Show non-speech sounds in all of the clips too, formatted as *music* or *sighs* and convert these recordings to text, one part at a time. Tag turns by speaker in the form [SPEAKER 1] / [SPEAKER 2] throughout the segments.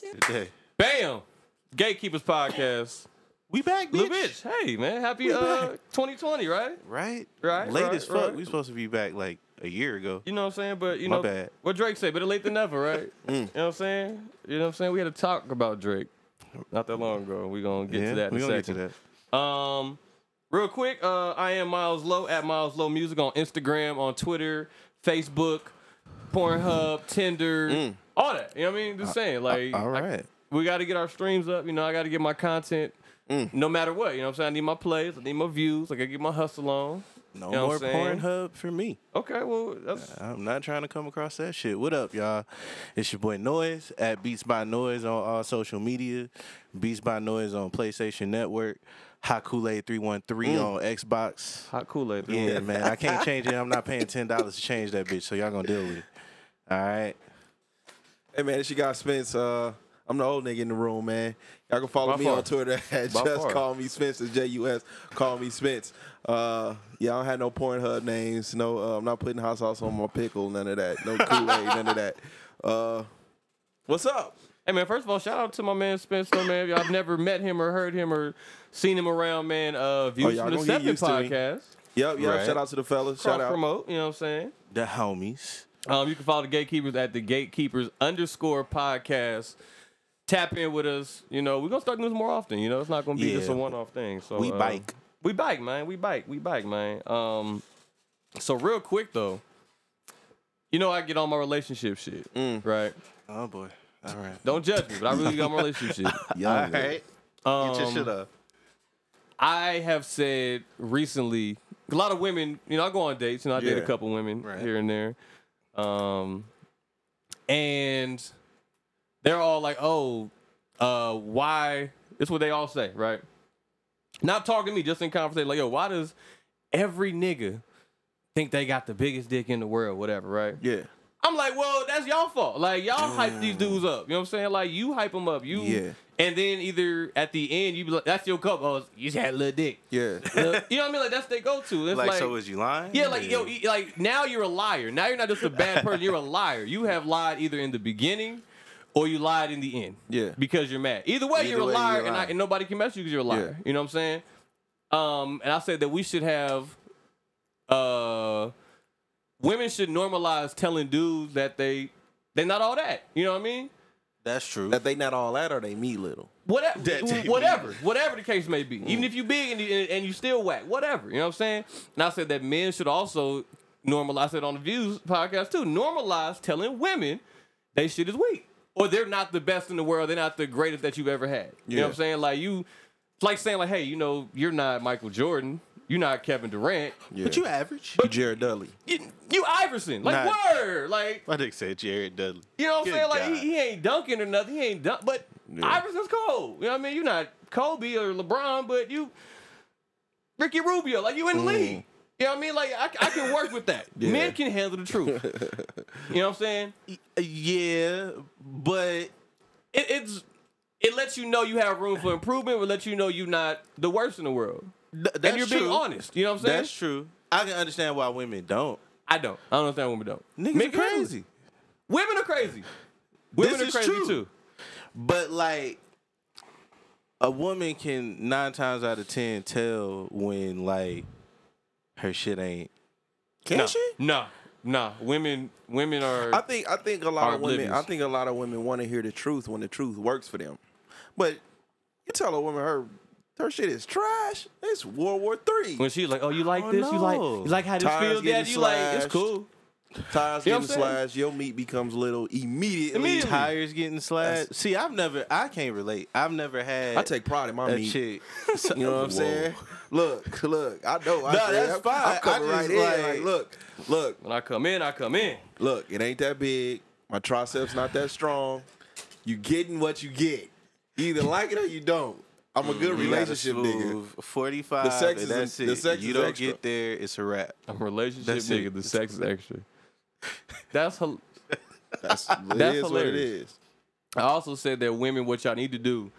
[SPEAKER 1] Today.
[SPEAKER 2] Bam! Gatekeepers podcast.
[SPEAKER 1] We back,
[SPEAKER 2] Little
[SPEAKER 1] bitch.
[SPEAKER 2] bitch. Hey man, happy uh 2020, right?
[SPEAKER 1] Right?
[SPEAKER 2] Right,
[SPEAKER 1] Late
[SPEAKER 2] right,
[SPEAKER 1] as fuck.
[SPEAKER 2] right.
[SPEAKER 1] We supposed to be back like a year ago.
[SPEAKER 2] You know what I'm saying? But you
[SPEAKER 1] My
[SPEAKER 2] know
[SPEAKER 1] bad. Mm.
[SPEAKER 2] what Drake say, better late than
[SPEAKER 1] *laughs*
[SPEAKER 2] never, right? You know what I'm saying? You know what I'm saying? We had a talk about Drake not that long ago. We're gonna get to that in
[SPEAKER 1] we
[SPEAKER 2] a
[SPEAKER 1] gonna get to
[SPEAKER 2] second.
[SPEAKER 1] that.
[SPEAKER 2] Um, real quick, uh, I am Miles Low at Miles Low Music on Instagram, on Twitter, Facebook, Pornhub, Tinder,
[SPEAKER 1] Mm.
[SPEAKER 2] all that. You know what I mean? Just saying, like,
[SPEAKER 1] All
[SPEAKER 2] I-
[SPEAKER 1] right.
[SPEAKER 2] we got to get our streams up. You know, I got to get my content.
[SPEAKER 3] Mm.
[SPEAKER 2] No matter what, you know what I'm saying? I need my plays, I need my views, I gotta get my hustle on.
[SPEAKER 1] No
[SPEAKER 2] You know
[SPEAKER 1] more
[SPEAKER 2] what I'm saying?
[SPEAKER 1] Pornhub for me.
[SPEAKER 2] Okay, well, that's
[SPEAKER 1] I'm not trying to come across that shit. What up, y'all? It's your boy Noise at Beats by Noise on all social media. Beats by Noise on PlayStation Network. Hot Kool Aid 313
[SPEAKER 2] Mm.
[SPEAKER 1] on Xbox.
[SPEAKER 2] hot Kool Aid.
[SPEAKER 1] Yeah, man. I can't change it. I'm not paying $10 to change that bitch, so y'all gonna deal with it. All right.
[SPEAKER 3] Hey man, it's your guy Spence. Uh, I'm the old nigga in the room, man. Y'all can follow
[SPEAKER 2] By
[SPEAKER 3] me
[SPEAKER 2] far.
[SPEAKER 3] on Twitter *laughs* at
[SPEAKER 2] By
[SPEAKER 3] just
[SPEAKER 2] far.
[SPEAKER 3] call me Spence. It's J U S. Call me Spence. Uh, yeah, I don't have no Pornhub names. No, uh, I'm not putting hot sauce on my pickle. None of that. No Kool Aid. none of that. Uh, what's up?
[SPEAKER 2] Hey man, first of all, shout out to my man Spencer, man. If y'all have never met him or heard him or seen him around, man, uh views
[SPEAKER 3] Oh, y'all
[SPEAKER 2] from the
[SPEAKER 3] gonna get
[SPEAKER 2] Seven
[SPEAKER 3] used to me.
[SPEAKER 2] podcast.
[SPEAKER 3] Yep, yep.
[SPEAKER 2] Right.
[SPEAKER 3] Shout out to the fellas.
[SPEAKER 2] Cross
[SPEAKER 3] Shout out.
[SPEAKER 2] promote, you know what I'm saying?
[SPEAKER 1] The homies.
[SPEAKER 2] Um, you can follow the gatekeepers at the gatekeepers underscore podcast. Tap in with us. You know, we're gonna start doing this more often, you know. It's not gonna be
[SPEAKER 1] Yeah.
[SPEAKER 2] just a one off thing. So
[SPEAKER 1] We
[SPEAKER 2] uh,
[SPEAKER 1] bike.
[SPEAKER 2] We bike, man. We bike, we bike, man. Um so real quick though, you know I get on my relationship shit. Right.
[SPEAKER 1] Oh boy. All right.
[SPEAKER 2] Don't judge me, but I really got
[SPEAKER 1] *laughs*
[SPEAKER 2] my relationship shit.
[SPEAKER 3] All right.
[SPEAKER 2] Um,
[SPEAKER 3] Get your shit up.
[SPEAKER 2] I have said recently, a lot of women, you know, I go on dates, you know, I date a
[SPEAKER 3] Yeah.
[SPEAKER 2] couple women
[SPEAKER 1] Right.
[SPEAKER 2] here and there. Um, and they're all like, oh, uh, why? It's what they all say, right? Not talking to me, just in conversation, like, yo, why does every nigga think they got the biggest dick in the world, whatever, right?
[SPEAKER 3] Yeah.
[SPEAKER 2] I'm like, well, that's y'all fault. Like y'all hype these dudes up. You know what I'm saying? Like you hype them up. You
[SPEAKER 3] Yeah.
[SPEAKER 2] and then either at the end you be like, that's your cup. Oh, you just had a little *laughs* dick.
[SPEAKER 3] Yeah.
[SPEAKER 2] Little- you know what I mean? Like that's they go to. It's
[SPEAKER 1] Like,
[SPEAKER 2] like,
[SPEAKER 1] so is you lying?
[SPEAKER 2] yeah, like
[SPEAKER 1] e-
[SPEAKER 2] yo, you- like now you're a liar. Now you're not just a bad person. You're a liar. You have lied either in the beginning or you lied in the end. *laughs*
[SPEAKER 3] Yeah.
[SPEAKER 2] because you're mad. Either way,
[SPEAKER 3] Either
[SPEAKER 2] you're, a
[SPEAKER 3] way,
[SPEAKER 2] liar,
[SPEAKER 3] you're a
[SPEAKER 2] and I,
[SPEAKER 3] liar.
[SPEAKER 2] and nobody can mess you because you're a liar. You know what I'm saying? Um, and I said that we should have, uh, women should normalize telling dudes that they they're not all that. You know what I mean?
[SPEAKER 1] That's true.
[SPEAKER 3] That they not all that or they me little.
[SPEAKER 2] Whatever,
[SPEAKER 3] That Mm. too.
[SPEAKER 2] whatever, whatever the case may be. Even if you big and you, and, and you still whack, whatever. You know what I'm saying? And I said that men should also normalize it on the Views podcast too. Normalize telling women they shit is weak or they're not the best in the world. They're not the greatest that you've ever had. You know what I'm
[SPEAKER 3] Yeah.
[SPEAKER 2] saying? Like you, it's like saying like, hey, you know, you're not Michael Jordan. You're not Kevin Durant.
[SPEAKER 3] Yeah.
[SPEAKER 1] But you average.
[SPEAKER 3] You Jared Dudley.
[SPEAKER 2] You, you Iverson. Like
[SPEAKER 1] Nah.
[SPEAKER 2] word. Like
[SPEAKER 1] My dick said Jared Dudley.
[SPEAKER 2] you know what I'm
[SPEAKER 1] Good
[SPEAKER 2] saying? Like he,
[SPEAKER 1] God.
[SPEAKER 2] he ain't dunking or nothing. He ain't dunk, but
[SPEAKER 3] Yeah.
[SPEAKER 2] Iverson's cold. You know what I mean? You're not Kobe or LeBron, but you Ricky Rubio, like you in the
[SPEAKER 1] Mm.
[SPEAKER 2] league. You know what I mean? Like I, I can work
[SPEAKER 1] *laughs*
[SPEAKER 2] with that. Men can handle the truth. you know what I'm saying?
[SPEAKER 1] Yeah, but
[SPEAKER 2] It, it's it lets you know you have room for improvement. It lets you know you're not the worst in the world,
[SPEAKER 1] th- that's
[SPEAKER 2] and you're
[SPEAKER 1] true.
[SPEAKER 2] being honest. You know what I'm saying?
[SPEAKER 1] That's true. I can understand why women don't.
[SPEAKER 2] I don't. I don't understand women don't.
[SPEAKER 1] Niggas
[SPEAKER 2] Men
[SPEAKER 1] are
[SPEAKER 2] can handle it.
[SPEAKER 1] crazy.
[SPEAKER 2] Women are crazy. Women
[SPEAKER 1] This
[SPEAKER 2] are
[SPEAKER 1] is
[SPEAKER 2] crazy
[SPEAKER 1] true.
[SPEAKER 2] too.
[SPEAKER 1] But like a woman can nine times out of ten tell when like her shit ain't. Can
[SPEAKER 2] no, No, no. Women, women are.
[SPEAKER 3] I think I think a lot
[SPEAKER 2] Are
[SPEAKER 3] of women I
[SPEAKER 2] oblivious.
[SPEAKER 3] think a lot of women want to hear the truth when the truth works for them. But you tell a woman her her shit is trash. It's World War Three.
[SPEAKER 2] when she's like, "Oh, you like
[SPEAKER 1] Oh,
[SPEAKER 2] this? You like
[SPEAKER 1] no.
[SPEAKER 2] you like how this
[SPEAKER 3] Tires
[SPEAKER 2] feels,
[SPEAKER 3] getting
[SPEAKER 2] Daddy? You like it's
[SPEAKER 3] slashed.
[SPEAKER 2] cool."
[SPEAKER 3] Tires
[SPEAKER 2] You know what
[SPEAKER 3] getting
[SPEAKER 2] I'm saying?
[SPEAKER 3] slashed, your meat becomes little immediately.
[SPEAKER 2] Immediately.
[SPEAKER 1] Tires getting slashed. See, I've never. I can't relate. I've never had.
[SPEAKER 3] I take pride in my
[SPEAKER 1] a
[SPEAKER 3] meat.
[SPEAKER 1] chick.
[SPEAKER 3] *laughs* You know what I'm saying? Look, look. I know. I
[SPEAKER 1] Nah,
[SPEAKER 3] said,
[SPEAKER 1] that's
[SPEAKER 3] I'm-
[SPEAKER 1] fine. I
[SPEAKER 3] I'm coming
[SPEAKER 1] just
[SPEAKER 3] right in. Like,
[SPEAKER 1] like-
[SPEAKER 3] look, look,
[SPEAKER 2] When I come in, I come in.
[SPEAKER 3] look. It ain't that big. My triceps not that strong. You getting what you get. You either like it or you don't. I'm
[SPEAKER 1] Mm,
[SPEAKER 3] a good relationship nigga.
[SPEAKER 1] Forty five.
[SPEAKER 3] The
[SPEAKER 1] and
[SPEAKER 3] sex is-
[SPEAKER 1] that's
[SPEAKER 3] the
[SPEAKER 1] it.
[SPEAKER 3] sex
[SPEAKER 1] you
[SPEAKER 3] is
[SPEAKER 1] don't
[SPEAKER 3] extra.
[SPEAKER 1] get there, it's a wrap.
[SPEAKER 2] I'm a relationship
[SPEAKER 1] That's
[SPEAKER 2] nigga.
[SPEAKER 1] it.
[SPEAKER 2] The sex is extra. That's hel-
[SPEAKER 3] That's, *laughs* it
[SPEAKER 2] That's
[SPEAKER 3] is what it
[SPEAKER 2] hilarious.
[SPEAKER 3] is.
[SPEAKER 2] I also said that women, what y'all need to do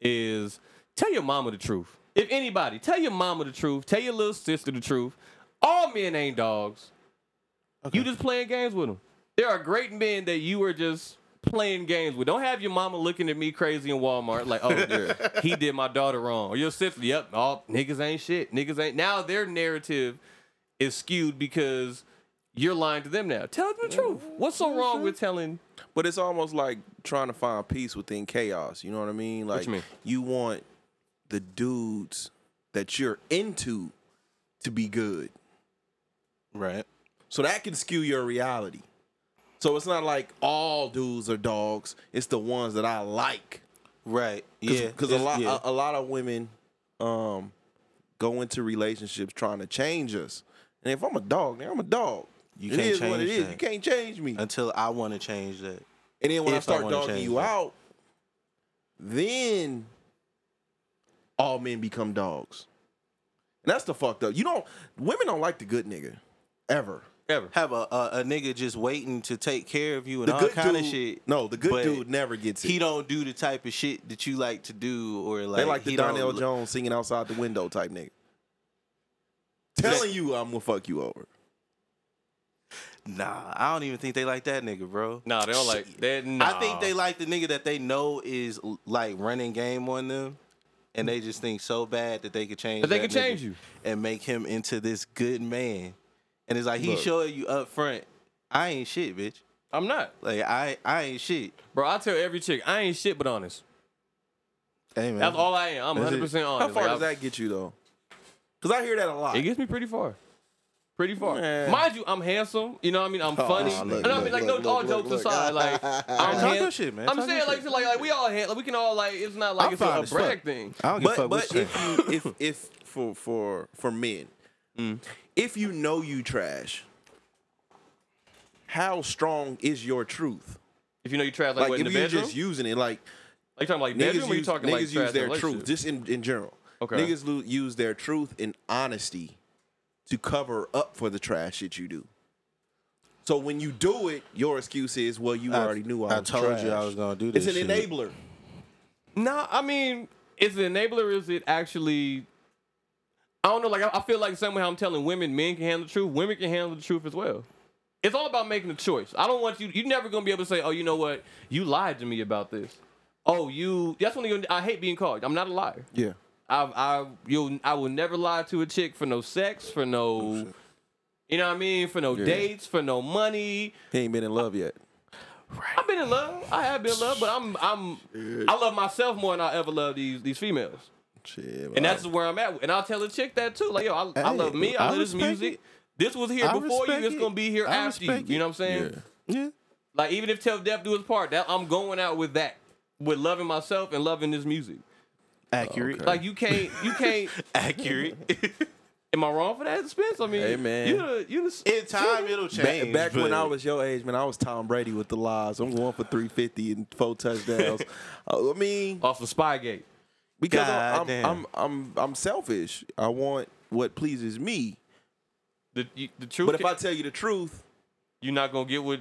[SPEAKER 2] is tell your mama the truth. If anybody, tell your mama the truth. Tell your little sister the truth. All men ain't dogs. You just playing games with them. There are great men that you are just playing games with. Don't have your mama looking at me crazy in Walmart like, oh, dear, he did my daughter wrong. Or your sister, yep, all niggas ain't shit. Niggas ain't. Now their narrative is skewed because you're lying to them now. Tell them the truth. What's so wrong with telling?
[SPEAKER 3] But it's almost like trying to find peace within chaos. You know what I mean? Like
[SPEAKER 2] you mean?
[SPEAKER 3] want the dudes that you're into to be good.
[SPEAKER 1] Right.
[SPEAKER 3] So that can skew your reality. So it's not like all dudes are dogs. It's the ones that I like.
[SPEAKER 1] Right.
[SPEAKER 3] Cause,
[SPEAKER 1] Yeah.
[SPEAKER 3] 'cause a
[SPEAKER 1] it's-
[SPEAKER 3] lot
[SPEAKER 1] yeah.
[SPEAKER 3] a, a lot of women um go into relationships trying to change us. And if I'm a dog, then I'm a dog.
[SPEAKER 1] You
[SPEAKER 3] It
[SPEAKER 1] can't
[SPEAKER 3] is what it
[SPEAKER 1] change
[SPEAKER 3] is.
[SPEAKER 1] that.
[SPEAKER 3] You can't change me.
[SPEAKER 1] until I want to change that.
[SPEAKER 3] And then when I
[SPEAKER 1] If I
[SPEAKER 3] start
[SPEAKER 1] wanna
[SPEAKER 3] dogging
[SPEAKER 1] change
[SPEAKER 3] you
[SPEAKER 1] that.
[SPEAKER 3] out, then all men become dogs. And that's the fucked up. You don't women don't like the good nigga. Ever.
[SPEAKER 2] Ever.
[SPEAKER 1] Have a, a a nigga just waiting to take care of you and
[SPEAKER 3] The
[SPEAKER 1] all
[SPEAKER 3] good
[SPEAKER 1] kind
[SPEAKER 3] dude.
[SPEAKER 1] of shit.
[SPEAKER 3] No, the good
[SPEAKER 1] but
[SPEAKER 3] dude never gets it.
[SPEAKER 1] He don't do the type of shit that you like to do, or like
[SPEAKER 3] they like the
[SPEAKER 1] he don't
[SPEAKER 3] Donnell
[SPEAKER 1] look-
[SPEAKER 3] Jones singing outside the window type nigga. Telling you I'm gonna fuck you over.
[SPEAKER 1] Nah, I don't even think they like that nigga, bro.
[SPEAKER 2] Nah, they don't like that. Nah.
[SPEAKER 1] I think they like the nigga that they know is l- like running game on them, and they just think so bad that they could change.
[SPEAKER 2] But they
[SPEAKER 1] that
[SPEAKER 2] can
[SPEAKER 1] nigga
[SPEAKER 2] change you.
[SPEAKER 1] and make him into this good man. And it's like he
[SPEAKER 3] Look.
[SPEAKER 1] showing you up front, I ain't shit, bitch.
[SPEAKER 2] I'm not,
[SPEAKER 1] Like I I ain't shit.
[SPEAKER 2] bro. I tell every chick I ain't shit but honest.
[SPEAKER 1] Hey man,
[SPEAKER 2] That's all I am. I'm
[SPEAKER 1] That's
[SPEAKER 2] 100
[SPEAKER 1] it.
[SPEAKER 2] percent honest.
[SPEAKER 3] How far
[SPEAKER 2] Like,
[SPEAKER 3] does
[SPEAKER 2] I-
[SPEAKER 3] that get you though? Because I hear that a lot.
[SPEAKER 2] It gets me pretty far. Pretty far.
[SPEAKER 3] Man.
[SPEAKER 2] Mind you, I'm handsome. You know what I mean? I'm funny.
[SPEAKER 3] look,
[SPEAKER 2] and I mean,
[SPEAKER 3] look,
[SPEAKER 2] like,
[SPEAKER 3] look,
[SPEAKER 2] no, all
[SPEAKER 3] look,
[SPEAKER 2] jokes
[SPEAKER 3] look.
[SPEAKER 2] aside, like, I'm
[SPEAKER 1] Talk
[SPEAKER 2] hand-
[SPEAKER 1] your shit, man.
[SPEAKER 2] I'm
[SPEAKER 1] Talk your
[SPEAKER 2] saying, like,
[SPEAKER 1] shit.
[SPEAKER 2] like, like, we all hand, like, we can all, like, it's not like
[SPEAKER 1] I'm
[SPEAKER 2] it's
[SPEAKER 1] fine
[SPEAKER 2] a
[SPEAKER 1] as fuck.
[SPEAKER 2] brag thing.
[SPEAKER 1] I don't give a
[SPEAKER 3] but
[SPEAKER 1] fuck
[SPEAKER 3] but
[SPEAKER 1] what you
[SPEAKER 3] if
[SPEAKER 1] say.
[SPEAKER 3] you
[SPEAKER 1] *laughs*
[SPEAKER 3] if if for for for men,
[SPEAKER 1] Mm.
[SPEAKER 3] if you know you trash, how strong is your truth?
[SPEAKER 2] If you know you trash, like,
[SPEAKER 3] Like
[SPEAKER 2] what, in
[SPEAKER 3] if
[SPEAKER 2] the
[SPEAKER 3] you're
[SPEAKER 2] bedroom?
[SPEAKER 3] just using it, like
[SPEAKER 2] like, you talking like
[SPEAKER 3] niggas
[SPEAKER 2] bedroom or you
[SPEAKER 3] use,
[SPEAKER 2] talking like
[SPEAKER 3] niggas use
[SPEAKER 2] trash
[SPEAKER 3] their
[SPEAKER 2] in
[SPEAKER 3] truth,
[SPEAKER 2] relationships?
[SPEAKER 3] just in, in general.
[SPEAKER 2] Okay.
[SPEAKER 3] Niggas lo- use their truth and honesty to cover up for the trash shit you do. So when you do it, your excuse is, "Well, you already knew I,
[SPEAKER 1] I
[SPEAKER 3] was
[SPEAKER 1] told
[SPEAKER 3] trash.
[SPEAKER 1] you I was gonna do this.
[SPEAKER 3] It's an
[SPEAKER 1] shit.
[SPEAKER 3] enabler.
[SPEAKER 2] Nah, I mean, is it enabler? or Is it actually? I don't know. Like, I, I feel like somehow I'm telling women, men can handle the truth. Women can handle the truth as well. It's all about making a choice. I don't want you. You're never gonna be able to say, "Oh, you know what? You lied to me about this." Oh, you. That's when you. I hate being called. I'm not a liar.
[SPEAKER 3] Yeah.
[SPEAKER 2] I, I, you, I will never lie to a chick for no sex, for no. You know what I mean? For no dates, for no money.
[SPEAKER 3] He ain't been in love yet.
[SPEAKER 2] I've been in love. I have been in love, but I'm, I'm, I love myself more than I ever love these these females.
[SPEAKER 3] Shit,
[SPEAKER 2] And that's where I'm at. And I'll tell a chick that too. Like, yo, I, I
[SPEAKER 1] Hey,
[SPEAKER 2] love me. I,
[SPEAKER 1] I
[SPEAKER 2] love this
[SPEAKER 1] respect
[SPEAKER 2] music.
[SPEAKER 1] it.
[SPEAKER 2] This was here
[SPEAKER 1] I
[SPEAKER 2] before you.
[SPEAKER 1] respect
[SPEAKER 2] It's
[SPEAKER 1] it.
[SPEAKER 2] gonna be here
[SPEAKER 1] I
[SPEAKER 2] after you.
[SPEAKER 1] respect
[SPEAKER 2] You
[SPEAKER 1] it.
[SPEAKER 2] know what I'm saying?
[SPEAKER 3] Yeah.
[SPEAKER 1] Yeah.
[SPEAKER 2] Like, even if Tell Depp do his part, that I'm going out with that, with loving myself and loving this music.
[SPEAKER 1] Accurate.
[SPEAKER 2] Like, you can't, you can't.
[SPEAKER 1] accurate.
[SPEAKER 3] *laughs*
[SPEAKER 2] am I wrong for that, Spence? I mean,
[SPEAKER 3] Hey, man.
[SPEAKER 2] you the, you the
[SPEAKER 1] In time it'll
[SPEAKER 3] Back,
[SPEAKER 1] change.
[SPEAKER 3] back when
[SPEAKER 1] but-
[SPEAKER 3] I was your age, man, I was Tom Brady with the lies. I'm going for 350 and four
[SPEAKER 1] *laughs*
[SPEAKER 3] touchdowns. Uh, I mean,
[SPEAKER 2] off the Spygate.
[SPEAKER 3] because
[SPEAKER 1] God
[SPEAKER 3] I'm, I'm,
[SPEAKER 1] damn.
[SPEAKER 3] I'm, I'm, I'm selfish. I want what pleases me.
[SPEAKER 2] The, you, the truth.
[SPEAKER 3] But if I tell you the truth,
[SPEAKER 2] you're not gonna get what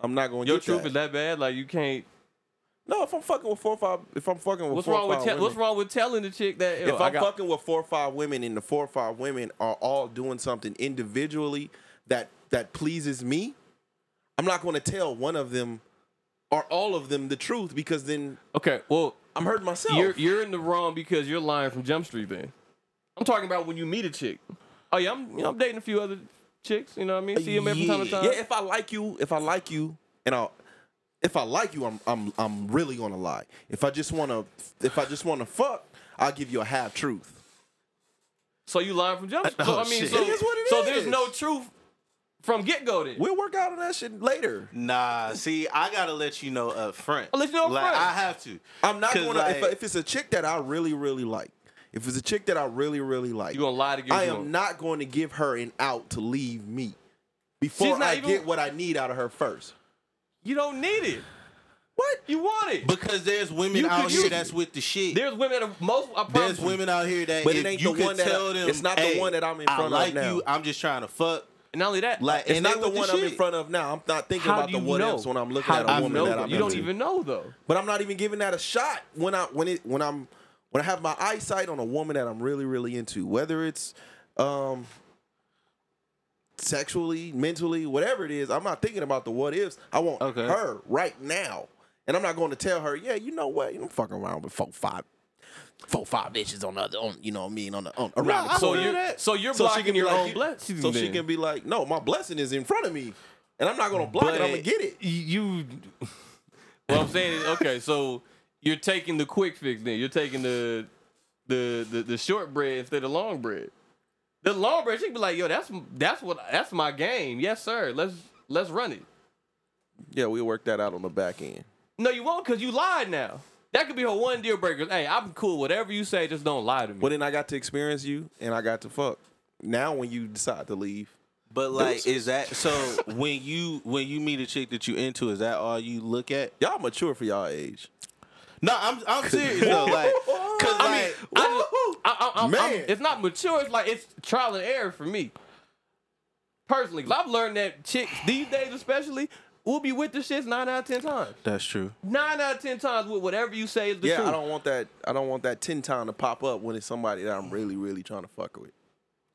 [SPEAKER 3] I'm not going to
[SPEAKER 2] your
[SPEAKER 3] get
[SPEAKER 2] truth
[SPEAKER 3] that.
[SPEAKER 2] is that bad. Like, you can't.
[SPEAKER 3] No, if I'm fucking with four or five, if I'm fucking with
[SPEAKER 2] What's
[SPEAKER 3] four
[SPEAKER 2] wrong
[SPEAKER 3] or
[SPEAKER 2] with
[SPEAKER 3] five
[SPEAKER 2] tell what's
[SPEAKER 3] women,
[SPEAKER 2] wrong with telling the chick that? yo,
[SPEAKER 3] if
[SPEAKER 2] I
[SPEAKER 3] I'm
[SPEAKER 2] got-
[SPEAKER 3] fucking with four or five women and the four or five women are all doing something individually that that pleases me, I'm not going to tell one of them or all of them the truth because then
[SPEAKER 2] okay, well,
[SPEAKER 3] I'm hurting myself.
[SPEAKER 2] You're you're in the wrong because you're lying from Jump Street. Then I'm talking about when you meet a chick. Oh yeah, I'm you know, I'm dating a few other chicks. You know what I mean? See them every time to
[SPEAKER 1] Yeah.
[SPEAKER 2] time.
[SPEAKER 3] yeah, if I like you, if I like you, and I if I like you, I'm I'm I'm really gonna lie. If I just wanna if I just wanna fuck, I'll give you a half truth.
[SPEAKER 2] So you lying from Jump Street. So,
[SPEAKER 1] Oh,
[SPEAKER 2] I mean,
[SPEAKER 1] shit.
[SPEAKER 2] so,
[SPEAKER 3] It is what it
[SPEAKER 2] so there's
[SPEAKER 3] is.
[SPEAKER 2] no truth from get go. Then
[SPEAKER 3] We'll work out on that shit later.
[SPEAKER 1] Nah, see, I gotta let you know up front.
[SPEAKER 2] I'll let you know up
[SPEAKER 1] like,
[SPEAKER 2] front.
[SPEAKER 1] I have to.
[SPEAKER 3] I'm not
[SPEAKER 1] 'Cause,
[SPEAKER 3] gonna
[SPEAKER 1] like,
[SPEAKER 3] if, if it's a chick that I really really like. If it's a chick that I really really like,
[SPEAKER 2] you gonna lie to get.
[SPEAKER 3] I
[SPEAKER 2] you
[SPEAKER 3] am
[SPEAKER 2] want.
[SPEAKER 3] not going to give her an out to leave me before
[SPEAKER 2] She's not
[SPEAKER 3] I
[SPEAKER 2] even-
[SPEAKER 3] get what I need out of her first.
[SPEAKER 2] You don't need it.
[SPEAKER 3] What?
[SPEAKER 2] You want it.
[SPEAKER 1] because there's women
[SPEAKER 2] You
[SPEAKER 1] out
[SPEAKER 2] could
[SPEAKER 1] here
[SPEAKER 2] use
[SPEAKER 1] that's with the shit.
[SPEAKER 2] there's women that are most. I promise
[SPEAKER 1] there's
[SPEAKER 2] you.
[SPEAKER 1] women out here that
[SPEAKER 3] But it
[SPEAKER 1] if
[SPEAKER 3] ain't
[SPEAKER 1] you
[SPEAKER 3] the
[SPEAKER 1] could
[SPEAKER 3] one that I-
[SPEAKER 1] tell them
[SPEAKER 3] it's not the
[SPEAKER 1] "Hey,
[SPEAKER 3] one that I'm in
[SPEAKER 1] I
[SPEAKER 3] front of
[SPEAKER 1] like
[SPEAKER 3] now."
[SPEAKER 1] you. I'm just trying to fuck.
[SPEAKER 2] And not only that,
[SPEAKER 1] Like,
[SPEAKER 3] It's
[SPEAKER 1] and
[SPEAKER 3] not
[SPEAKER 1] they
[SPEAKER 3] the
[SPEAKER 1] with
[SPEAKER 3] one
[SPEAKER 1] the
[SPEAKER 3] I'm in
[SPEAKER 1] shit.
[SPEAKER 3] front of now. I'm not thinking
[SPEAKER 2] how
[SPEAKER 3] about
[SPEAKER 2] do
[SPEAKER 3] the
[SPEAKER 2] you
[SPEAKER 3] what
[SPEAKER 2] know?
[SPEAKER 3] ifs when I'm looking
[SPEAKER 2] How
[SPEAKER 3] at
[SPEAKER 2] do
[SPEAKER 3] a
[SPEAKER 2] you
[SPEAKER 3] woman
[SPEAKER 2] know
[SPEAKER 3] that I'm
[SPEAKER 2] You don't
[SPEAKER 3] into.
[SPEAKER 2] even know though.
[SPEAKER 3] But I'm not even giving that a shot when I when it when I'm when I have my eyesight on a woman that I'm really really into, whether it's um sexually, mentally, whatever it is. I'm not thinking about the what ifs. I want
[SPEAKER 1] Okay.
[SPEAKER 3] her right now. And I'm not going to tell her, yeah, you know what? You don't fuck around with four, five, four, five bitches on the other, on, you know what I mean, on the on, around
[SPEAKER 1] I
[SPEAKER 3] the
[SPEAKER 2] So
[SPEAKER 1] wouldn't do
[SPEAKER 2] you
[SPEAKER 1] that.
[SPEAKER 2] so you're
[SPEAKER 3] so she
[SPEAKER 2] blocking
[SPEAKER 3] can be
[SPEAKER 2] your
[SPEAKER 3] like,
[SPEAKER 2] own
[SPEAKER 3] you-
[SPEAKER 2] blessing.
[SPEAKER 3] So she
[SPEAKER 2] then.
[SPEAKER 3] can be like, no, my blessing is in front of me, and I'm not gonna block it. I'm gonna get it.
[SPEAKER 2] You. What I'm saying is, okay, so you're taking the quick fix. Then you're taking the the the, the short bread instead of long bread. The long bread, she can be like, yo, that's that's what that's my game. Yes, sir. Let's let's run it.
[SPEAKER 3] Yeah, we'll work that out on the back end.
[SPEAKER 2] No, you won't, cause you lied now. That could be her one deal breaker. Hey, I'm cool. Whatever you say, just don't lie to me.
[SPEAKER 3] Well, then I got to experience you, and I got to fuck. Now, when you decide to leave,
[SPEAKER 1] But like, is that so? when you when you meet a chick that you into, is that all you look at?
[SPEAKER 3] y'all mature for y'all age.
[SPEAKER 1] No, I'm *laughs* I'm serious though. Like, cause
[SPEAKER 2] I mean,
[SPEAKER 1] like,
[SPEAKER 2] I just, I, I, I'm, I'm-
[SPEAKER 3] Man.
[SPEAKER 2] it's not mature. It's like it's trial and error for me personally. i I've learned that chicks these days, especially, will be with the shits nine out of ten times.
[SPEAKER 1] that's true.
[SPEAKER 2] Nine out of ten times with whatever you say is the
[SPEAKER 3] yeah,
[SPEAKER 2] truth.
[SPEAKER 3] I don't want that. I don't want that ten time to pop up when it's somebody that I'm really, really trying to fuck with.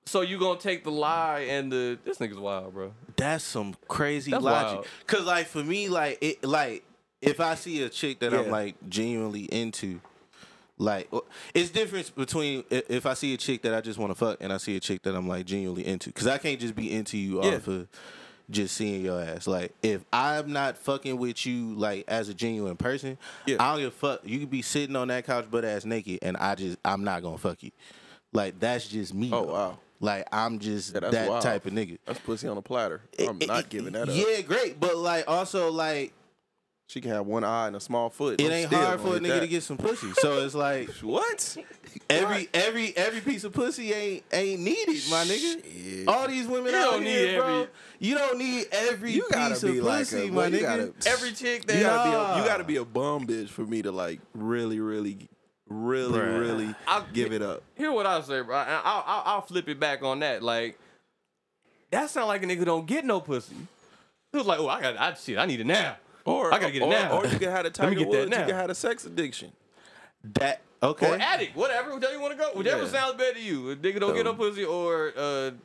[SPEAKER 2] So you gonna take the lie and the this nigga's wild, bro.
[SPEAKER 1] That's some crazy
[SPEAKER 2] That's
[SPEAKER 1] logic.
[SPEAKER 2] wild.
[SPEAKER 1] Cause like for me, like it like if I see a chick that I'm
[SPEAKER 3] Yeah.
[SPEAKER 1] like genuinely into, like w- it's difference between i- if I see a chick that I just want to fuck and I see a chick that I'm like genuinely into. Cause I can't just be into you
[SPEAKER 3] Yeah.
[SPEAKER 1] off of just seeing your ass. Like if I'm not fucking with you like as a genuine person,
[SPEAKER 3] Yeah.
[SPEAKER 1] I don't give a fuck. You could be sitting on that couch butt ass naked and I just I'm not gonna fuck you. Like that's just me.
[SPEAKER 3] Oh,
[SPEAKER 1] though.
[SPEAKER 3] wow.
[SPEAKER 1] Like I'm just
[SPEAKER 3] Yeah, that's
[SPEAKER 1] that
[SPEAKER 3] wild.
[SPEAKER 1] type of nigga.
[SPEAKER 3] That's pussy on a platter. I'm
[SPEAKER 1] It-
[SPEAKER 3] not
[SPEAKER 1] it-
[SPEAKER 3] giving that up.
[SPEAKER 1] Yeah, great, but like also like
[SPEAKER 3] She can have one eye and a small foot.
[SPEAKER 1] it
[SPEAKER 3] I'm
[SPEAKER 1] ain't
[SPEAKER 3] still
[SPEAKER 1] hard for
[SPEAKER 3] gonna
[SPEAKER 1] a nigga
[SPEAKER 3] hit
[SPEAKER 1] to
[SPEAKER 3] that.
[SPEAKER 1] get some pussy. So it's
[SPEAKER 3] *laughs*
[SPEAKER 1] like
[SPEAKER 3] what?
[SPEAKER 1] every every every piece of pussy ain't ain't needed, my nigga. Oh,
[SPEAKER 3] Shit.
[SPEAKER 1] All these women
[SPEAKER 2] You
[SPEAKER 1] out
[SPEAKER 2] don't need
[SPEAKER 1] here, bro.
[SPEAKER 2] every-
[SPEAKER 1] You don't need every
[SPEAKER 3] You gotta
[SPEAKER 1] piece of
[SPEAKER 3] be like a-
[SPEAKER 1] pussy,
[SPEAKER 3] well,
[SPEAKER 1] my
[SPEAKER 3] you
[SPEAKER 1] nigga.
[SPEAKER 3] gotta-
[SPEAKER 2] Every chick that
[SPEAKER 3] You gotta be a,
[SPEAKER 1] Nah.
[SPEAKER 3] you gotta be a bum bitch for me to like really, really, really,
[SPEAKER 1] Bruh.
[SPEAKER 3] really
[SPEAKER 2] I'll-
[SPEAKER 3] give it up.
[SPEAKER 2] hear what I say, bro. I, I'll, I'll I'll flip it back on that. Like that sound like a nigga don't get no pussy. He was like, oh, I got I shit. I need it now.
[SPEAKER 3] Or
[SPEAKER 2] I gotta get it
[SPEAKER 3] or,
[SPEAKER 2] now.
[SPEAKER 3] Or you
[SPEAKER 1] *laughs*
[SPEAKER 3] can have
[SPEAKER 2] me
[SPEAKER 3] a Tiger
[SPEAKER 2] get that
[SPEAKER 3] Woods. You
[SPEAKER 2] now.
[SPEAKER 3] can have a sex addiction.
[SPEAKER 1] that okay.
[SPEAKER 2] or addict, whatever, whatever you want to go, whichever
[SPEAKER 3] Yeah.
[SPEAKER 2] sounds better to you. A nigga don't get no
[SPEAKER 3] So-
[SPEAKER 2] pussy, or uh, an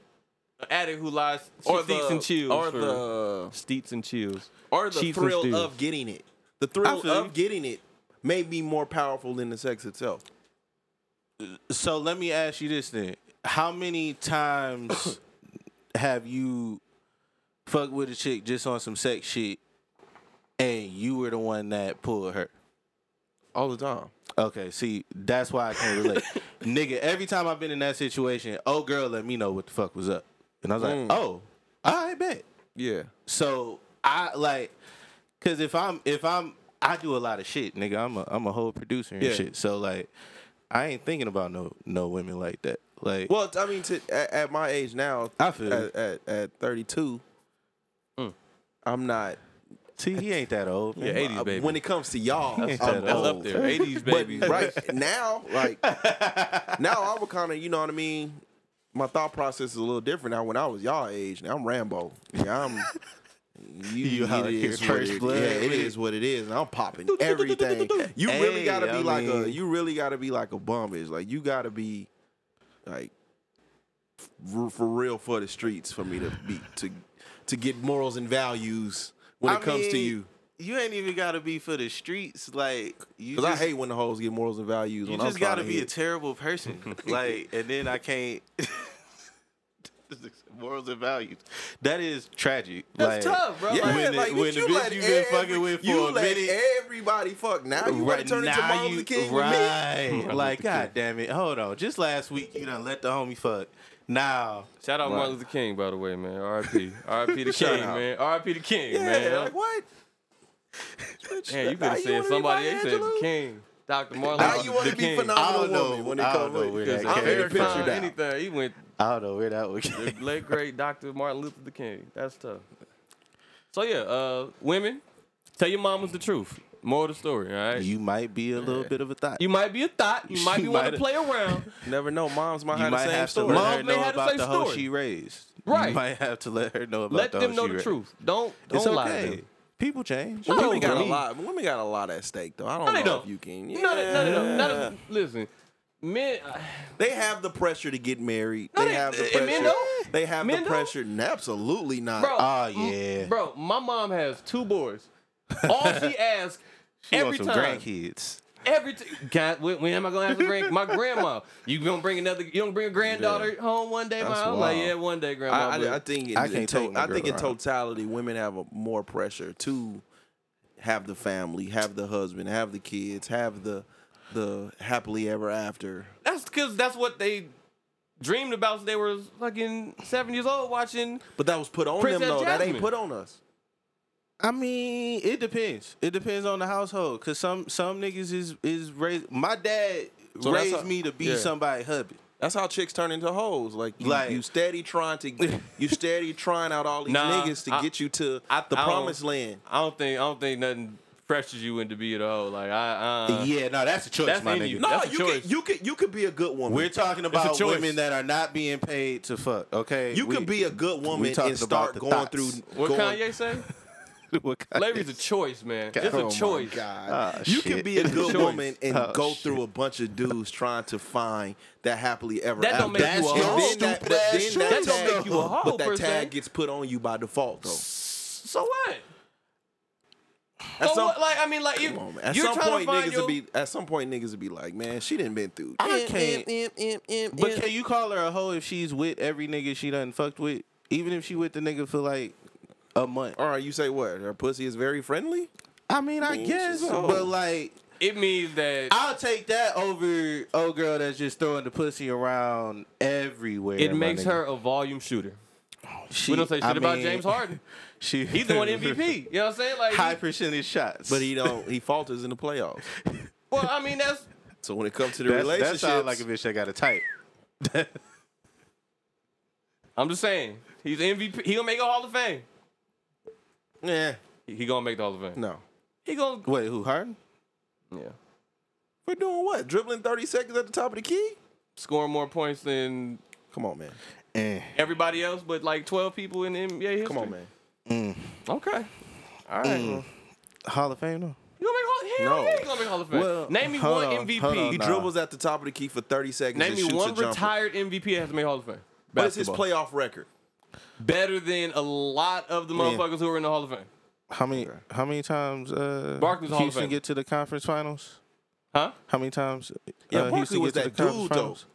[SPEAKER 2] addict who lies,
[SPEAKER 3] Or
[SPEAKER 2] steets
[SPEAKER 3] the-
[SPEAKER 2] and chills,
[SPEAKER 3] Or
[SPEAKER 2] for-
[SPEAKER 3] the
[SPEAKER 2] steets and chills.
[SPEAKER 3] or the
[SPEAKER 2] Cheats and
[SPEAKER 3] thrill
[SPEAKER 2] steals.
[SPEAKER 3] of getting it. The
[SPEAKER 1] I
[SPEAKER 3] thrill
[SPEAKER 1] feel you.
[SPEAKER 3] of getting it may be more powerful than the sex itself.
[SPEAKER 1] So let me ask you this then: How many
[SPEAKER 3] *coughs*
[SPEAKER 1] times have you fucked with a chick just on some sex shit, and you were the one that pulled her?
[SPEAKER 3] All the time.
[SPEAKER 1] Okay, see, that's why I can't
[SPEAKER 3] *laughs*
[SPEAKER 1] relate. Nigga, every time I've been in that situation, oh girl, let me know what the fuck was up. And I was like,
[SPEAKER 3] Mm.
[SPEAKER 1] oh, I bet.
[SPEAKER 3] Yeah.
[SPEAKER 1] So I like, cause if I'm if I'm I do a lot of shit, nigga. I'm a I'm a whole producer and
[SPEAKER 3] Yeah.
[SPEAKER 1] shit. So like, I ain't thinking about no no women like that. Like,
[SPEAKER 3] Well, uh, I mean, to, at, at my age now,
[SPEAKER 1] I feel you.
[SPEAKER 3] at, at, at 32,
[SPEAKER 2] Mm.
[SPEAKER 3] I'm not. uh,
[SPEAKER 1] see, he ain't that old. man. Uh,
[SPEAKER 2] Yeah, 80s, baby.
[SPEAKER 3] When it comes to y'all,
[SPEAKER 1] That's-
[SPEAKER 3] I'm
[SPEAKER 1] that's
[SPEAKER 3] old.
[SPEAKER 1] up
[SPEAKER 2] there, 80s baby.
[SPEAKER 3] *laughs* But right now, like now, I would kind of, you know what I mean. My thought process is a little different now. When I was y'all age, now I'm Rambo. Yeah, I'm. You,
[SPEAKER 1] *laughs* You
[SPEAKER 3] it
[SPEAKER 1] out here
[SPEAKER 3] is what
[SPEAKER 1] first
[SPEAKER 3] it-
[SPEAKER 1] blood.
[SPEAKER 3] Yeah, it is what it is, and I'm popping everything. You really
[SPEAKER 1] Hey,
[SPEAKER 3] gotta be
[SPEAKER 1] I
[SPEAKER 3] like a.
[SPEAKER 1] mean-
[SPEAKER 3] You really gotta be like a bum bitch. Like you gotta be, like, for, for real for the streets for me to be to to get morals and values when
[SPEAKER 1] I
[SPEAKER 3] it comes to
[SPEAKER 1] mean,
[SPEAKER 3] you.
[SPEAKER 1] You ain't even gotta be for the streets, like you.
[SPEAKER 3] Because I
[SPEAKER 1] just-
[SPEAKER 3] hate when the hoes get morals and values.
[SPEAKER 1] You
[SPEAKER 3] when
[SPEAKER 1] just
[SPEAKER 3] I'm
[SPEAKER 1] gotta
[SPEAKER 3] trying to
[SPEAKER 1] be a
[SPEAKER 3] hit.
[SPEAKER 1] terrible person,
[SPEAKER 3] *laughs*
[SPEAKER 1] like, and then I can't. *laughs* Morals and values. That is tragic.
[SPEAKER 2] That's tough, bro.
[SPEAKER 3] Yeah,
[SPEAKER 2] Like,
[SPEAKER 1] When the-
[SPEAKER 3] like
[SPEAKER 1] when
[SPEAKER 3] when
[SPEAKER 1] the
[SPEAKER 3] you,
[SPEAKER 1] bitch
[SPEAKER 3] let
[SPEAKER 1] you been
[SPEAKER 3] every-
[SPEAKER 1] fucking with for
[SPEAKER 3] you
[SPEAKER 1] a
[SPEAKER 3] let
[SPEAKER 1] minute-
[SPEAKER 3] everybody fuck. Now you want
[SPEAKER 1] right
[SPEAKER 3] to turn into
[SPEAKER 1] now
[SPEAKER 3] Martin
[SPEAKER 1] you-
[SPEAKER 3] Luther King *laughs*
[SPEAKER 1] right?
[SPEAKER 3] with me?
[SPEAKER 1] Like, god damn it! Hold on. Just last week, you done let the homie fuck. Now,
[SPEAKER 2] Shout
[SPEAKER 3] *laughs*
[SPEAKER 2] out Martin Luther King, by the way, man. R.I.P. R.I.P. the
[SPEAKER 3] Shout
[SPEAKER 2] King,
[SPEAKER 3] out.
[SPEAKER 2] man. R.I.P. the King,
[SPEAKER 3] Yeah,
[SPEAKER 2] man.
[SPEAKER 3] like what?
[SPEAKER 2] Man, you could
[SPEAKER 3] Now
[SPEAKER 2] have said
[SPEAKER 3] wanna be
[SPEAKER 2] somebody. They
[SPEAKER 3] Maya
[SPEAKER 2] said the
[SPEAKER 3] Angelou?
[SPEAKER 2] King, Dr. Martin
[SPEAKER 3] Now
[SPEAKER 2] Luther
[SPEAKER 3] you want to
[SPEAKER 2] the
[SPEAKER 3] be
[SPEAKER 2] King.
[SPEAKER 1] I
[SPEAKER 3] phenomenal
[SPEAKER 1] don't know-
[SPEAKER 3] woman when it
[SPEAKER 1] I don't
[SPEAKER 3] comes
[SPEAKER 1] know where
[SPEAKER 3] with
[SPEAKER 1] that
[SPEAKER 2] Because
[SPEAKER 1] I
[SPEAKER 2] I'm
[SPEAKER 1] can't
[SPEAKER 2] very
[SPEAKER 1] even picture
[SPEAKER 2] fine.
[SPEAKER 1] that.
[SPEAKER 2] Anything. He went
[SPEAKER 1] I don't know where that would. *laughs*
[SPEAKER 2] the late great Dr. Martin Luther the King. That's tough. So yeah, uh, women, tell your mamas the truth. More of the story, all right? You,
[SPEAKER 1] you might be a little bit of a thought.
[SPEAKER 2] might be a thought. You might
[SPEAKER 1] *laughs*
[SPEAKER 2] be
[SPEAKER 1] You
[SPEAKER 2] wanting to
[SPEAKER 1] might-
[SPEAKER 2] play
[SPEAKER 1] *laughs*
[SPEAKER 2] around.
[SPEAKER 3] Never know. Moms might
[SPEAKER 1] You
[SPEAKER 3] have
[SPEAKER 1] might
[SPEAKER 3] the same
[SPEAKER 1] have to
[SPEAKER 3] story.
[SPEAKER 2] Mom
[SPEAKER 1] let her
[SPEAKER 2] may
[SPEAKER 1] know
[SPEAKER 2] have the
[SPEAKER 1] about
[SPEAKER 2] same
[SPEAKER 1] the hoe
[SPEAKER 2] story.
[SPEAKER 1] she raised.
[SPEAKER 2] Right.
[SPEAKER 1] You might have to let her know about
[SPEAKER 2] Let
[SPEAKER 1] the
[SPEAKER 2] them
[SPEAKER 1] hoe
[SPEAKER 2] know
[SPEAKER 1] she
[SPEAKER 2] the
[SPEAKER 1] raised.
[SPEAKER 2] truth. Don't don't
[SPEAKER 1] It's
[SPEAKER 2] lie to
[SPEAKER 1] okay. Oh,
[SPEAKER 2] them.
[SPEAKER 1] People change.
[SPEAKER 2] No,
[SPEAKER 3] Women got a
[SPEAKER 2] Really?
[SPEAKER 3] lot. Women got a lot at stake, though. I don't
[SPEAKER 2] they
[SPEAKER 3] know
[SPEAKER 2] don't.
[SPEAKER 3] if you can.
[SPEAKER 2] No, no, no, no, no,
[SPEAKER 3] Yeah.
[SPEAKER 2] no. Listen, men. uh,
[SPEAKER 3] They have the pressure to get married.
[SPEAKER 2] No,
[SPEAKER 3] they,
[SPEAKER 2] they-
[SPEAKER 3] have the
[SPEAKER 2] and
[SPEAKER 3] pressure.
[SPEAKER 2] men don't?
[SPEAKER 3] They have
[SPEAKER 2] Men don't?
[SPEAKER 3] the pressure. Absolutely not.
[SPEAKER 2] bro.
[SPEAKER 1] Oh,
[SPEAKER 2] m-
[SPEAKER 1] yeah. *laughs*
[SPEAKER 2] bro. My mom has two boys. All she asks,
[SPEAKER 1] She
[SPEAKER 2] every
[SPEAKER 1] wants some
[SPEAKER 2] time.
[SPEAKER 1] grandkids.
[SPEAKER 2] Every t- God, when, when am I gonna have a grand? My grandma. You gonna bring another? You gonna bring a granddaughter home one day,
[SPEAKER 3] That's
[SPEAKER 2] ma? I'm like,
[SPEAKER 3] wild.
[SPEAKER 2] yeah, one day, grandma.
[SPEAKER 3] I,
[SPEAKER 2] but-
[SPEAKER 3] I, I think in,
[SPEAKER 1] I
[SPEAKER 3] in
[SPEAKER 1] can't
[SPEAKER 3] to-
[SPEAKER 1] take my
[SPEAKER 3] I think
[SPEAKER 1] girl
[SPEAKER 3] in
[SPEAKER 1] around.
[SPEAKER 3] totality, women have a, more pressure to have the family, have the husband, have the kids, have the the happily ever after.
[SPEAKER 2] that's because that's what they dreamed about since they were fucking seven years old watching.
[SPEAKER 3] But that was put on
[SPEAKER 2] Princess
[SPEAKER 3] them though. That ain't
[SPEAKER 2] Jasmine.
[SPEAKER 3] put on us.
[SPEAKER 1] I mean, it depends. It depends on the household. Cause some some niggas is is raised. My dad
[SPEAKER 3] So that's
[SPEAKER 1] raised
[SPEAKER 3] a-
[SPEAKER 1] me to be
[SPEAKER 3] yeah.
[SPEAKER 1] somebody hubby.
[SPEAKER 3] That's how chicks turn into hoes. Like you,
[SPEAKER 1] Like-
[SPEAKER 3] you steady trying to you steady trying out all these
[SPEAKER 2] Nah,
[SPEAKER 3] niggas to
[SPEAKER 2] I-
[SPEAKER 3] get you to
[SPEAKER 2] I-
[SPEAKER 3] the
[SPEAKER 2] I don't-
[SPEAKER 3] promised land.
[SPEAKER 2] I don't think I don't think nothing pressures you into being a hoe. Like I, uh,
[SPEAKER 1] yeah, no, that's a choice,
[SPEAKER 2] that's
[SPEAKER 1] my
[SPEAKER 2] in
[SPEAKER 1] nigga.
[SPEAKER 2] you.
[SPEAKER 3] No,
[SPEAKER 2] That's a
[SPEAKER 3] you could
[SPEAKER 2] choice.
[SPEAKER 3] you could you could be a good woman.
[SPEAKER 1] We're talking
[SPEAKER 2] a
[SPEAKER 1] about
[SPEAKER 2] choice.
[SPEAKER 1] women that are not being paid to fuck. Okay,
[SPEAKER 3] you could be a good woman
[SPEAKER 1] talking
[SPEAKER 3] and
[SPEAKER 1] about
[SPEAKER 3] start
[SPEAKER 1] the
[SPEAKER 3] going
[SPEAKER 1] thoughts.
[SPEAKER 3] through
[SPEAKER 2] what
[SPEAKER 3] going,
[SPEAKER 2] Kanye
[SPEAKER 3] *laughs*
[SPEAKER 2] say?
[SPEAKER 1] *laughs*
[SPEAKER 2] Slavery's a choice, man. It's
[SPEAKER 1] Oh
[SPEAKER 2] a
[SPEAKER 1] my
[SPEAKER 2] choice.
[SPEAKER 1] Ah,
[SPEAKER 3] you
[SPEAKER 1] shit.
[SPEAKER 3] can be a
[SPEAKER 1] It's a
[SPEAKER 3] good
[SPEAKER 2] choice.
[SPEAKER 3] woman and
[SPEAKER 1] Oh,
[SPEAKER 3] go
[SPEAKER 1] shit.
[SPEAKER 3] through a bunch of dudes trying to find that happily ever
[SPEAKER 2] That don't
[SPEAKER 3] after.
[SPEAKER 2] make you a
[SPEAKER 3] And
[SPEAKER 2] hoe.
[SPEAKER 3] then that-
[SPEAKER 1] Stupid
[SPEAKER 3] but
[SPEAKER 1] ass
[SPEAKER 3] then
[SPEAKER 1] choice.
[SPEAKER 2] That don't
[SPEAKER 3] tag-
[SPEAKER 2] make you a hoe,
[SPEAKER 3] But that
[SPEAKER 2] per se.
[SPEAKER 3] tag gets put on you by default, though.
[SPEAKER 2] So what?
[SPEAKER 3] At
[SPEAKER 2] So
[SPEAKER 3] some-
[SPEAKER 2] what? Like I mean, like you,
[SPEAKER 3] Come on, man. At
[SPEAKER 2] you're
[SPEAKER 3] some
[SPEAKER 2] trying
[SPEAKER 3] point,
[SPEAKER 2] to find
[SPEAKER 3] niggas
[SPEAKER 2] your,
[SPEAKER 3] would be. At some point, niggas would be like, "Man, she didn't been through."
[SPEAKER 1] I can't-
[SPEAKER 3] but
[SPEAKER 1] But can you call her a hoe if she's with every nigga she done fucked with? Even if she with the nigga for like a month.
[SPEAKER 3] all right, you say what? Her pussy is very friendly.
[SPEAKER 1] I mean, I
[SPEAKER 3] mean,
[SPEAKER 1] guess,
[SPEAKER 3] she's a hoe.
[SPEAKER 1] but like,
[SPEAKER 2] It means that
[SPEAKER 1] I'll take that over old girl that's just throwing the pussy around everywhere.
[SPEAKER 2] it
[SPEAKER 1] my
[SPEAKER 2] makes
[SPEAKER 1] nigga.
[SPEAKER 2] her a volume shooter.
[SPEAKER 1] She,
[SPEAKER 2] We don't say shit
[SPEAKER 1] I
[SPEAKER 2] about
[SPEAKER 1] mean,
[SPEAKER 2] James
[SPEAKER 1] *laughs*
[SPEAKER 2] Harden.
[SPEAKER 1] She,
[SPEAKER 2] He's the one MVP. You know what I'm saying? Like,
[SPEAKER 1] *laughs* High percentage shots,
[SPEAKER 3] But he don't. he falters in the playoffs.
[SPEAKER 2] well, I mean, that's
[SPEAKER 3] So when it comes to the
[SPEAKER 1] that's, that
[SPEAKER 3] relationships,
[SPEAKER 1] sounds like a bitch that got a type.
[SPEAKER 2] I'm just saying he's MVP. He gonna make a Hall of Fame.
[SPEAKER 3] yeah,
[SPEAKER 2] He, he gonna make the Hall of Fame.
[SPEAKER 3] no.
[SPEAKER 2] He gonna
[SPEAKER 1] Wait, who Harden?
[SPEAKER 2] yeah
[SPEAKER 3] We're doing what? Dribbling thirty seconds at the top of the key?
[SPEAKER 2] scoring more points than
[SPEAKER 3] Come on, man.
[SPEAKER 1] Eh.
[SPEAKER 2] everybody else, but like 12 people in NBA history.
[SPEAKER 3] Come on, man.
[SPEAKER 2] Okay. All right.
[SPEAKER 1] Mm.
[SPEAKER 2] well.
[SPEAKER 1] Hall of Fame though.
[SPEAKER 2] You gonna make Hall? Hell
[SPEAKER 3] No.
[SPEAKER 2] yeah, you gonna make Hall of Fame.
[SPEAKER 1] Well,
[SPEAKER 2] Name me
[SPEAKER 1] hold
[SPEAKER 2] one
[SPEAKER 1] on,
[SPEAKER 2] MVP.
[SPEAKER 1] hold on.
[SPEAKER 3] He
[SPEAKER 1] Nah.
[SPEAKER 3] dribbles at the top of the key for 30 seconds.
[SPEAKER 2] Name
[SPEAKER 3] and
[SPEAKER 2] me
[SPEAKER 3] shoots
[SPEAKER 2] one
[SPEAKER 3] a jumper.
[SPEAKER 2] retired MVP that has made Hall of Fame.
[SPEAKER 3] What is his
[SPEAKER 2] Basketball.
[SPEAKER 3] playoff record?
[SPEAKER 2] Better than a lot of the motherfuckers who are in the Hall of Fame.
[SPEAKER 1] How many? How many times? Uh,
[SPEAKER 2] Barkley's Hall of
[SPEAKER 1] Houston
[SPEAKER 2] Fame.
[SPEAKER 1] get to the conference finals.
[SPEAKER 2] Huh?
[SPEAKER 1] How many times? uh,
[SPEAKER 3] Yeah, Barkley
[SPEAKER 1] Houston
[SPEAKER 3] was
[SPEAKER 1] get to
[SPEAKER 3] that
[SPEAKER 1] the conference
[SPEAKER 3] dude, though.
[SPEAKER 1] finals?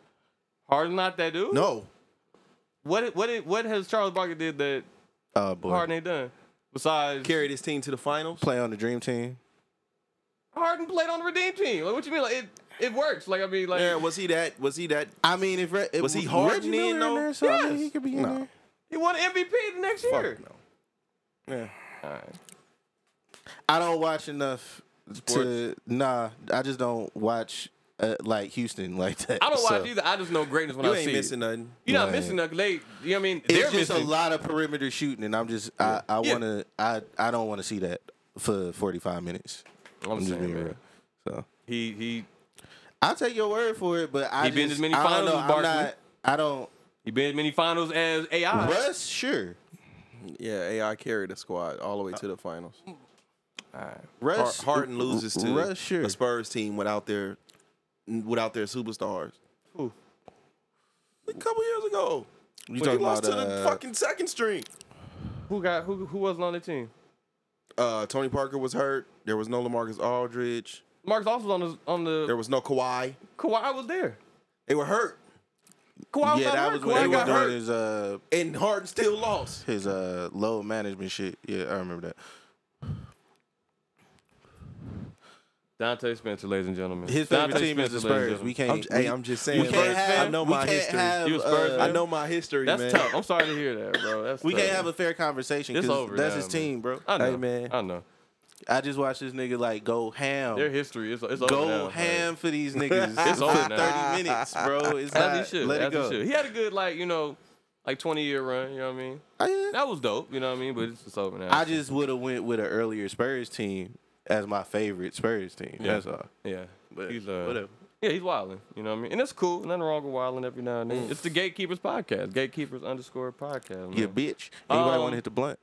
[SPEAKER 2] Harden not that dude.
[SPEAKER 3] No.
[SPEAKER 2] What what what has Charles Barkley did that
[SPEAKER 1] Oh boy,
[SPEAKER 2] Harden ain't done? Besides,
[SPEAKER 3] Carried his team to the finals.
[SPEAKER 1] play on the dream team.
[SPEAKER 2] Harden played on the Redeem Team. Like what you mean? Like it it works. Like I mean, like
[SPEAKER 3] Yeah, was he that? Was he that?
[SPEAKER 1] I mean, if Re- if
[SPEAKER 3] Was he
[SPEAKER 1] Reggie
[SPEAKER 3] Harden
[SPEAKER 1] Miller
[SPEAKER 3] in, though?
[SPEAKER 1] there, so I mean,
[SPEAKER 2] Yes.
[SPEAKER 1] he could be in
[SPEAKER 3] No.
[SPEAKER 1] there.
[SPEAKER 2] he won MVP the next year.
[SPEAKER 3] Fuck no. Yeah.
[SPEAKER 2] All right.
[SPEAKER 1] I don't watch enough to
[SPEAKER 2] Sports.
[SPEAKER 1] nah. I just don't watch uh, like Houston *laughs* like that.
[SPEAKER 2] I don't
[SPEAKER 1] so.
[SPEAKER 2] watch either. I just know greatness when
[SPEAKER 3] You
[SPEAKER 2] I see
[SPEAKER 3] ain't
[SPEAKER 2] it.
[SPEAKER 3] missing nothing.
[SPEAKER 2] You're not
[SPEAKER 1] Right.
[SPEAKER 2] missing nothing. They, you know what I mean?
[SPEAKER 1] It's
[SPEAKER 2] They're
[SPEAKER 1] just
[SPEAKER 2] missing.
[SPEAKER 1] a lot of perimeter shooting, and I'm just I, I
[SPEAKER 3] Yeah.
[SPEAKER 1] wanna I I don't want to see that for 45 minutes.
[SPEAKER 2] I'm,
[SPEAKER 1] just
[SPEAKER 2] saying,
[SPEAKER 1] being
[SPEAKER 2] man.
[SPEAKER 1] real. So
[SPEAKER 2] He he
[SPEAKER 1] I'll take your word for it, but I
[SPEAKER 2] He
[SPEAKER 1] just,
[SPEAKER 2] been as many
[SPEAKER 1] I don't
[SPEAKER 2] finals
[SPEAKER 1] know.
[SPEAKER 2] as
[SPEAKER 1] I'm
[SPEAKER 2] Barkley.
[SPEAKER 1] not. I don't.
[SPEAKER 2] he been as many finals as AI.
[SPEAKER 1] Russ, sure.
[SPEAKER 3] Yeah, AI carried a squad all the way to the finals. Har-
[SPEAKER 1] Russ
[SPEAKER 3] Harden loses to
[SPEAKER 1] Russ, sure.
[SPEAKER 3] a Spurs team without their without their superstars.
[SPEAKER 2] Who?
[SPEAKER 3] A couple years ago.
[SPEAKER 1] You
[SPEAKER 3] when he
[SPEAKER 1] talking
[SPEAKER 3] lost
[SPEAKER 1] about
[SPEAKER 3] to the
[SPEAKER 1] uh,
[SPEAKER 3] fucking second string.
[SPEAKER 2] Who got who who wasn't on the team?
[SPEAKER 3] Uh, Tony Parker was hurt. There was no Lamarcus Aldridge.
[SPEAKER 2] Marcus also on the on
[SPEAKER 3] There
[SPEAKER 2] the
[SPEAKER 3] was no Kawhi.
[SPEAKER 2] Kawhi was there.
[SPEAKER 3] They were hurt.
[SPEAKER 2] Kawhi was
[SPEAKER 1] yeah,
[SPEAKER 2] not
[SPEAKER 1] that
[SPEAKER 2] hurt.
[SPEAKER 1] was
[SPEAKER 2] Kawhi
[SPEAKER 1] when he was
[SPEAKER 2] got hurt.
[SPEAKER 1] doing his uh
[SPEAKER 3] And Harden still lost.
[SPEAKER 1] his uh low management shit. Yeah, I remember that.
[SPEAKER 2] Dante Spencer, ladies and gentlemen.
[SPEAKER 1] His
[SPEAKER 2] Dante
[SPEAKER 1] favorite team is the
[SPEAKER 2] Spencer, ladies and
[SPEAKER 1] Spurs. We
[SPEAKER 2] gentlemen.
[SPEAKER 1] can't.
[SPEAKER 3] I'm j- hey, I'm just saying.
[SPEAKER 1] We can't
[SPEAKER 2] Spurs
[SPEAKER 1] have.
[SPEAKER 2] fan?
[SPEAKER 3] I know
[SPEAKER 1] we
[SPEAKER 3] my
[SPEAKER 1] can't
[SPEAKER 3] history.
[SPEAKER 1] Have,
[SPEAKER 2] You a Spurs
[SPEAKER 1] uh,
[SPEAKER 2] fan?
[SPEAKER 3] I know my history,
[SPEAKER 2] That's
[SPEAKER 3] man.
[SPEAKER 2] tough. I'm sorry to hear that, bro. That's
[SPEAKER 1] We
[SPEAKER 2] tough.
[SPEAKER 1] can't have a fair conversation
[SPEAKER 2] It's
[SPEAKER 1] because
[SPEAKER 2] over
[SPEAKER 1] that's
[SPEAKER 2] now,
[SPEAKER 1] his
[SPEAKER 2] man.
[SPEAKER 1] team, bro.
[SPEAKER 2] I know. Uh,
[SPEAKER 3] Hey, man.
[SPEAKER 2] I know.
[SPEAKER 1] I just watched this nigga like go ham,
[SPEAKER 2] Their history is it's over
[SPEAKER 1] Um, go
[SPEAKER 2] now. man.
[SPEAKER 1] ham for
[SPEAKER 2] *laughs*
[SPEAKER 1] these niggas
[SPEAKER 2] It's
[SPEAKER 1] for
[SPEAKER 2] over
[SPEAKER 1] thirty
[SPEAKER 2] now.
[SPEAKER 1] minutes,
[SPEAKER 2] *laughs*
[SPEAKER 1] bro. It's
[SPEAKER 2] As
[SPEAKER 1] not,
[SPEAKER 2] he should.
[SPEAKER 1] let
[SPEAKER 2] as
[SPEAKER 1] it go.
[SPEAKER 2] He, should. he had a good like you know, like 20 year run. You know what I mean?
[SPEAKER 1] Oh, yeah.
[SPEAKER 2] That was dope. You know what I mean? But it's, it's over now.
[SPEAKER 1] I just would have went with an earlier Spurs team as my favorite Spurs team.
[SPEAKER 2] Yeah.
[SPEAKER 1] That's all.
[SPEAKER 2] yeah.
[SPEAKER 1] But
[SPEAKER 2] He's, uh,
[SPEAKER 1] whatever.
[SPEAKER 2] Yeah, he's wilding. You know what I mean? And that's cool. Nothing wrong with wilding every now and then. It's the Gatekeepers podcast. Gatekeepers underscore podcast. Man.
[SPEAKER 1] Mm. Yeah, bitch. Anybody
[SPEAKER 2] Um,
[SPEAKER 1] want to hit the blunt?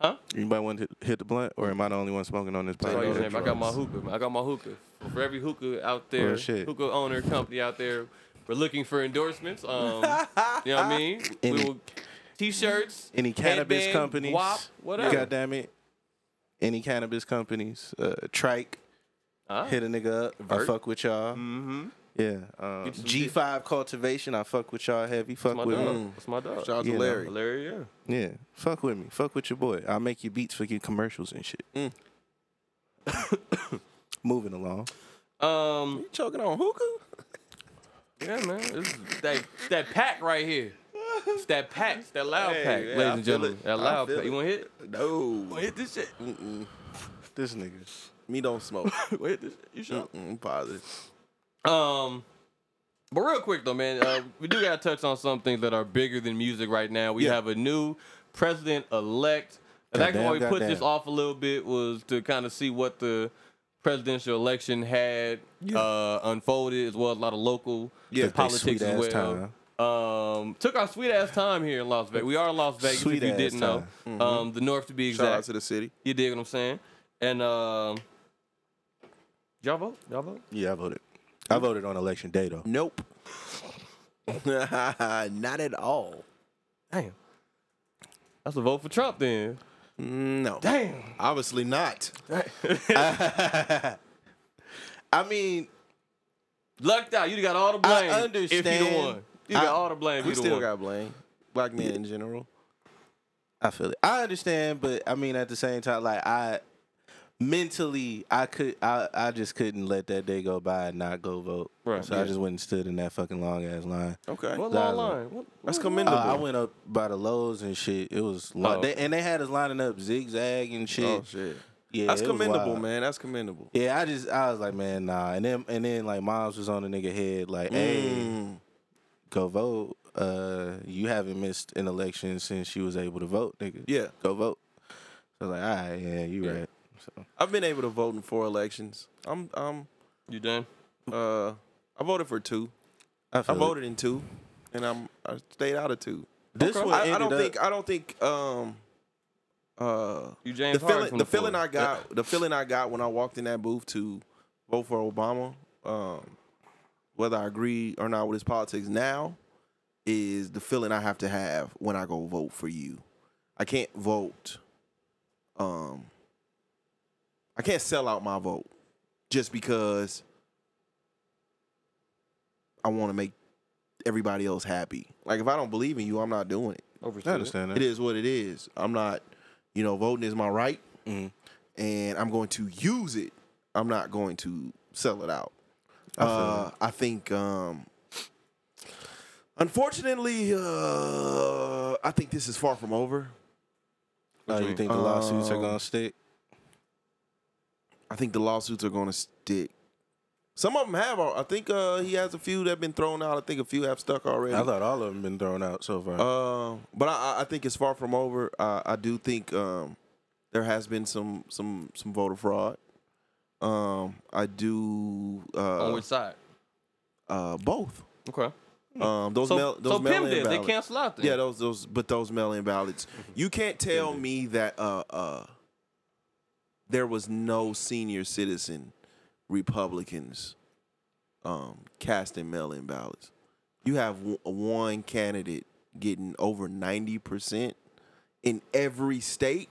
[SPEAKER 2] Huh?
[SPEAKER 1] Anybody want to hit the blunt, or am I the only one smoking on this
[SPEAKER 2] That's all you
[SPEAKER 1] podcast?
[SPEAKER 2] saying. I got my hookah. Man. I got my hookah. For every hookah out there,
[SPEAKER 1] Real Oh, shit.
[SPEAKER 2] hookah owner company out there, we're looking for endorsements. Um, you know what
[SPEAKER 1] *laughs*
[SPEAKER 2] I mean?
[SPEAKER 1] Ah, Any-
[SPEAKER 2] we will t-shirts,
[SPEAKER 1] Any cannabis
[SPEAKER 2] headband,
[SPEAKER 1] companies?
[SPEAKER 2] WAP, whatever.
[SPEAKER 1] God damn it. Any cannabis companies? Uh, Trike.
[SPEAKER 2] Ah.
[SPEAKER 1] Hit a nigga up. I
[SPEAKER 2] Vert.
[SPEAKER 1] fuck with y'all.
[SPEAKER 2] Mm-hmm.
[SPEAKER 1] Yeah. Um,
[SPEAKER 2] Get some
[SPEAKER 1] G five cultivation. I fuck with y'all heavy. Fuck
[SPEAKER 2] my
[SPEAKER 1] with
[SPEAKER 2] dog.
[SPEAKER 1] me.
[SPEAKER 2] That's my dog.
[SPEAKER 3] Shout out
[SPEAKER 1] You
[SPEAKER 3] to
[SPEAKER 1] know.
[SPEAKER 3] Larry.
[SPEAKER 2] Larry, yeah.
[SPEAKER 1] Yeah. Fuck with me. Fuck with your boy. I'll make you beats for your commercials and shit.
[SPEAKER 3] Mm.
[SPEAKER 1] *coughs* Moving along.
[SPEAKER 2] Um,
[SPEAKER 3] You choking on hookah?
[SPEAKER 2] yeah, man. It's that that pack right here. It's that pack. It's that loud
[SPEAKER 3] Hey,
[SPEAKER 2] pack,
[SPEAKER 3] yeah, I
[SPEAKER 2] ladies and
[SPEAKER 3] feel
[SPEAKER 2] gentlemen.
[SPEAKER 3] it.
[SPEAKER 2] That
[SPEAKER 3] I
[SPEAKER 2] loud
[SPEAKER 3] feel
[SPEAKER 2] pack.
[SPEAKER 3] it.
[SPEAKER 2] You want to hit?
[SPEAKER 3] No.
[SPEAKER 2] Wanna hit this shit.
[SPEAKER 3] Mm-mm.
[SPEAKER 1] This nigga.
[SPEAKER 3] Me don't smoke.
[SPEAKER 2] Wanna hit this. You sure?
[SPEAKER 3] Mm-mm, I'm positive.
[SPEAKER 2] Um, but real quick though, man, uh, we do gotta touch on some things that are bigger than music right now. We
[SPEAKER 3] Yeah.
[SPEAKER 2] have a new president elect. And
[SPEAKER 1] Goddamn,
[SPEAKER 2] actually, why we put
[SPEAKER 1] goddamn.
[SPEAKER 2] this off a little bit was to kind of see what the presidential election had uh, unfolded, as well as a lot of local
[SPEAKER 3] Yeah,
[SPEAKER 1] Took their
[SPEAKER 2] politics as well.
[SPEAKER 1] sweet-ass time.
[SPEAKER 2] Um, took our sweet ass time here in Las Vegas. We are in Las Vegas.
[SPEAKER 1] Sweet
[SPEAKER 2] if you
[SPEAKER 1] ass
[SPEAKER 2] didn't know, um, the North to be
[SPEAKER 3] Mm-hmm. Shout out
[SPEAKER 2] exact.
[SPEAKER 3] to the city.
[SPEAKER 2] you dig what I'm saying? And um, y'all vote, y'all vote.
[SPEAKER 1] Yeah, I voted. I voted on election day though.
[SPEAKER 3] *laughs* Nope. Not at all.
[SPEAKER 2] Damn. That's a vote for Trump then.
[SPEAKER 3] No.
[SPEAKER 2] Damn.
[SPEAKER 3] Obviously not.
[SPEAKER 1] I mean,
[SPEAKER 2] *laughs* Lucked out. You got all the
[SPEAKER 1] I
[SPEAKER 2] blame. If you the
[SPEAKER 1] understand.
[SPEAKER 2] one. You got
[SPEAKER 3] I-
[SPEAKER 2] all the blame. If
[SPEAKER 3] We
[SPEAKER 2] you the
[SPEAKER 3] still
[SPEAKER 2] one.
[SPEAKER 3] got blame. Black men in general.
[SPEAKER 1] I feel it. I understand, but I mean, at the same time, like I mentally, I could, I, I just couldn't let that day go by and not go vote.
[SPEAKER 2] Right.
[SPEAKER 1] So I just went and stood in that fucking long ass line.
[SPEAKER 3] Okay.
[SPEAKER 2] what
[SPEAKER 1] Nah,
[SPEAKER 2] long line? What,
[SPEAKER 3] That's
[SPEAKER 2] what
[SPEAKER 1] Uh,
[SPEAKER 3] commendable.
[SPEAKER 1] I went up by the Lowe's and shit. It was long.
[SPEAKER 2] Oh.
[SPEAKER 1] They, and they had us lining up zigzag and shit.
[SPEAKER 3] oh shit.
[SPEAKER 1] Yeah,
[SPEAKER 3] That's
[SPEAKER 1] it was
[SPEAKER 3] commendable,
[SPEAKER 1] wild.
[SPEAKER 3] man. That's commendable.
[SPEAKER 1] Yeah, I just I was like, man, nah. And then and then like Miles was on the nigga head, like, hey,
[SPEAKER 3] Mm.
[SPEAKER 1] go vote. Uh, you haven't missed an election since you was able to vote, nigga.
[SPEAKER 3] Yeah.
[SPEAKER 1] go vote. So I was like, all right, yeah, you
[SPEAKER 2] Yeah.
[SPEAKER 1] right. So
[SPEAKER 3] I've been able to vote in four elections. I'm I'm
[SPEAKER 2] You done?
[SPEAKER 3] uh I voted for two. I
[SPEAKER 1] feel it.
[SPEAKER 3] voted in two. And I'm I stayed out of two.
[SPEAKER 1] This
[SPEAKER 2] Okay.
[SPEAKER 1] one
[SPEAKER 3] I, I
[SPEAKER 1] ended
[SPEAKER 3] don't
[SPEAKER 1] up-
[SPEAKER 3] think I don't think um uh
[SPEAKER 2] You James
[SPEAKER 3] the
[SPEAKER 2] Harden
[SPEAKER 3] feeling
[SPEAKER 2] from
[SPEAKER 3] the, feeling I
[SPEAKER 2] Florida.
[SPEAKER 3] got the feeling I got when I walked in that booth to vote for Obama, um, whether I agree or not with his politics now, is the feeling I have to have when I go vote for you. I can't vote. Um, I can't sell out my vote just because I want to make everybody else happy. Like if I don't believe in you, I'm not doing it.
[SPEAKER 2] Overstood.
[SPEAKER 1] I understand that.
[SPEAKER 3] It is what it is. I'm not, you know, voting is my right,
[SPEAKER 1] Mhm.
[SPEAKER 3] and I'm going to use it. I'm not going to sell it out.
[SPEAKER 1] I feel
[SPEAKER 3] Uh, I think, um, unfortunately, uh, I think this is far from over.
[SPEAKER 1] Oh,
[SPEAKER 2] you
[SPEAKER 1] you
[SPEAKER 2] mean?
[SPEAKER 1] think the lawsuits are
[SPEAKER 3] Um,
[SPEAKER 1] gonna stick?
[SPEAKER 3] I think the lawsuits are going to stick. Some of them have. al- I think uh, he has a few that have been thrown out. I think a few have stuck already.
[SPEAKER 1] I thought all of them been thrown out so far.
[SPEAKER 3] Uh, but I, I- I think it's far from over. Uh, I do think um, there has been some some some voter fraud. Um, I do
[SPEAKER 2] On
[SPEAKER 3] uh,
[SPEAKER 2] which side?
[SPEAKER 3] uh, both.
[SPEAKER 2] Okay.
[SPEAKER 3] Um, those
[SPEAKER 2] So,
[SPEAKER 3] mail those
[SPEAKER 2] so
[SPEAKER 3] mail
[SPEAKER 2] Pim
[SPEAKER 3] in
[SPEAKER 2] did. They
[SPEAKER 3] ballots.
[SPEAKER 2] cancel out then.
[SPEAKER 3] Yeah, those those but those mail in ballots. You can't tell me that uh uh there was no senior citizen Republicans um casting mail in ballots. You have w- one candidate getting over 90% in every state.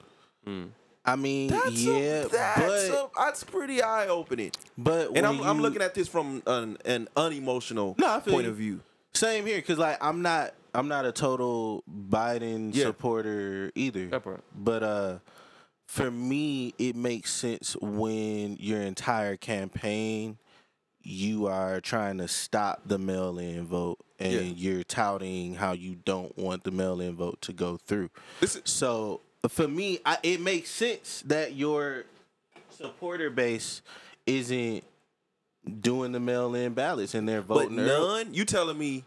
[SPEAKER 1] I mean,
[SPEAKER 3] That's
[SPEAKER 1] yeah,
[SPEAKER 3] a, that's, a, that's pretty eye opening.
[SPEAKER 1] but but
[SPEAKER 3] And I'm,
[SPEAKER 1] when
[SPEAKER 3] I'm
[SPEAKER 1] you-
[SPEAKER 3] looking at this from an, an unemotional
[SPEAKER 1] No, I feel
[SPEAKER 3] point
[SPEAKER 1] you.
[SPEAKER 3] of view.
[SPEAKER 1] Same here, cause like I'm not I'm not a total Biden
[SPEAKER 3] Yeah.
[SPEAKER 1] supporter either.
[SPEAKER 2] That part.
[SPEAKER 1] But uh, for me, it makes sense when your entire campaign you are trying to stop the mail-in vote and
[SPEAKER 3] Yeah.
[SPEAKER 1] you're touting how you don't want the mail-in vote to go through.
[SPEAKER 3] This is-
[SPEAKER 1] So for me, I, it makes sense that your supporter base isn't doing the mail-in ballots and they're
[SPEAKER 3] But
[SPEAKER 1] voting. early.
[SPEAKER 3] none. You telling me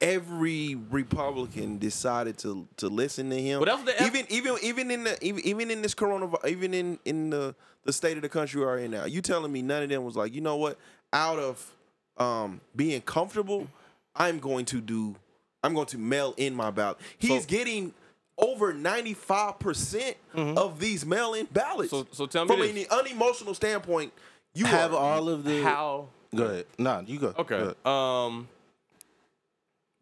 [SPEAKER 3] every Republican decided to to listen to him?
[SPEAKER 2] But that's the-
[SPEAKER 3] even even even in the even, even in this coronavirus, even in in the the state of the country we are in now. You telling me none of them was like, you know what? Out of um being comfortable, I'm going to do. I'm going to mail in my ballot. He's
[SPEAKER 2] So-
[SPEAKER 3] getting over 95% percent of these mail-in ballots.
[SPEAKER 2] Mm-hmm. So- so tell me
[SPEAKER 3] from
[SPEAKER 2] this.
[SPEAKER 3] an unemotional standpoint, you
[SPEAKER 1] have
[SPEAKER 3] are-
[SPEAKER 1] all of the
[SPEAKER 2] How?
[SPEAKER 1] Go ahead. Nah, you go.
[SPEAKER 2] Okay.
[SPEAKER 1] Go ahead.
[SPEAKER 2] Um,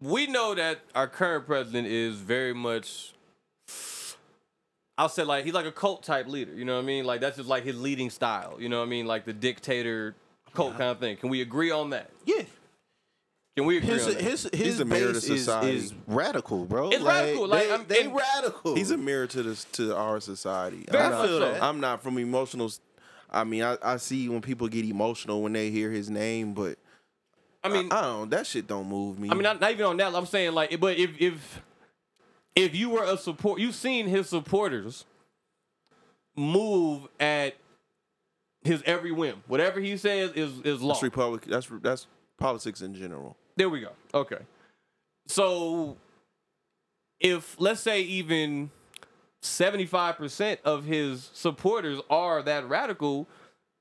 [SPEAKER 2] we know that our current president is very much I'll say like he's like a cult type leader. You know what I mean? Like that's just like his leading style. You know what I mean? Like the dictator cult kind of thing. Can we agree on that?
[SPEAKER 1] Yeah.
[SPEAKER 2] Can we agree
[SPEAKER 1] His
[SPEAKER 2] on that?
[SPEAKER 1] his his
[SPEAKER 3] the mayor of
[SPEAKER 1] base
[SPEAKER 3] the
[SPEAKER 1] is,
[SPEAKER 3] society.
[SPEAKER 1] is radical, bro.
[SPEAKER 2] It's radical, like,
[SPEAKER 1] they,
[SPEAKER 2] I'm-
[SPEAKER 1] they
[SPEAKER 2] and-
[SPEAKER 1] radical.
[SPEAKER 3] He's a mirror to this to our society.
[SPEAKER 2] Very
[SPEAKER 3] I'm
[SPEAKER 2] much
[SPEAKER 3] not,
[SPEAKER 2] so.
[SPEAKER 3] I'm not from emotional. s- I mean, I, I see when people get emotional when they hear his name, but
[SPEAKER 2] I mean,
[SPEAKER 3] I don't. That shit don't move me.
[SPEAKER 2] I mean, not, not even on that. I'm saying like, but if if if you were a support, you've seen his supporters move at his every whim. Whatever he says is is law.
[SPEAKER 3] that's republic. That's that's politics in general.
[SPEAKER 2] There we go. Okay. So if let's say even 75% of his supporters are that radical,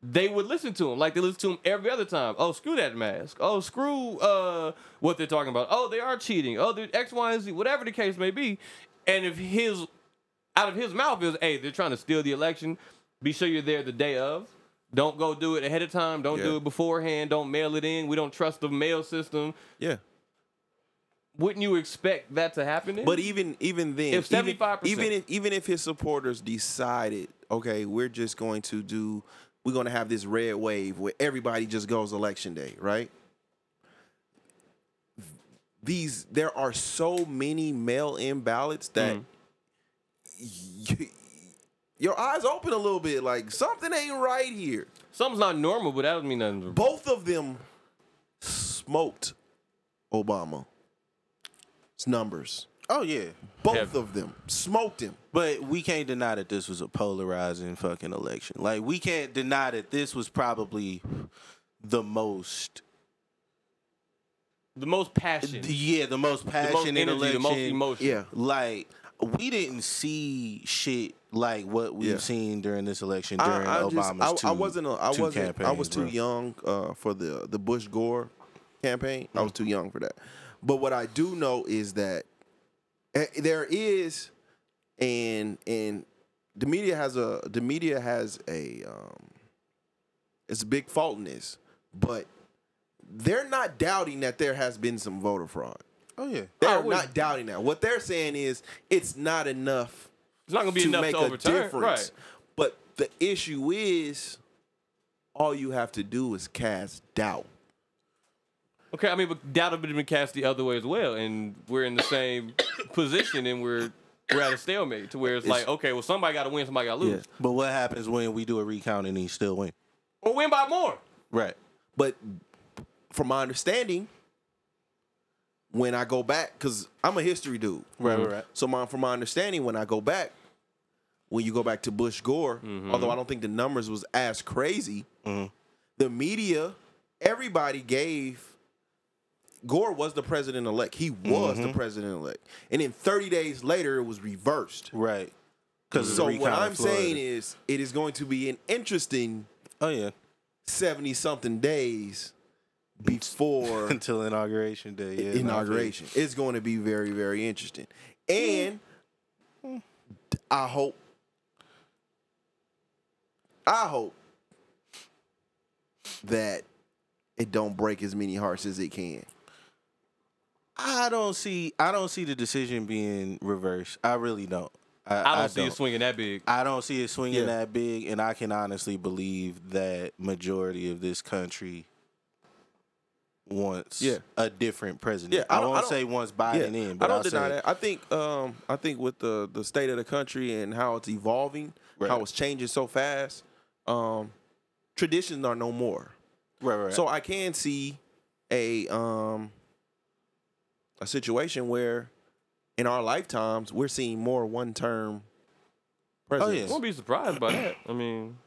[SPEAKER 2] they would listen to him. Like they listen to him every other time. Oh, screw that mask. Oh, screw uh what they're talking about. Oh, they are cheating. Oh, they're X, Y, and Z, whatever the case may be. And if his out of his mouth is, hey, they're trying to steal the election. Be sure you're there the day of. Don't go do it ahead of time. Don't do
[SPEAKER 3] Yeah.
[SPEAKER 2] it beforehand. Don't mail it in. We don't trust the mail system.
[SPEAKER 3] Yeah.
[SPEAKER 2] Wouldn't you expect that to happen? Then?
[SPEAKER 3] But even even then,
[SPEAKER 2] If
[SPEAKER 3] even-
[SPEAKER 2] 75%.
[SPEAKER 3] even if even if his supporters decided, okay, we're just going to do, we're going to have this red wave where everybody just goes election day, right? These there are so many mail-in ballots that
[SPEAKER 2] Mm-hmm.
[SPEAKER 3] y- your eyes open a little bit, like something ain't right here.
[SPEAKER 2] something's not normal, but that doesn't mean nothing.
[SPEAKER 3] Both of them smoked Obama. It's numbers.
[SPEAKER 1] oh yeah,
[SPEAKER 3] Both
[SPEAKER 2] Heavy.
[SPEAKER 3] of them smoked him.
[SPEAKER 1] but we can't deny that this was a polarizing fucking election. Like we can't deny that this was probably the most
[SPEAKER 2] The most passion, the,
[SPEAKER 1] yeah the most
[SPEAKER 2] most
[SPEAKER 1] passionate
[SPEAKER 2] energy, the
[SPEAKER 1] election.
[SPEAKER 2] most emotion.
[SPEAKER 3] Yeah.
[SPEAKER 1] Like we didn't see shit like what we've
[SPEAKER 3] Yeah.
[SPEAKER 1] seen during this election
[SPEAKER 3] I-
[SPEAKER 1] during
[SPEAKER 3] I, just-
[SPEAKER 1] Obama's
[SPEAKER 3] I,
[SPEAKER 1] two.
[SPEAKER 3] I wasn't. A, I
[SPEAKER 1] two
[SPEAKER 3] wasn't. I was
[SPEAKER 1] campaigns,
[SPEAKER 3] too
[SPEAKER 1] bro.
[SPEAKER 3] young uh, for the the Bush Gore campaign. I was
[SPEAKER 1] Mm-hmm.
[SPEAKER 3] too young for that. But what I do know is that eh, there is, and and the media has a the media has a um, it's a big fault in this, but they're not doubting that there has been some voter fraud.
[SPEAKER 1] Oh yeah.
[SPEAKER 2] I
[SPEAKER 3] They're
[SPEAKER 2] would-
[SPEAKER 3] not doubting that. What they're saying is it's not enough
[SPEAKER 2] it's not gonna be enough to overturn. Right?
[SPEAKER 3] but the issue is, all you have to do is cast doubt.
[SPEAKER 2] Okay, I mean, but doubt have been cast the other way as well, and we're in the same *coughs* position, and we're we're at a stalemate to where it's, like, okay, well, somebody got to win, somebody got to lose,
[SPEAKER 1] But what happens when we do a recount and he still win?
[SPEAKER 2] or win by more.
[SPEAKER 1] Right.
[SPEAKER 3] But from my understanding, when I go back, because I'm a history dude, Mm-hmm.
[SPEAKER 1] Right, right, right.
[SPEAKER 3] so my, from my understanding, when I go back, when you go back to Bush Gore,
[SPEAKER 1] Mm-hmm.
[SPEAKER 3] although I don't think the numbers was as crazy, the media, everybody gave. Gore was the president elect. He was
[SPEAKER 1] Mm-hmm.
[SPEAKER 3] the president elect. And then 30 days later, it was reversed.
[SPEAKER 1] Right. Because
[SPEAKER 3] So what I'm saying is, it is going to be an interesting
[SPEAKER 1] oh yeah,
[SPEAKER 3] seventy something days
[SPEAKER 1] *laughs*
[SPEAKER 3] before
[SPEAKER 1] *laughs* until inauguration day. Yeah,
[SPEAKER 3] inauguration. It's going to be very very interesting, and I hope, I hope that it don't break as many hearts as it can.
[SPEAKER 1] I don't see. I don't see the decision being reversed. I really don't. I,
[SPEAKER 2] I don't see it swinging that big.
[SPEAKER 1] I don't see it swinging
[SPEAKER 3] Yeah.
[SPEAKER 1] that big, and I can honestly believe that majority of this country wants
[SPEAKER 3] Yeah.
[SPEAKER 1] a different president.
[SPEAKER 3] Yeah,
[SPEAKER 1] I,
[SPEAKER 3] I don't- I
[SPEAKER 1] won't
[SPEAKER 3] don't-
[SPEAKER 1] say wants Biden in, but
[SPEAKER 3] I don't
[SPEAKER 1] will
[SPEAKER 3] deny
[SPEAKER 1] say,
[SPEAKER 3] that. I think um, I think with the the state of the country and how it's evolving,
[SPEAKER 1] Right.
[SPEAKER 3] how it's changing so fast, um, traditions are no more.
[SPEAKER 1] Right, right.
[SPEAKER 3] So I can see a um, a situation where in our lifetimes we're seeing more one term
[SPEAKER 2] I
[SPEAKER 3] presidents.
[SPEAKER 2] won't be surprised by that. I mean,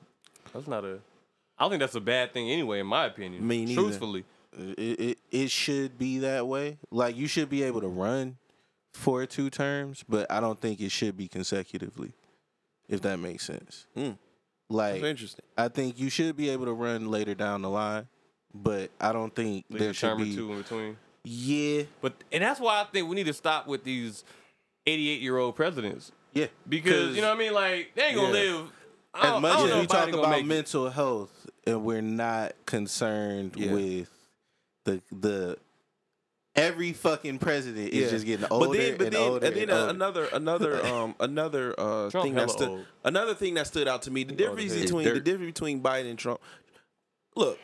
[SPEAKER 2] that's not a. I don't think that's a bad thing anyway, in my opinion.
[SPEAKER 3] Me neither.
[SPEAKER 2] Truthfully,
[SPEAKER 1] it, it it should be that way. Like you should be able to run for two terms, but I don't think it should be consecutively. If that makes sense.
[SPEAKER 3] Mm.
[SPEAKER 1] Like
[SPEAKER 3] That's interesting.
[SPEAKER 1] I think you should be able to run later down the line, but I don't think
[SPEAKER 2] Like
[SPEAKER 1] there
[SPEAKER 2] a term
[SPEAKER 1] should
[SPEAKER 2] or
[SPEAKER 1] be.
[SPEAKER 2] two in between.
[SPEAKER 1] Yeah,
[SPEAKER 2] But and that's why I think we need to stop with these 88 year old presidents
[SPEAKER 1] yeah.
[SPEAKER 2] because you know what I mean. Like they ain't gonna
[SPEAKER 1] yeah.
[SPEAKER 2] live. I don't,
[SPEAKER 1] as much
[SPEAKER 2] I don't
[SPEAKER 1] as
[SPEAKER 2] know
[SPEAKER 1] we
[SPEAKER 2] if Biden
[SPEAKER 1] talk
[SPEAKER 2] gonna
[SPEAKER 1] about
[SPEAKER 2] make it.
[SPEAKER 1] mental health, and we're not concerned
[SPEAKER 3] Yeah.
[SPEAKER 1] with the the Every fucking president
[SPEAKER 3] Yeah.
[SPEAKER 1] is just getting older
[SPEAKER 3] but then, but
[SPEAKER 1] and
[SPEAKER 3] then,
[SPEAKER 1] older.
[SPEAKER 3] and then
[SPEAKER 1] and
[SPEAKER 3] uh,
[SPEAKER 1] older.
[SPEAKER 3] another another *laughs* um another uh
[SPEAKER 2] Trump
[SPEAKER 3] thing that
[SPEAKER 2] hella
[SPEAKER 3] stood
[SPEAKER 2] old.
[SPEAKER 3] another thing that stood out to me the difference
[SPEAKER 2] his
[SPEAKER 3] between the
[SPEAKER 1] dirt.
[SPEAKER 3] difference between Biden and Trump. Look,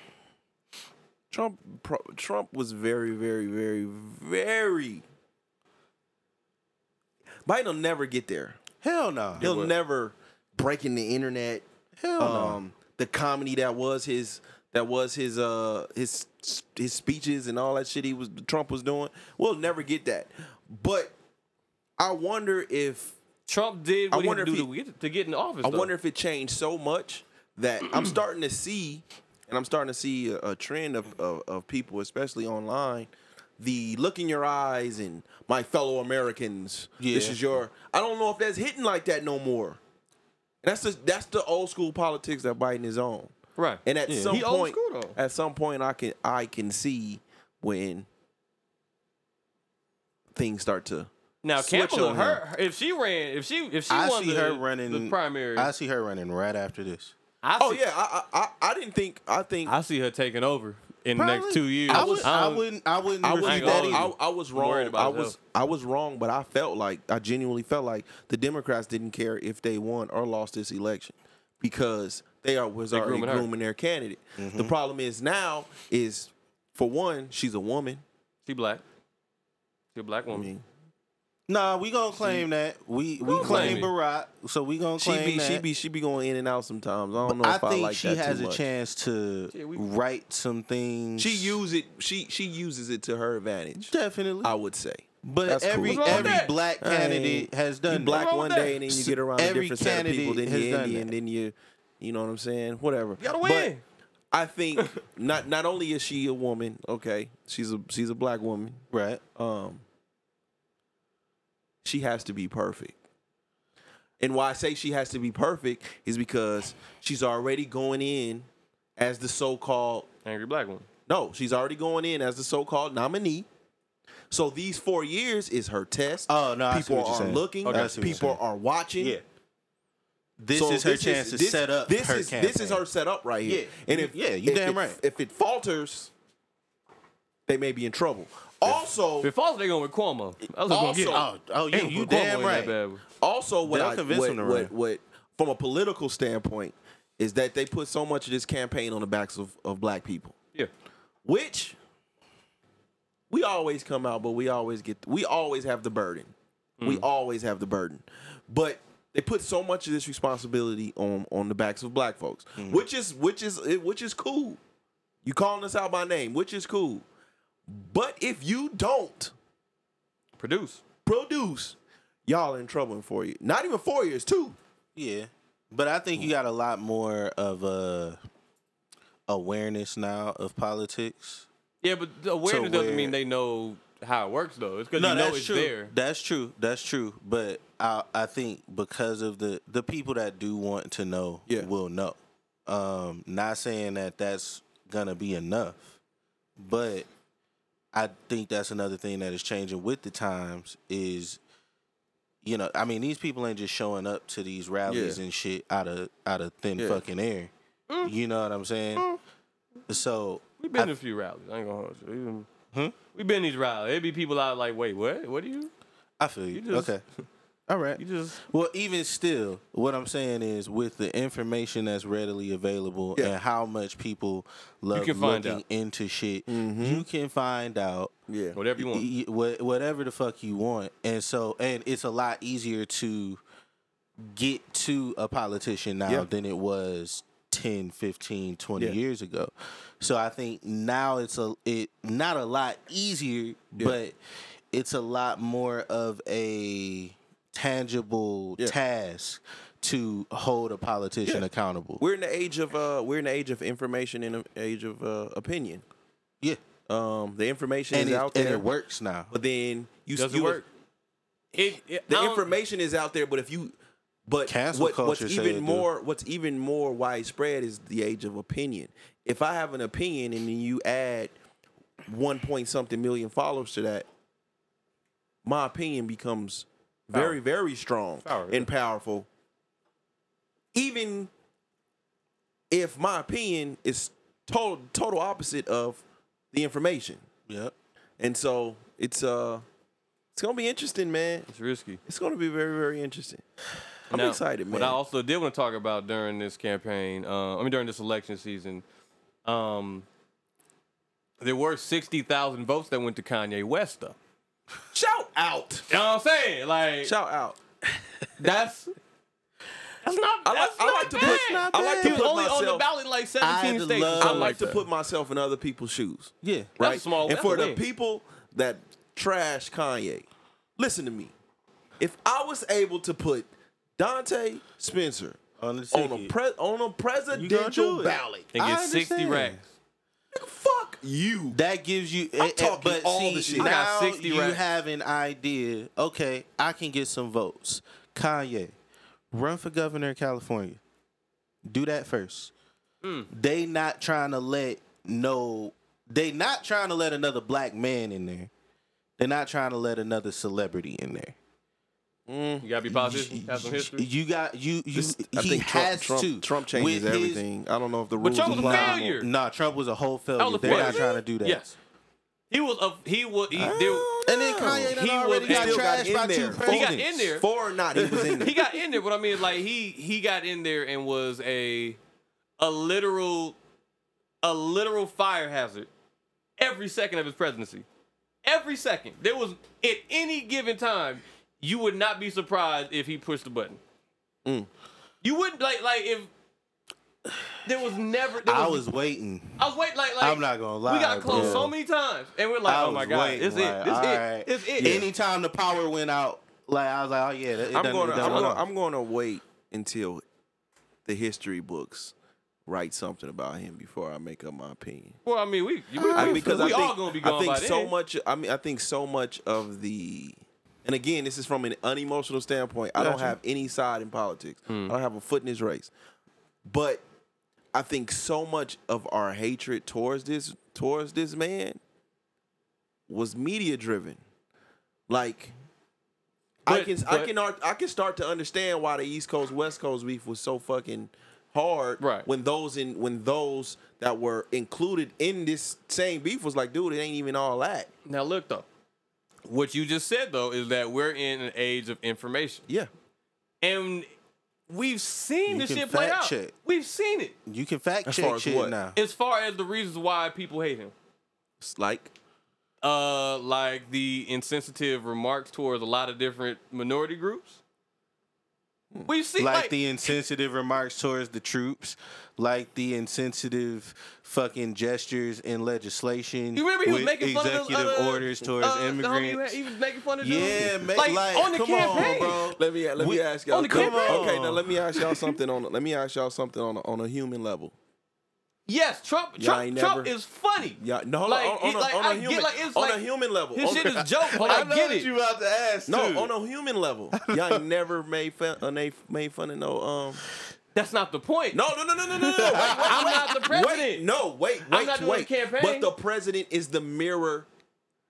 [SPEAKER 3] Trump pro, Trump was very very very very. Biden will never get there.
[SPEAKER 1] Hell no.
[SPEAKER 3] He'll never breaking the internet.
[SPEAKER 1] Hell no.
[SPEAKER 3] um, the comedy that was his that was his uh his his speeches and all that shit he was Trump was doing. We'll never get that. But I wonder if
[SPEAKER 2] Trump did
[SPEAKER 3] I
[SPEAKER 2] what he had
[SPEAKER 3] wonder
[SPEAKER 2] to do
[SPEAKER 3] if
[SPEAKER 2] to, get, to get in office.
[SPEAKER 3] I
[SPEAKER 2] though.
[SPEAKER 3] wonder if it changed so much that
[SPEAKER 2] *clears throat*
[SPEAKER 3] I'm starting to see and I'm starting to see a, a trend of, of of people especially online the look in your eyes and my fellow Americans. This
[SPEAKER 1] Yeah.
[SPEAKER 3] is your I don't know if that's hitting like that no more. And that's the that's the old school politics that Biden is on.
[SPEAKER 2] right.
[SPEAKER 3] And at
[SPEAKER 2] Yeah.
[SPEAKER 3] some
[SPEAKER 2] He old
[SPEAKER 3] point,
[SPEAKER 2] school, though.
[SPEAKER 3] at some point, I can I can see when things start to.
[SPEAKER 2] now
[SPEAKER 3] switch
[SPEAKER 2] Kamala,
[SPEAKER 3] on
[SPEAKER 2] her, her- if she ran, if she if she
[SPEAKER 1] I
[SPEAKER 2] won
[SPEAKER 1] see
[SPEAKER 2] the,
[SPEAKER 1] her running
[SPEAKER 2] the primary,
[SPEAKER 1] I see her running right after this.
[SPEAKER 2] I
[SPEAKER 3] Oh
[SPEAKER 2] see-
[SPEAKER 3] yeah, I I, I, I didn't think I think I,
[SPEAKER 2] I see her taking over in the next
[SPEAKER 1] Probably.
[SPEAKER 2] two years.
[SPEAKER 1] I, was, I,
[SPEAKER 3] um,
[SPEAKER 2] don't-
[SPEAKER 1] wouldn't. I wouldn't.
[SPEAKER 3] was
[SPEAKER 1] refute
[SPEAKER 2] ain't
[SPEAKER 1] that
[SPEAKER 2] gonna
[SPEAKER 3] that
[SPEAKER 2] hold
[SPEAKER 1] either.
[SPEAKER 2] you.
[SPEAKER 3] I, I was
[SPEAKER 2] I'm worried
[SPEAKER 3] wrong. I
[SPEAKER 2] about
[SPEAKER 3] was
[SPEAKER 2] hell.
[SPEAKER 3] I was wrong, but I felt like I genuinely felt like the Democrats didn't care if they won or lost this election because they are was already
[SPEAKER 2] grooming
[SPEAKER 3] grooming,
[SPEAKER 2] her.
[SPEAKER 3] their candidate.
[SPEAKER 1] Mm-hmm.
[SPEAKER 3] The problem is now is for one, she's a woman.
[SPEAKER 2] She black. She a black
[SPEAKER 3] I
[SPEAKER 2] woman.
[SPEAKER 3] mean,
[SPEAKER 1] Nah, we gonna claim that. We we
[SPEAKER 2] Don't
[SPEAKER 1] claim
[SPEAKER 2] blame me.
[SPEAKER 1] Barack, so we gonna
[SPEAKER 3] she
[SPEAKER 1] claim
[SPEAKER 3] be
[SPEAKER 1] that.
[SPEAKER 3] she be she be going in and out sometimes. I don't know
[SPEAKER 1] I
[SPEAKER 3] if I,
[SPEAKER 1] think
[SPEAKER 3] like
[SPEAKER 1] she
[SPEAKER 3] that
[SPEAKER 1] has
[SPEAKER 3] too
[SPEAKER 1] a
[SPEAKER 3] much.
[SPEAKER 1] chance to
[SPEAKER 2] Yeah, we-
[SPEAKER 1] write some things.
[SPEAKER 3] She use it. She she uses it to her advantage.
[SPEAKER 1] definitely,
[SPEAKER 3] I would say.
[SPEAKER 1] but
[SPEAKER 3] that's
[SPEAKER 1] every
[SPEAKER 3] cool. What's wrong with
[SPEAKER 1] every
[SPEAKER 2] that?
[SPEAKER 1] black
[SPEAKER 3] I ain't-
[SPEAKER 1] candidate has
[SPEAKER 3] You
[SPEAKER 1] done that.
[SPEAKER 3] black
[SPEAKER 2] wrong
[SPEAKER 3] one
[SPEAKER 2] with that?
[SPEAKER 3] day and then you get around a
[SPEAKER 1] Every
[SPEAKER 3] different set of people. Then
[SPEAKER 1] candidate
[SPEAKER 3] you
[SPEAKER 1] has done
[SPEAKER 3] Indian,
[SPEAKER 1] that.
[SPEAKER 3] then you, you know what I'm saying? Whatever.
[SPEAKER 2] You gotta
[SPEAKER 3] But
[SPEAKER 2] win.
[SPEAKER 3] I think *laughs* not not only is she a woman. Okay, she's a she's a black woman.
[SPEAKER 1] right.
[SPEAKER 3] Um, she has to be perfect. And why I say she has to be perfect is because she's already going in as the so-called
[SPEAKER 2] Angry black woman.
[SPEAKER 3] no, she's already going in as the so-called nominee. So these four years is her test.
[SPEAKER 1] Oh, no, I see
[SPEAKER 3] people
[SPEAKER 1] what you're
[SPEAKER 3] are
[SPEAKER 1] saying.
[SPEAKER 3] looking.
[SPEAKER 1] Okay. I see what you're
[SPEAKER 3] People
[SPEAKER 1] saying.
[SPEAKER 3] are watching.
[SPEAKER 1] Yeah. This
[SPEAKER 3] So
[SPEAKER 1] is her chance to
[SPEAKER 3] this-
[SPEAKER 1] set up
[SPEAKER 3] This
[SPEAKER 1] her
[SPEAKER 3] is this is
[SPEAKER 1] campaign.
[SPEAKER 3] her setup right here.
[SPEAKER 1] Yeah.
[SPEAKER 3] and if
[SPEAKER 1] Yeah, you
[SPEAKER 3] if
[SPEAKER 1] damn
[SPEAKER 3] it-
[SPEAKER 1] right.
[SPEAKER 3] If it falters, they may be in trouble. Also,
[SPEAKER 2] If false, they going with Cuomo. I was gonna get.
[SPEAKER 1] Oh, oh, you,
[SPEAKER 2] Ain't
[SPEAKER 1] you
[SPEAKER 2] Cuomo
[SPEAKER 1] damn
[SPEAKER 2] in that
[SPEAKER 1] right.
[SPEAKER 2] bad one.
[SPEAKER 3] also what
[SPEAKER 1] They'll
[SPEAKER 3] I
[SPEAKER 1] convince
[SPEAKER 3] what,
[SPEAKER 1] them to
[SPEAKER 3] what,
[SPEAKER 1] run.
[SPEAKER 3] what from a political standpoint is that they put so much of this campaign on the backs of, of black people.
[SPEAKER 2] Yeah.
[SPEAKER 3] which we always come out, but we always get we always have the burden. We always have the burden. But they put so much of this responsibility on on the backs of black folks, which is which is which is cool. You calling us out by name, which is cool. But if you don't
[SPEAKER 2] Produce.
[SPEAKER 3] produce, y'all in trouble in four years. Not even four years, two.
[SPEAKER 1] Yeah, but I think you got a lot more of a awareness now of politics.
[SPEAKER 2] Yeah, but the awareness
[SPEAKER 1] So
[SPEAKER 2] doesn't
[SPEAKER 1] where-
[SPEAKER 2] mean they know how it works though. It's because you know it's
[SPEAKER 1] true.
[SPEAKER 2] there.
[SPEAKER 1] That's true. That's true. But I I think because of the the people that do want to know
[SPEAKER 3] Yeah.
[SPEAKER 1] will know. Um, not saying that that's gonna be enough, but I think that's another thing that is changing with the times is. You know, I mean, these people ain't just showing up to these rallies
[SPEAKER 3] Yeah.
[SPEAKER 1] and shit out of out of thin
[SPEAKER 3] Yeah.
[SPEAKER 1] fucking air.
[SPEAKER 2] Mm.
[SPEAKER 1] You know what I'm saying? So
[SPEAKER 2] We've been to a few rallies. I ain't gonna hold you. We've been to these rallies. It'd be people out like, wait, what? What do you?
[SPEAKER 1] I feel you.
[SPEAKER 2] You just-
[SPEAKER 1] okay. All right.
[SPEAKER 2] You just
[SPEAKER 1] Well, even still, what I'm saying is with the information that's readily available
[SPEAKER 3] Yeah.
[SPEAKER 1] and how much people love
[SPEAKER 2] can find
[SPEAKER 1] looking
[SPEAKER 2] out. Mm-hmm.
[SPEAKER 1] into shit, you can find out
[SPEAKER 3] Yeah.
[SPEAKER 2] whatever you want.
[SPEAKER 1] y- y- wha- whatever the fuck you want. And so, and it's a lot easier to get to a politician now
[SPEAKER 3] Yeah.
[SPEAKER 1] than it was 10, 15, 20
[SPEAKER 3] Yeah.
[SPEAKER 1] years ago. So I think now it's a it not a lot easier, but it's a lot more of a tangible
[SPEAKER 3] Yeah.
[SPEAKER 1] task to hold a politician
[SPEAKER 3] Yeah.
[SPEAKER 1] accountable.
[SPEAKER 3] We're in the age of uh we're in the age of information and the age of uh, opinion.
[SPEAKER 1] yeah.
[SPEAKER 3] Um the information
[SPEAKER 1] And
[SPEAKER 3] is
[SPEAKER 1] it,
[SPEAKER 3] out
[SPEAKER 1] and
[SPEAKER 3] there.
[SPEAKER 1] it works now.
[SPEAKER 3] but then you
[SPEAKER 2] doesn't
[SPEAKER 3] you-
[SPEAKER 2] work. It, it I
[SPEAKER 3] The
[SPEAKER 2] don't-
[SPEAKER 3] information is out there, but if you but
[SPEAKER 1] Cancel
[SPEAKER 3] what, what's
[SPEAKER 1] culture say it do.
[SPEAKER 3] even more what's even more widespread is the age of opinion. If I have an opinion and then you add one point something million followers to that, my opinion becomes very very strong
[SPEAKER 2] Power,
[SPEAKER 3] and powerful. Even if my opinion is total total opposite of the information
[SPEAKER 1] Yep.
[SPEAKER 3] And so it's uh it's gonna be interesting, man.
[SPEAKER 2] It's risky.
[SPEAKER 3] It's gonna be very, very interesting. I'm
[SPEAKER 2] Now,
[SPEAKER 3] excited, man.
[SPEAKER 2] What I also did want to talk about during this campaign, uh, I mean during this election season, um, there were sixty thousand votes that went to Kanye West. Though.
[SPEAKER 3] Shout out.
[SPEAKER 2] You know what I'm saying? Like
[SPEAKER 3] Shout out.
[SPEAKER 2] that's that's not.
[SPEAKER 3] I like,
[SPEAKER 2] that's
[SPEAKER 3] I
[SPEAKER 2] not
[SPEAKER 3] like to
[SPEAKER 2] bad.
[SPEAKER 3] put I
[SPEAKER 2] He
[SPEAKER 3] like to
[SPEAKER 2] was
[SPEAKER 3] put
[SPEAKER 2] only on the
[SPEAKER 3] myself
[SPEAKER 2] ballot in like 17
[SPEAKER 1] I'd
[SPEAKER 2] states. or
[SPEAKER 1] love-
[SPEAKER 2] something
[SPEAKER 3] I like
[SPEAKER 2] like
[SPEAKER 3] to
[SPEAKER 2] that.
[SPEAKER 3] put myself in other people's shoes.
[SPEAKER 1] Yeah.
[SPEAKER 3] right?
[SPEAKER 2] a small-
[SPEAKER 3] and
[SPEAKER 2] that's
[SPEAKER 3] for
[SPEAKER 2] a
[SPEAKER 3] the
[SPEAKER 2] win.
[SPEAKER 3] people that trash Kanye, listen to me. If I was able to put Dante Spencer
[SPEAKER 1] On the
[SPEAKER 3] on a
[SPEAKER 1] ticket.
[SPEAKER 3] pre- on a presidential
[SPEAKER 1] it.
[SPEAKER 3] ballot,
[SPEAKER 2] and
[SPEAKER 1] I
[SPEAKER 2] get 60
[SPEAKER 1] understand.
[SPEAKER 2] racks.
[SPEAKER 3] fuck you.
[SPEAKER 1] That gives you. eh, eh,
[SPEAKER 3] talking
[SPEAKER 1] but
[SPEAKER 3] all
[SPEAKER 1] see,
[SPEAKER 3] the shit. I
[SPEAKER 1] Now
[SPEAKER 2] got 60
[SPEAKER 1] you
[SPEAKER 2] racks.
[SPEAKER 1] have an idea. Okay, I can get some votes. Kanye, run for governor in California. Do that first.
[SPEAKER 3] Mm.
[SPEAKER 1] They not trying to let no. They not trying to let another black man in there. They're not trying to let another celebrity in there.
[SPEAKER 2] You gotta be
[SPEAKER 1] Mm.
[SPEAKER 2] positive. Have some history.
[SPEAKER 1] You got you you.
[SPEAKER 3] This- I
[SPEAKER 1] he
[SPEAKER 3] think Trump,
[SPEAKER 1] has
[SPEAKER 3] Trump,
[SPEAKER 1] to.
[SPEAKER 3] Trump
[SPEAKER 1] With
[SPEAKER 3] changes
[SPEAKER 1] his-
[SPEAKER 3] everything. I don't know if the rules
[SPEAKER 2] Trump was a
[SPEAKER 3] apply.
[SPEAKER 2] failure.
[SPEAKER 1] Nah, Trump was a whole
[SPEAKER 2] That was
[SPEAKER 1] failure.
[SPEAKER 2] a
[SPEAKER 1] They're not
[SPEAKER 2] failure.
[SPEAKER 1] trying to do that.
[SPEAKER 2] Yes. He was a he was he,
[SPEAKER 3] I
[SPEAKER 2] there,
[SPEAKER 3] don't
[SPEAKER 1] And then
[SPEAKER 3] know.
[SPEAKER 1] Kanye done
[SPEAKER 2] He was-
[SPEAKER 1] already
[SPEAKER 2] he
[SPEAKER 1] got
[SPEAKER 2] still got
[SPEAKER 1] trashed
[SPEAKER 3] in
[SPEAKER 1] by two
[SPEAKER 3] there.
[SPEAKER 1] presidents.
[SPEAKER 2] he got in there.
[SPEAKER 3] For or not, he
[SPEAKER 2] *laughs*
[SPEAKER 3] was in there.
[SPEAKER 2] he got in there. What I mean is like he he got in there and was a a literal a literal fire hazard every second of his presidency. Every second. There was at any given time, you would not be surprised if he pushed the button.
[SPEAKER 1] Mm.
[SPEAKER 2] You wouldn't like like if there was never there
[SPEAKER 1] I
[SPEAKER 2] was
[SPEAKER 1] was waiting.
[SPEAKER 2] I was waiting like like
[SPEAKER 1] I'm not gonna lie,
[SPEAKER 2] We got close
[SPEAKER 1] bro.
[SPEAKER 2] so many times and we're like,
[SPEAKER 1] I
[SPEAKER 2] oh my
[SPEAKER 1] was
[SPEAKER 2] god,
[SPEAKER 1] waiting,
[SPEAKER 2] it's
[SPEAKER 1] like,
[SPEAKER 2] it, it's
[SPEAKER 1] all
[SPEAKER 2] it,
[SPEAKER 1] right.
[SPEAKER 2] it's it.
[SPEAKER 1] Anytime the power went out, like I was like, oh yeah, that- it
[SPEAKER 3] *laughs* I'm
[SPEAKER 1] done-
[SPEAKER 3] going.
[SPEAKER 1] it
[SPEAKER 3] to
[SPEAKER 1] done
[SPEAKER 3] I'm
[SPEAKER 1] went
[SPEAKER 3] going.
[SPEAKER 1] off.
[SPEAKER 3] I'm going to wait until the history books write something about him before I make up my opinion.
[SPEAKER 2] Well, I mean, we, we,
[SPEAKER 3] I mean,
[SPEAKER 2] we
[SPEAKER 3] because I think,
[SPEAKER 2] all gonna be gone
[SPEAKER 3] I think
[SPEAKER 2] by
[SPEAKER 3] so
[SPEAKER 2] then.
[SPEAKER 3] much. I mean, I think so much of the, and again, this is from an unemotional standpoint. I don't
[SPEAKER 1] Gotcha.
[SPEAKER 3] have any side in politics.
[SPEAKER 2] Hmm.
[SPEAKER 3] I don't have a foot in this race, but I think so much of our hatred towards this towards this man was media driven. Like, I
[SPEAKER 2] But-
[SPEAKER 3] can I
[SPEAKER 2] but-
[SPEAKER 3] can art- I can start to understand why the East Coast West Coast beef was so fucking hard.
[SPEAKER 2] Right.
[SPEAKER 3] When those in when those that were included in this same beef was like, dude, it ain't even all that.
[SPEAKER 2] Now look though, what you just said though is that we're in an age of information,
[SPEAKER 3] Yeah.
[SPEAKER 2] and we've seen
[SPEAKER 1] You
[SPEAKER 2] this
[SPEAKER 1] can
[SPEAKER 2] shit play
[SPEAKER 1] fact
[SPEAKER 2] out.
[SPEAKER 1] check.
[SPEAKER 2] We've seen it
[SPEAKER 1] You can fact
[SPEAKER 3] As far
[SPEAKER 1] check
[SPEAKER 3] as
[SPEAKER 1] shit
[SPEAKER 3] what?
[SPEAKER 1] now.
[SPEAKER 2] as far as the reasons why people hate him.
[SPEAKER 3] It's like
[SPEAKER 2] Uh, like the insensitive remarks towards a lot of different minority groups. We've seen
[SPEAKER 1] Hmm. Like
[SPEAKER 2] like
[SPEAKER 1] the insensitive remarks towards the troops, like the insensitive fucking gestures in legislation.
[SPEAKER 2] You remember he was
[SPEAKER 1] with
[SPEAKER 2] making fun of those
[SPEAKER 1] executive
[SPEAKER 2] other-
[SPEAKER 1] orders towards
[SPEAKER 2] uh, the homie who had-
[SPEAKER 1] immigrants.
[SPEAKER 2] He was making fun of
[SPEAKER 1] Yeah,
[SPEAKER 2] dudes.
[SPEAKER 1] make- like,
[SPEAKER 2] on the
[SPEAKER 1] come on,
[SPEAKER 2] campaign.
[SPEAKER 1] bro.
[SPEAKER 3] Let me let
[SPEAKER 1] We-
[SPEAKER 3] me ask y'all.
[SPEAKER 2] on the
[SPEAKER 3] come
[SPEAKER 2] campaign.
[SPEAKER 3] on. Okay, now let me ask y'all something on let me ask y'all something on a, on a human level.
[SPEAKER 2] Yes, Trump.
[SPEAKER 3] Y'all
[SPEAKER 2] Trump,
[SPEAKER 3] ain't
[SPEAKER 2] Trump
[SPEAKER 3] never-
[SPEAKER 2] is funny.
[SPEAKER 3] Yeah, no, hold
[SPEAKER 2] Like,
[SPEAKER 3] on, on,
[SPEAKER 2] it-
[SPEAKER 3] on,
[SPEAKER 2] like,
[SPEAKER 3] a, on,
[SPEAKER 2] I
[SPEAKER 3] a
[SPEAKER 2] get,
[SPEAKER 3] human,
[SPEAKER 2] like, it's
[SPEAKER 3] on
[SPEAKER 2] like-
[SPEAKER 3] a human level.
[SPEAKER 2] His
[SPEAKER 3] on
[SPEAKER 2] shit
[SPEAKER 3] a-
[SPEAKER 2] is joke, but I, get it.
[SPEAKER 1] about to ask.
[SPEAKER 3] no, on a human level. Y'all ain't never made fun, uh, made- made fun of no um
[SPEAKER 2] That's not the point.
[SPEAKER 3] No, no, no, no, no, no, no. Wait, wait,
[SPEAKER 2] I'm
[SPEAKER 3] wait.
[SPEAKER 2] not the president.
[SPEAKER 3] Wait, no, wait, wait,
[SPEAKER 2] I'm not doing
[SPEAKER 3] wait.
[SPEAKER 2] the campaign.
[SPEAKER 3] But the president is the mirror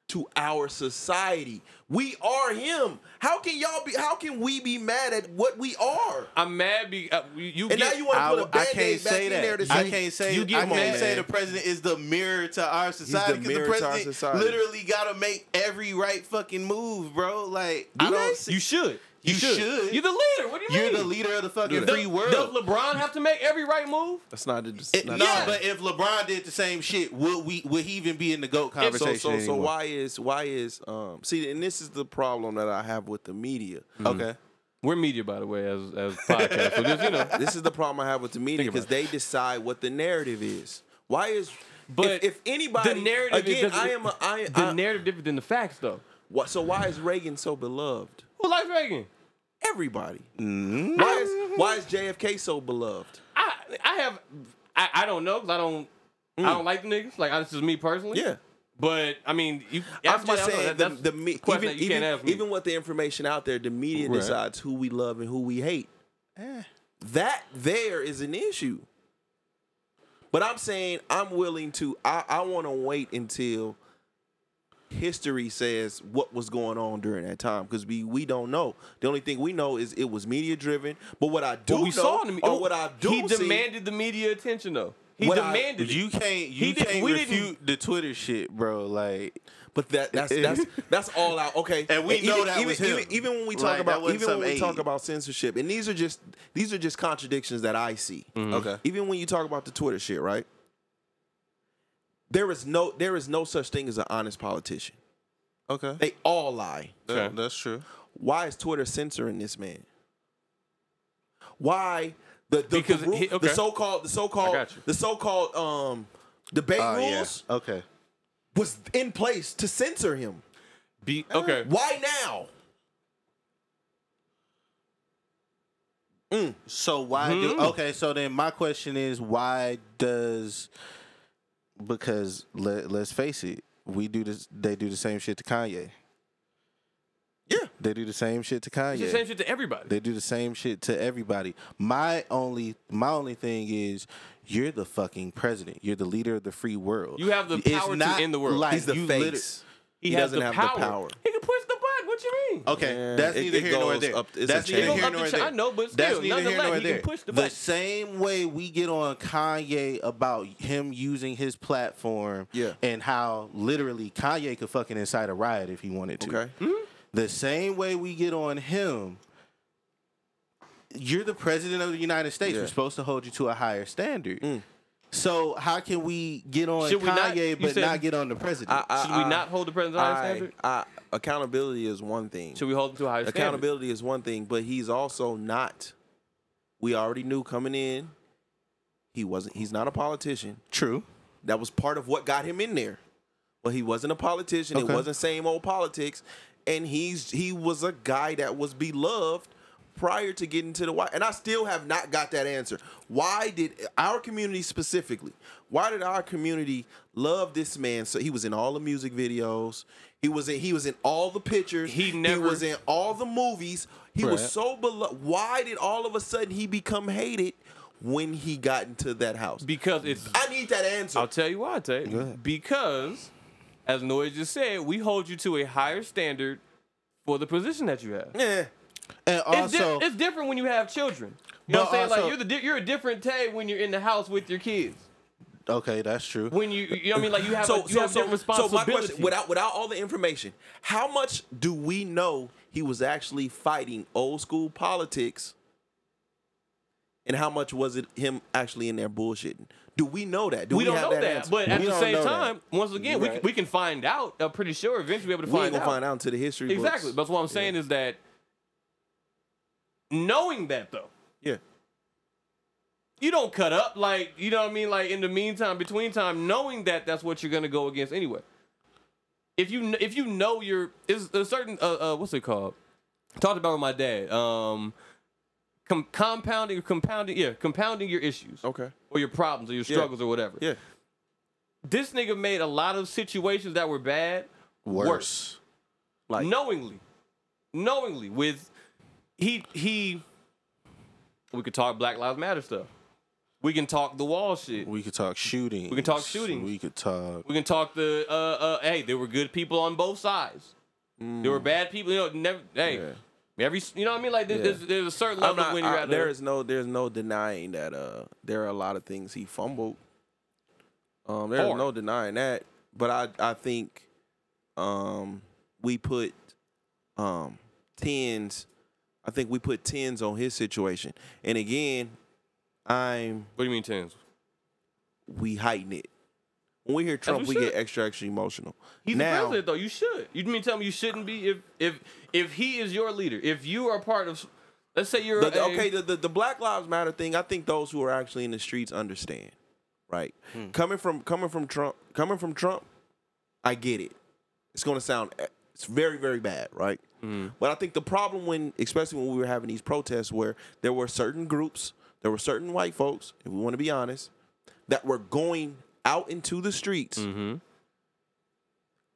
[SPEAKER 3] to our society. We are him. How can y'all be? How can we be mad at what we are?
[SPEAKER 2] I'm mad because uh, you, you
[SPEAKER 3] And
[SPEAKER 2] get,
[SPEAKER 3] now you want
[SPEAKER 1] I,
[SPEAKER 3] to put a
[SPEAKER 1] I
[SPEAKER 3] band
[SPEAKER 1] can't
[SPEAKER 3] back
[SPEAKER 1] say
[SPEAKER 3] in
[SPEAKER 1] that.
[SPEAKER 3] there to
[SPEAKER 1] I
[SPEAKER 3] say
[SPEAKER 1] can't say.
[SPEAKER 2] you get
[SPEAKER 1] I can't
[SPEAKER 2] mad.
[SPEAKER 1] say the president is the mirror to our society because the,
[SPEAKER 3] mirror to our
[SPEAKER 1] president
[SPEAKER 3] society.
[SPEAKER 1] literally got to make every right fucking move, bro. Like I
[SPEAKER 3] Do
[SPEAKER 1] don't
[SPEAKER 3] they?
[SPEAKER 1] see.
[SPEAKER 2] you should.
[SPEAKER 1] You should.
[SPEAKER 2] You're the leader. What do you
[SPEAKER 1] You're
[SPEAKER 2] mean?
[SPEAKER 1] the leader of the fucking
[SPEAKER 3] that.
[SPEAKER 1] free
[SPEAKER 2] Does-
[SPEAKER 1] world.
[SPEAKER 2] Does LeBron have to make every right move?
[SPEAKER 3] That's not. That's
[SPEAKER 1] It-
[SPEAKER 3] not
[SPEAKER 1] no,
[SPEAKER 2] Yeah.
[SPEAKER 1] but if LeBron did the same shit, would we would he even be in the goat
[SPEAKER 3] so
[SPEAKER 1] conversation
[SPEAKER 3] so so
[SPEAKER 1] anymore?
[SPEAKER 3] why is why is um see and this is the problem that I have with the media.
[SPEAKER 1] Okay,
[SPEAKER 2] We're media, by the way, as as podcast. so just you know,
[SPEAKER 3] this is the problem I have with the media
[SPEAKER 2] Think about
[SPEAKER 3] because they decide what the narrative is. Why is
[SPEAKER 2] But
[SPEAKER 3] if, if anybody
[SPEAKER 2] the narrative it
[SPEAKER 3] again?
[SPEAKER 2] doesn't-
[SPEAKER 3] I am a, I,
[SPEAKER 2] the
[SPEAKER 3] I
[SPEAKER 2] narrative different than the facts, though.
[SPEAKER 3] why- so why is Reagan so beloved?
[SPEAKER 2] Who likes Reagan?
[SPEAKER 3] Everybody. Why is why is JFK so beloved?
[SPEAKER 2] I I have I, I don't know because I don't I don't like the niggas. Like I- this is me personally.
[SPEAKER 3] Yeah.
[SPEAKER 2] But I mean, you. ask
[SPEAKER 3] I'm
[SPEAKER 2] somebody,
[SPEAKER 3] just
[SPEAKER 2] I
[SPEAKER 3] saying
[SPEAKER 2] don't know, that- that's
[SPEAKER 3] the, the me-
[SPEAKER 2] a question
[SPEAKER 3] even
[SPEAKER 2] that you
[SPEAKER 3] even,
[SPEAKER 2] can't ask me.
[SPEAKER 3] even with the information out there, the media
[SPEAKER 2] Right.
[SPEAKER 3] decides who we love and who we hate. Eh. That there is an issue. But I'm saying I'm willing to. I, I want to wait until history says what was going on during that time because we we don't know. The only thing we know is it was media driven. But what I do
[SPEAKER 2] What we
[SPEAKER 3] know,
[SPEAKER 2] saw in the media.
[SPEAKER 3] or what I do
[SPEAKER 2] He
[SPEAKER 3] see-
[SPEAKER 2] demanded the media attention, though. He
[SPEAKER 3] What I-
[SPEAKER 2] demanded. it.
[SPEAKER 1] you can't you
[SPEAKER 2] did-
[SPEAKER 1] can't
[SPEAKER 2] we
[SPEAKER 1] refute the Twitter shit, bro. Like
[SPEAKER 3] But that that's
[SPEAKER 1] *laughs*
[SPEAKER 3] that's that's all out. Okay,
[SPEAKER 1] And we know
[SPEAKER 3] even,
[SPEAKER 1] that
[SPEAKER 3] even,
[SPEAKER 1] was him.
[SPEAKER 3] Even, even when we talk
[SPEAKER 1] Like, that
[SPEAKER 3] about
[SPEAKER 1] wasn't
[SPEAKER 3] even when we
[SPEAKER 1] some
[SPEAKER 3] talk
[SPEAKER 1] aid.
[SPEAKER 3] about censorship, and these are just these are just contradictions that I see.
[SPEAKER 1] Okay.
[SPEAKER 3] Even when you talk about the Twitter shit, right? There is no there is no such thing as an honest politician.
[SPEAKER 1] Okay.
[SPEAKER 3] They all lie.
[SPEAKER 1] That- that's true.
[SPEAKER 3] Why is Twitter censoring this man? Why the the,
[SPEAKER 2] Because
[SPEAKER 3] the, rule-
[SPEAKER 2] he- okay.
[SPEAKER 3] the so-called the so-called
[SPEAKER 2] got you.
[SPEAKER 3] the so-called um debate
[SPEAKER 1] Oh yeah.
[SPEAKER 3] rules
[SPEAKER 1] Okay.
[SPEAKER 3] was in place to censor him.
[SPEAKER 2] Be,
[SPEAKER 3] Eh,
[SPEAKER 2] okay.
[SPEAKER 3] Why now?
[SPEAKER 1] So why
[SPEAKER 2] Mm-hmm.
[SPEAKER 1] do okay? So then my question is why does because let let's face it, we do this. They do the same shit to Kanye.
[SPEAKER 3] Yeah.
[SPEAKER 1] They do the same shit to Kanye.
[SPEAKER 2] It's the same shit to everybody.
[SPEAKER 1] They do the same shit to everybody. My only my only thing is you're the fucking president. You're the leader of the free world.
[SPEAKER 2] You have the power to end the world.
[SPEAKER 3] He's the
[SPEAKER 1] you
[SPEAKER 3] face.
[SPEAKER 1] liter-
[SPEAKER 2] he,
[SPEAKER 3] he
[SPEAKER 2] has
[SPEAKER 3] doesn't
[SPEAKER 2] the
[SPEAKER 3] have
[SPEAKER 2] power.
[SPEAKER 3] the power.
[SPEAKER 2] He can push the button. What you mean?
[SPEAKER 1] Okay,
[SPEAKER 3] Yeah,
[SPEAKER 1] that's
[SPEAKER 3] it-
[SPEAKER 1] neither
[SPEAKER 3] it
[SPEAKER 1] here nor
[SPEAKER 3] goes
[SPEAKER 1] there.
[SPEAKER 3] up- it's a
[SPEAKER 1] that's neither
[SPEAKER 3] chain. It
[SPEAKER 1] here
[SPEAKER 3] goes
[SPEAKER 2] up
[SPEAKER 1] nor
[SPEAKER 2] the chain.
[SPEAKER 1] there.
[SPEAKER 2] I know, but
[SPEAKER 1] that's neither
[SPEAKER 2] still,
[SPEAKER 1] here
[SPEAKER 2] nonetheless,
[SPEAKER 1] nor
[SPEAKER 2] you can
[SPEAKER 1] there.
[SPEAKER 2] push the
[SPEAKER 1] the
[SPEAKER 2] button.
[SPEAKER 1] same way we get on Kanye about him using his platform,
[SPEAKER 3] Yeah.
[SPEAKER 1] and how literally Kanye could fucking incite a riot if he wanted to.
[SPEAKER 3] Okay.
[SPEAKER 1] The same way we get on him. You're the president of the United States.
[SPEAKER 3] Yeah. Mm.
[SPEAKER 1] We're supposed to hold you to a higher standard. So how can we get on
[SPEAKER 2] Should we not-
[SPEAKER 1] Kanye
[SPEAKER 2] you
[SPEAKER 1] but
[SPEAKER 2] said-
[SPEAKER 1] not get on the president?
[SPEAKER 3] I- I-
[SPEAKER 2] Should we
[SPEAKER 3] I-
[SPEAKER 2] not hold the president to a higher
[SPEAKER 3] Uh, I,
[SPEAKER 2] standard?
[SPEAKER 3] I, accountability is one thing.
[SPEAKER 2] Should we hold him to a higher standard?
[SPEAKER 3] accountability is one thing, but he's also not. We already knew coming in, he wasn't. He's not a politician.
[SPEAKER 1] True.
[SPEAKER 3] That was part of what got him in there. But he wasn't a politician.
[SPEAKER 1] Okay.
[SPEAKER 3] It wasn't same old politics. And he's he was a guy that was beloved prior to getting to the White. And I still have not got that answer. Why did our community specifically? Why did our community love this man? So he was in all the music videos. He was in he was in all the pictures.
[SPEAKER 2] He never-
[SPEAKER 3] was in all the movies. He
[SPEAKER 1] Right.
[SPEAKER 3] was so beloved. Why did all of a sudden he become hated when he got into that house?
[SPEAKER 2] Because it's
[SPEAKER 3] I need that answer.
[SPEAKER 2] I'll tell you why, Tay. Because, as Noy just said, we hold you to a higher standard for the position that you have.
[SPEAKER 3] yeah.
[SPEAKER 1] And
[SPEAKER 2] It's, di-
[SPEAKER 1] also,
[SPEAKER 2] it's different when you have children. You know
[SPEAKER 1] But
[SPEAKER 2] what I'm saying?
[SPEAKER 1] also-
[SPEAKER 2] like you're the di- you're a different Tay when you're in the house with your kids.
[SPEAKER 1] okay, that's true.
[SPEAKER 2] When you you know what I mean? Like you have a, you have different
[SPEAKER 3] my
[SPEAKER 2] responsibilities.
[SPEAKER 3] question, without without all the information, how much do we know he was actually fighting old school politics, and how much was it him actually in there bullshitting? Do we know that? Do
[SPEAKER 2] we, don't
[SPEAKER 3] have
[SPEAKER 2] know that,
[SPEAKER 3] answer?
[SPEAKER 2] but at
[SPEAKER 3] We
[SPEAKER 2] the
[SPEAKER 3] don't
[SPEAKER 2] same
[SPEAKER 3] know that.
[SPEAKER 2] time, once again, we,
[SPEAKER 3] Right.
[SPEAKER 2] we can find out. I'm pretty sure eventually we'll be able
[SPEAKER 3] we
[SPEAKER 2] to find
[SPEAKER 3] ain't gonna
[SPEAKER 2] out.
[SPEAKER 3] find out until the history
[SPEAKER 2] exactly.
[SPEAKER 3] books.
[SPEAKER 2] That's what I'm saying is that knowing that though,
[SPEAKER 3] Yeah,
[SPEAKER 2] you don't cut up like you know what I mean. Like in the meantime, between time, knowing that that's what you're gonna go against anyway. If you kn- if you know your is a certain uh, uh what's it called? Talked about with my dad. Um, com- compounding or compounding yeah compounding your issues
[SPEAKER 3] okay,
[SPEAKER 2] or your problems or your struggles or whatever.
[SPEAKER 3] yeah,
[SPEAKER 2] This nigga made a lot of situations that were bad
[SPEAKER 1] worse.
[SPEAKER 3] like
[SPEAKER 2] knowingly, knowingly with he he. We could talk Black Lives Matter stuff. We can talk the wall shit.
[SPEAKER 1] We could talk shooting.
[SPEAKER 2] We can talk shootings.
[SPEAKER 1] We could talk.
[SPEAKER 2] We can talk the uh, uh hey, there were good people on both sides. There
[SPEAKER 3] Mm.
[SPEAKER 2] were bad people. You know, never hey. Every you know what I mean? Like there- there's, there's a certain
[SPEAKER 3] I'm
[SPEAKER 2] level
[SPEAKER 3] not.
[SPEAKER 2] when you're
[SPEAKER 3] I,
[SPEAKER 2] at there.
[SPEAKER 3] there is no. There's no denying that. Uh, there are a lot of things he fumbled. Um, there's
[SPEAKER 2] Hard.
[SPEAKER 3] no denying that. But I, I think, um, we put, um, tens. I think we put tens on his situation. And again, I'm.
[SPEAKER 2] What do you mean tens?
[SPEAKER 3] We heighten it. When we hear Trump,
[SPEAKER 2] we
[SPEAKER 3] we,
[SPEAKER 2] should.
[SPEAKER 3] get extra, extra emotional.
[SPEAKER 2] He's the
[SPEAKER 3] now,
[SPEAKER 2] president though. You should. You mean tell me you shouldn't be if if if he is your leader. If you are part of let's say you're
[SPEAKER 3] the, the-
[SPEAKER 2] a,
[SPEAKER 3] okay, the, the the Black Lives Matter thing. I think those who are actually in the streets understand, right? Coming from coming from Trump, coming from Trump, I get it. It's going to sound eh, it's very very bad, right? But I think the problem when, especially when we were having these protests, where there were certain groups, there were certain white folks, if we want to be honest, that were going out into the streets,
[SPEAKER 2] Hmm. Mm-hmm.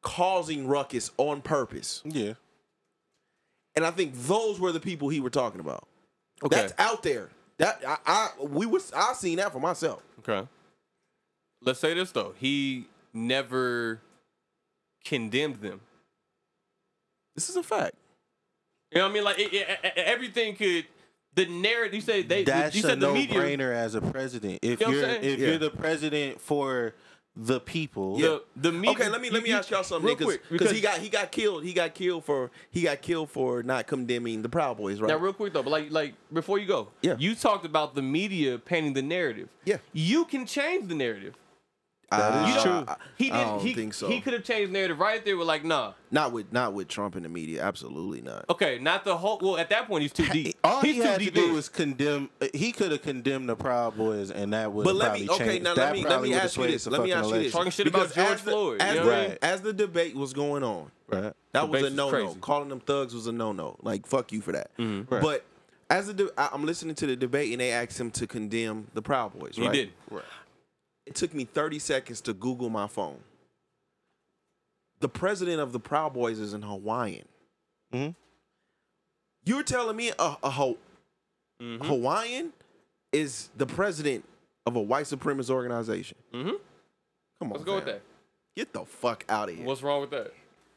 [SPEAKER 3] causing ruckus on purpose.
[SPEAKER 1] Yeah.
[SPEAKER 3] And I think those were the people he were talking about.
[SPEAKER 2] Okay.
[SPEAKER 3] That's out there. That I, I we was I seen that for myself.
[SPEAKER 2] Okay. Let's say this though. He never condemned them.
[SPEAKER 3] This is a fact.
[SPEAKER 2] You know what I mean? Like it, it, it- everything could the narrative. You say they.
[SPEAKER 1] That's
[SPEAKER 2] you
[SPEAKER 1] a
[SPEAKER 2] said the media.
[SPEAKER 1] no-brainer as a president. If
[SPEAKER 2] You know
[SPEAKER 1] you
[SPEAKER 2] what
[SPEAKER 1] are
[SPEAKER 2] I'm saying?
[SPEAKER 1] if
[SPEAKER 3] Yeah.
[SPEAKER 1] you're the president for the people.
[SPEAKER 2] The the media.
[SPEAKER 3] Okay, let me let me ask y'all something
[SPEAKER 2] real
[SPEAKER 3] because
[SPEAKER 2] quick,
[SPEAKER 3] because he got he got killed he got killed for he got killed for not condemning the Proud Boys right
[SPEAKER 2] Now, real quick though, but like, like before you go,
[SPEAKER 3] Yeah.
[SPEAKER 2] you talked about the media painting the narrative.
[SPEAKER 3] Yeah.
[SPEAKER 2] you can change the narrative.
[SPEAKER 1] That
[SPEAKER 3] Uh,
[SPEAKER 1] is
[SPEAKER 2] You
[SPEAKER 1] true.
[SPEAKER 2] don't- He
[SPEAKER 3] I
[SPEAKER 2] didn't.
[SPEAKER 3] don't
[SPEAKER 2] he,
[SPEAKER 3] think so
[SPEAKER 2] He could have changed the narrative right there. With like, nah,
[SPEAKER 3] not with not with Trump in the media absolutely not
[SPEAKER 2] okay, not the whole. Well, at that point, he's too deep.
[SPEAKER 1] All
[SPEAKER 2] he's
[SPEAKER 1] he
[SPEAKER 2] too
[SPEAKER 1] had to
[SPEAKER 2] deep.
[SPEAKER 1] do
[SPEAKER 2] in.
[SPEAKER 1] was condemn. uh, He could have condemned the Proud Boys, and that would.
[SPEAKER 3] But
[SPEAKER 1] have
[SPEAKER 3] let
[SPEAKER 1] probably
[SPEAKER 3] me okay
[SPEAKER 1] changed.
[SPEAKER 3] now.
[SPEAKER 1] That
[SPEAKER 3] Let me let
[SPEAKER 1] probably
[SPEAKER 3] me
[SPEAKER 1] would've
[SPEAKER 3] ask you
[SPEAKER 1] swayed
[SPEAKER 3] this.
[SPEAKER 1] the
[SPEAKER 3] Let me
[SPEAKER 1] fucking
[SPEAKER 3] ask you this.
[SPEAKER 1] election,
[SPEAKER 2] Talking shit about
[SPEAKER 3] Because
[SPEAKER 2] George
[SPEAKER 3] as the-
[SPEAKER 2] Floyd,
[SPEAKER 3] As,
[SPEAKER 2] you
[SPEAKER 1] know what I
[SPEAKER 3] the,
[SPEAKER 1] mean?
[SPEAKER 3] as the debate was going on,
[SPEAKER 1] Right.
[SPEAKER 3] that
[SPEAKER 2] Debate
[SPEAKER 3] was a
[SPEAKER 2] was
[SPEAKER 3] no no.
[SPEAKER 2] crazy. Mm-hmm.
[SPEAKER 3] Calling them thugs was a no no. Like fuck you for that.
[SPEAKER 1] Right.
[SPEAKER 3] But as the de- I, I'm listening to the debate and they asked him to condemn the Proud Boys.
[SPEAKER 2] He
[SPEAKER 3] right?
[SPEAKER 2] did.
[SPEAKER 3] It took me 30 seconds to Google my phone. The president of the Proud Boys is in Hawaiian.
[SPEAKER 1] Mhm.
[SPEAKER 3] You're telling me a, a Ho-
[SPEAKER 2] Mm-hmm.
[SPEAKER 3] Hawaiian is the president of a white supremacist organization?
[SPEAKER 2] Mhm.
[SPEAKER 3] Come on,
[SPEAKER 2] Let's go with
[SPEAKER 3] fam.
[SPEAKER 2] that.
[SPEAKER 3] Get the fuck out of here.
[SPEAKER 2] What's wrong with that?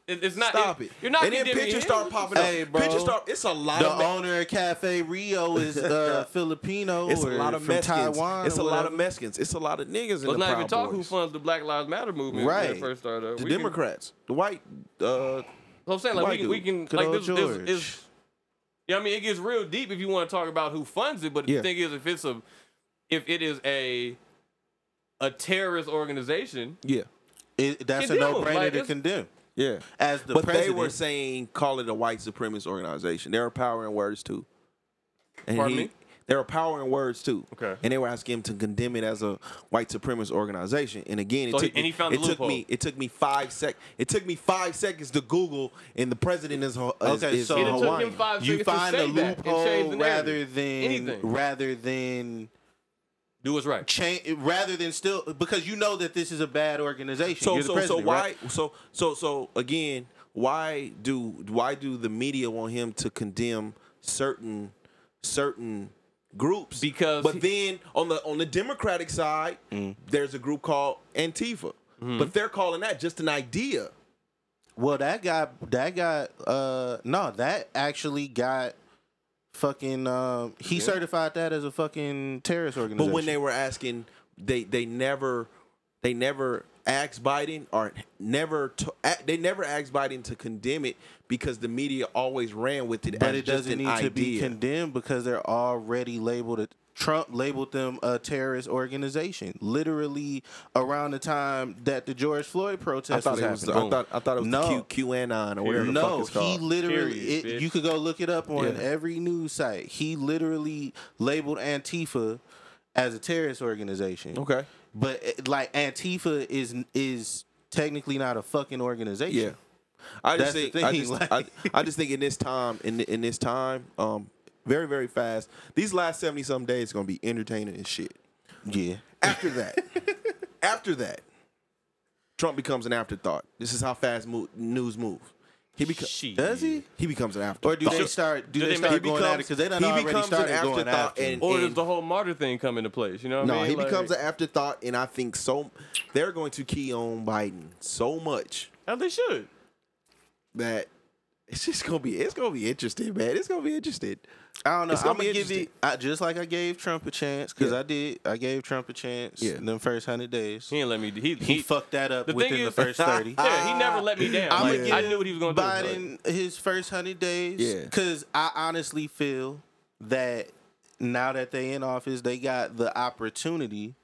[SPEAKER 2] It, it's not.
[SPEAKER 3] Stop it.
[SPEAKER 2] You're not.
[SPEAKER 3] And then
[SPEAKER 2] condemning
[SPEAKER 3] pictures
[SPEAKER 2] him.
[SPEAKER 3] start popping up.
[SPEAKER 1] Hey, bro.
[SPEAKER 3] Pictures start. It's a lot
[SPEAKER 1] The
[SPEAKER 3] of. Me-
[SPEAKER 1] owner of Cafe Rio is
[SPEAKER 3] *laughs*
[SPEAKER 1] uh, Filipino.
[SPEAKER 3] it's a
[SPEAKER 1] or
[SPEAKER 3] lot of
[SPEAKER 1] from
[SPEAKER 3] Mexicans.
[SPEAKER 1] Taiwan.
[SPEAKER 3] it's
[SPEAKER 1] or
[SPEAKER 3] a lot of
[SPEAKER 1] whatever.
[SPEAKER 3] Mexicans. It's a lot of niggas in
[SPEAKER 2] Let's
[SPEAKER 3] the
[SPEAKER 2] not even
[SPEAKER 3] Proud
[SPEAKER 2] talk who
[SPEAKER 3] Boys.
[SPEAKER 2] funds the Black Lives Matter movement when
[SPEAKER 1] Right.
[SPEAKER 2] it first started. up.
[SPEAKER 3] The
[SPEAKER 2] We can-
[SPEAKER 3] Democrats, the white. Uh,
[SPEAKER 2] So I'm saying like
[SPEAKER 3] White
[SPEAKER 2] we can,
[SPEAKER 3] dude.
[SPEAKER 2] we can
[SPEAKER 1] Good
[SPEAKER 2] like
[SPEAKER 1] old
[SPEAKER 2] this, this
[SPEAKER 1] George.
[SPEAKER 2] is. Yeah, I mean it gets real deep if you want to talk about who funds it, but
[SPEAKER 3] Yeah.
[SPEAKER 2] the thing is if it's a if it is a a terrorist organization,
[SPEAKER 3] yeah,
[SPEAKER 1] It, that's a
[SPEAKER 2] Condemn.
[SPEAKER 1] no brainer
[SPEAKER 2] Like,
[SPEAKER 1] to
[SPEAKER 2] it's-
[SPEAKER 1] condemn.
[SPEAKER 3] yeah.
[SPEAKER 1] As the
[SPEAKER 3] but
[SPEAKER 1] president,
[SPEAKER 3] they were saying call it a white supremacist organization. There are power in words too. And
[SPEAKER 2] Pardon me?
[SPEAKER 3] There are power in words too.
[SPEAKER 2] Okay.
[SPEAKER 3] And they were asking him to condemn it as a white supremacist organization. And again, it
[SPEAKER 2] So he-
[SPEAKER 3] took
[SPEAKER 2] and
[SPEAKER 3] me,
[SPEAKER 2] he found
[SPEAKER 3] it
[SPEAKER 2] the
[SPEAKER 3] took me
[SPEAKER 2] loophole.
[SPEAKER 3] it took me five sec it took me five seconds to Google and the president is, Ho- is
[SPEAKER 1] Okay,
[SPEAKER 3] is
[SPEAKER 1] so
[SPEAKER 2] it
[SPEAKER 1] It'll
[SPEAKER 2] took
[SPEAKER 3] Hawaiian.
[SPEAKER 2] him five
[SPEAKER 1] you
[SPEAKER 2] seconds
[SPEAKER 1] find
[SPEAKER 2] to say
[SPEAKER 1] a
[SPEAKER 2] that and change
[SPEAKER 1] loophole
[SPEAKER 2] the
[SPEAKER 1] rather
[SPEAKER 2] narrative.
[SPEAKER 1] than
[SPEAKER 2] Anything.
[SPEAKER 1] rather than
[SPEAKER 2] Do what's right.
[SPEAKER 1] change rather than still because you know that this is a bad organization.
[SPEAKER 3] so
[SPEAKER 1] You're the
[SPEAKER 3] so so
[SPEAKER 1] president,
[SPEAKER 3] why
[SPEAKER 1] right?
[SPEAKER 3] so so so again why do why do the media want him to condemn certain certain groups
[SPEAKER 2] Because
[SPEAKER 3] but then on the on the democratic side
[SPEAKER 1] Mm.
[SPEAKER 3] there's a group called antifa
[SPEAKER 1] Mm-hmm.
[SPEAKER 3] but they're calling that just an idea
[SPEAKER 1] Well, that got that got uh no, that actually got fucking um he certified that as a fucking terrorist
[SPEAKER 3] but
[SPEAKER 1] organization.
[SPEAKER 3] when they were asking they they never they never asked biden or never t- a- they never asked biden to condemn it because the media always ran with it
[SPEAKER 1] but
[SPEAKER 3] as
[SPEAKER 1] it
[SPEAKER 3] just
[SPEAKER 1] doesn't
[SPEAKER 3] an
[SPEAKER 1] need
[SPEAKER 3] idea.
[SPEAKER 1] to be condemned because they're already labeled it. Trump labeled them a terrorist organization literally around the time that the George Floyd protest
[SPEAKER 3] I thought
[SPEAKER 1] was
[SPEAKER 3] it was.
[SPEAKER 1] happening.
[SPEAKER 3] I thought, I thought it was
[SPEAKER 1] No.
[SPEAKER 3] the Q, QAnon or whatever the fuck
[SPEAKER 1] No,
[SPEAKER 3] it's
[SPEAKER 1] he
[SPEAKER 3] called.
[SPEAKER 1] literally.
[SPEAKER 2] Period,
[SPEAKER 1] it,
[SPEAKER 2] bitch.
[SPEAKER 1] you could go look it up on
[SPEAKER 3] Yeah.
[SPEAKER 1] every news site. He literally labeled Antifa as a terrorist organization.
[SPEAKER 3] okay.
[SPEAKER 1] but it- like Antifa is is technically not a fucking organization.
[SPEAKER 3] Yeah. I just
[SPEAKER 1] That's the
[SPEAKER 3] think.
[SPEAKER 1] thing,
[SPEAKER 3] I, just,
[SPEAKER 1] like-
[SPEAKER 3] I, I just think in this time, in the, in this time, um, very very fast. These last seventy some days is gonna be entertaining as shit.
[SPEAKER 1] yeah.
[SPEAKER 3] After that,
[SPEAKER 1] *laughs*
[SPEAKER 3] after that, Trump becomes an afterthought. This is how fast mo- news move. He becomes.
[SPEAKER 2] Shit.
[SPEAKER 1] Does he?
[SPEAKER 3] He becomes an
[SPEAKER 1] Or
[SPEAKER 3] afterthought.
[SPEAKER 1] do they start? Do,
[SPEAKER 2] do
[SPEAKER 1] they,
[SPEAKER 2] they
[SPEAKER 1] start
[SPEAKER 2] make-
[SPEAKER 1] going at it because they done
[SPEAKER 3] he
[SPEAKER 1] already
[SPEAKER 3] becomes
[SPEAKER 1] started
[SPEAKER 3] an
[SPEAKER 1] going
[SPEAKER 3] afterthought
[SPEAKER 1] after.
[SPEAKER 3] and-
[SPEAKER 1] And,
[SPEAKER 2] Or does
[SPEAKER 3] And-
[SPEAKER 2] the whole martyr thing come into place? You know what
[SPEAKER 3] no,
[SPEAKER 2] I mean?
[SPEAKER 3] he
[SPEAKER 2] Like,
[SPEAKER 3] becomes an afterthought, and I think so. They're going to key on Biden so much.
[SPEAKER 2] as they should.
[SPEAKER 3] that it's just gonna be it's gonna be interesting, man. It's gonna be interesting.
[SPEAKER 1] I don't know.
[SPEAKER 3] It's
[SPEAKER 1] I'm
[SPEAKER 3] gonna
[SPEAKER 1] gonna
[SPEAKER 3] be
[SPEAKER 1] give it
[SPEAKER 3] interesting.
[SPEAKER 1] I, just like I gave Trump a chance because
[SPEAKER 3] Yeah.
[SPEAKER 1] I did. I gave Trump a chance.
[SPEAKER 3] Yeah.
[SPEAKER 1] in them first hundred days.
[SPEAKER 2] He didn't let me. He
[SPEAKER 1] he, fucked that up
[SPEAKER 2] the thing
[SPEAKER 1] within the
[SPEAKER 2] is- *laughs*
[SPEAKER 1] first thirty.
[SPEAKER 2] Yeah, he never let me down.
[SPEAKER 1] I'm
[SPEAKER 2] Like,
[SPEAKER 1] gonna
[SPEAKER 2] I
[SPEAKER 1] give
[SPEAKER 2] knew what he was going to do. Like,
[SPEAKER 1] Biden his first hundred days.
[SPEAKER 3] Yeah.
[SPEAKER 1] Cause I honestly feel that now that they in office, they got the opportunity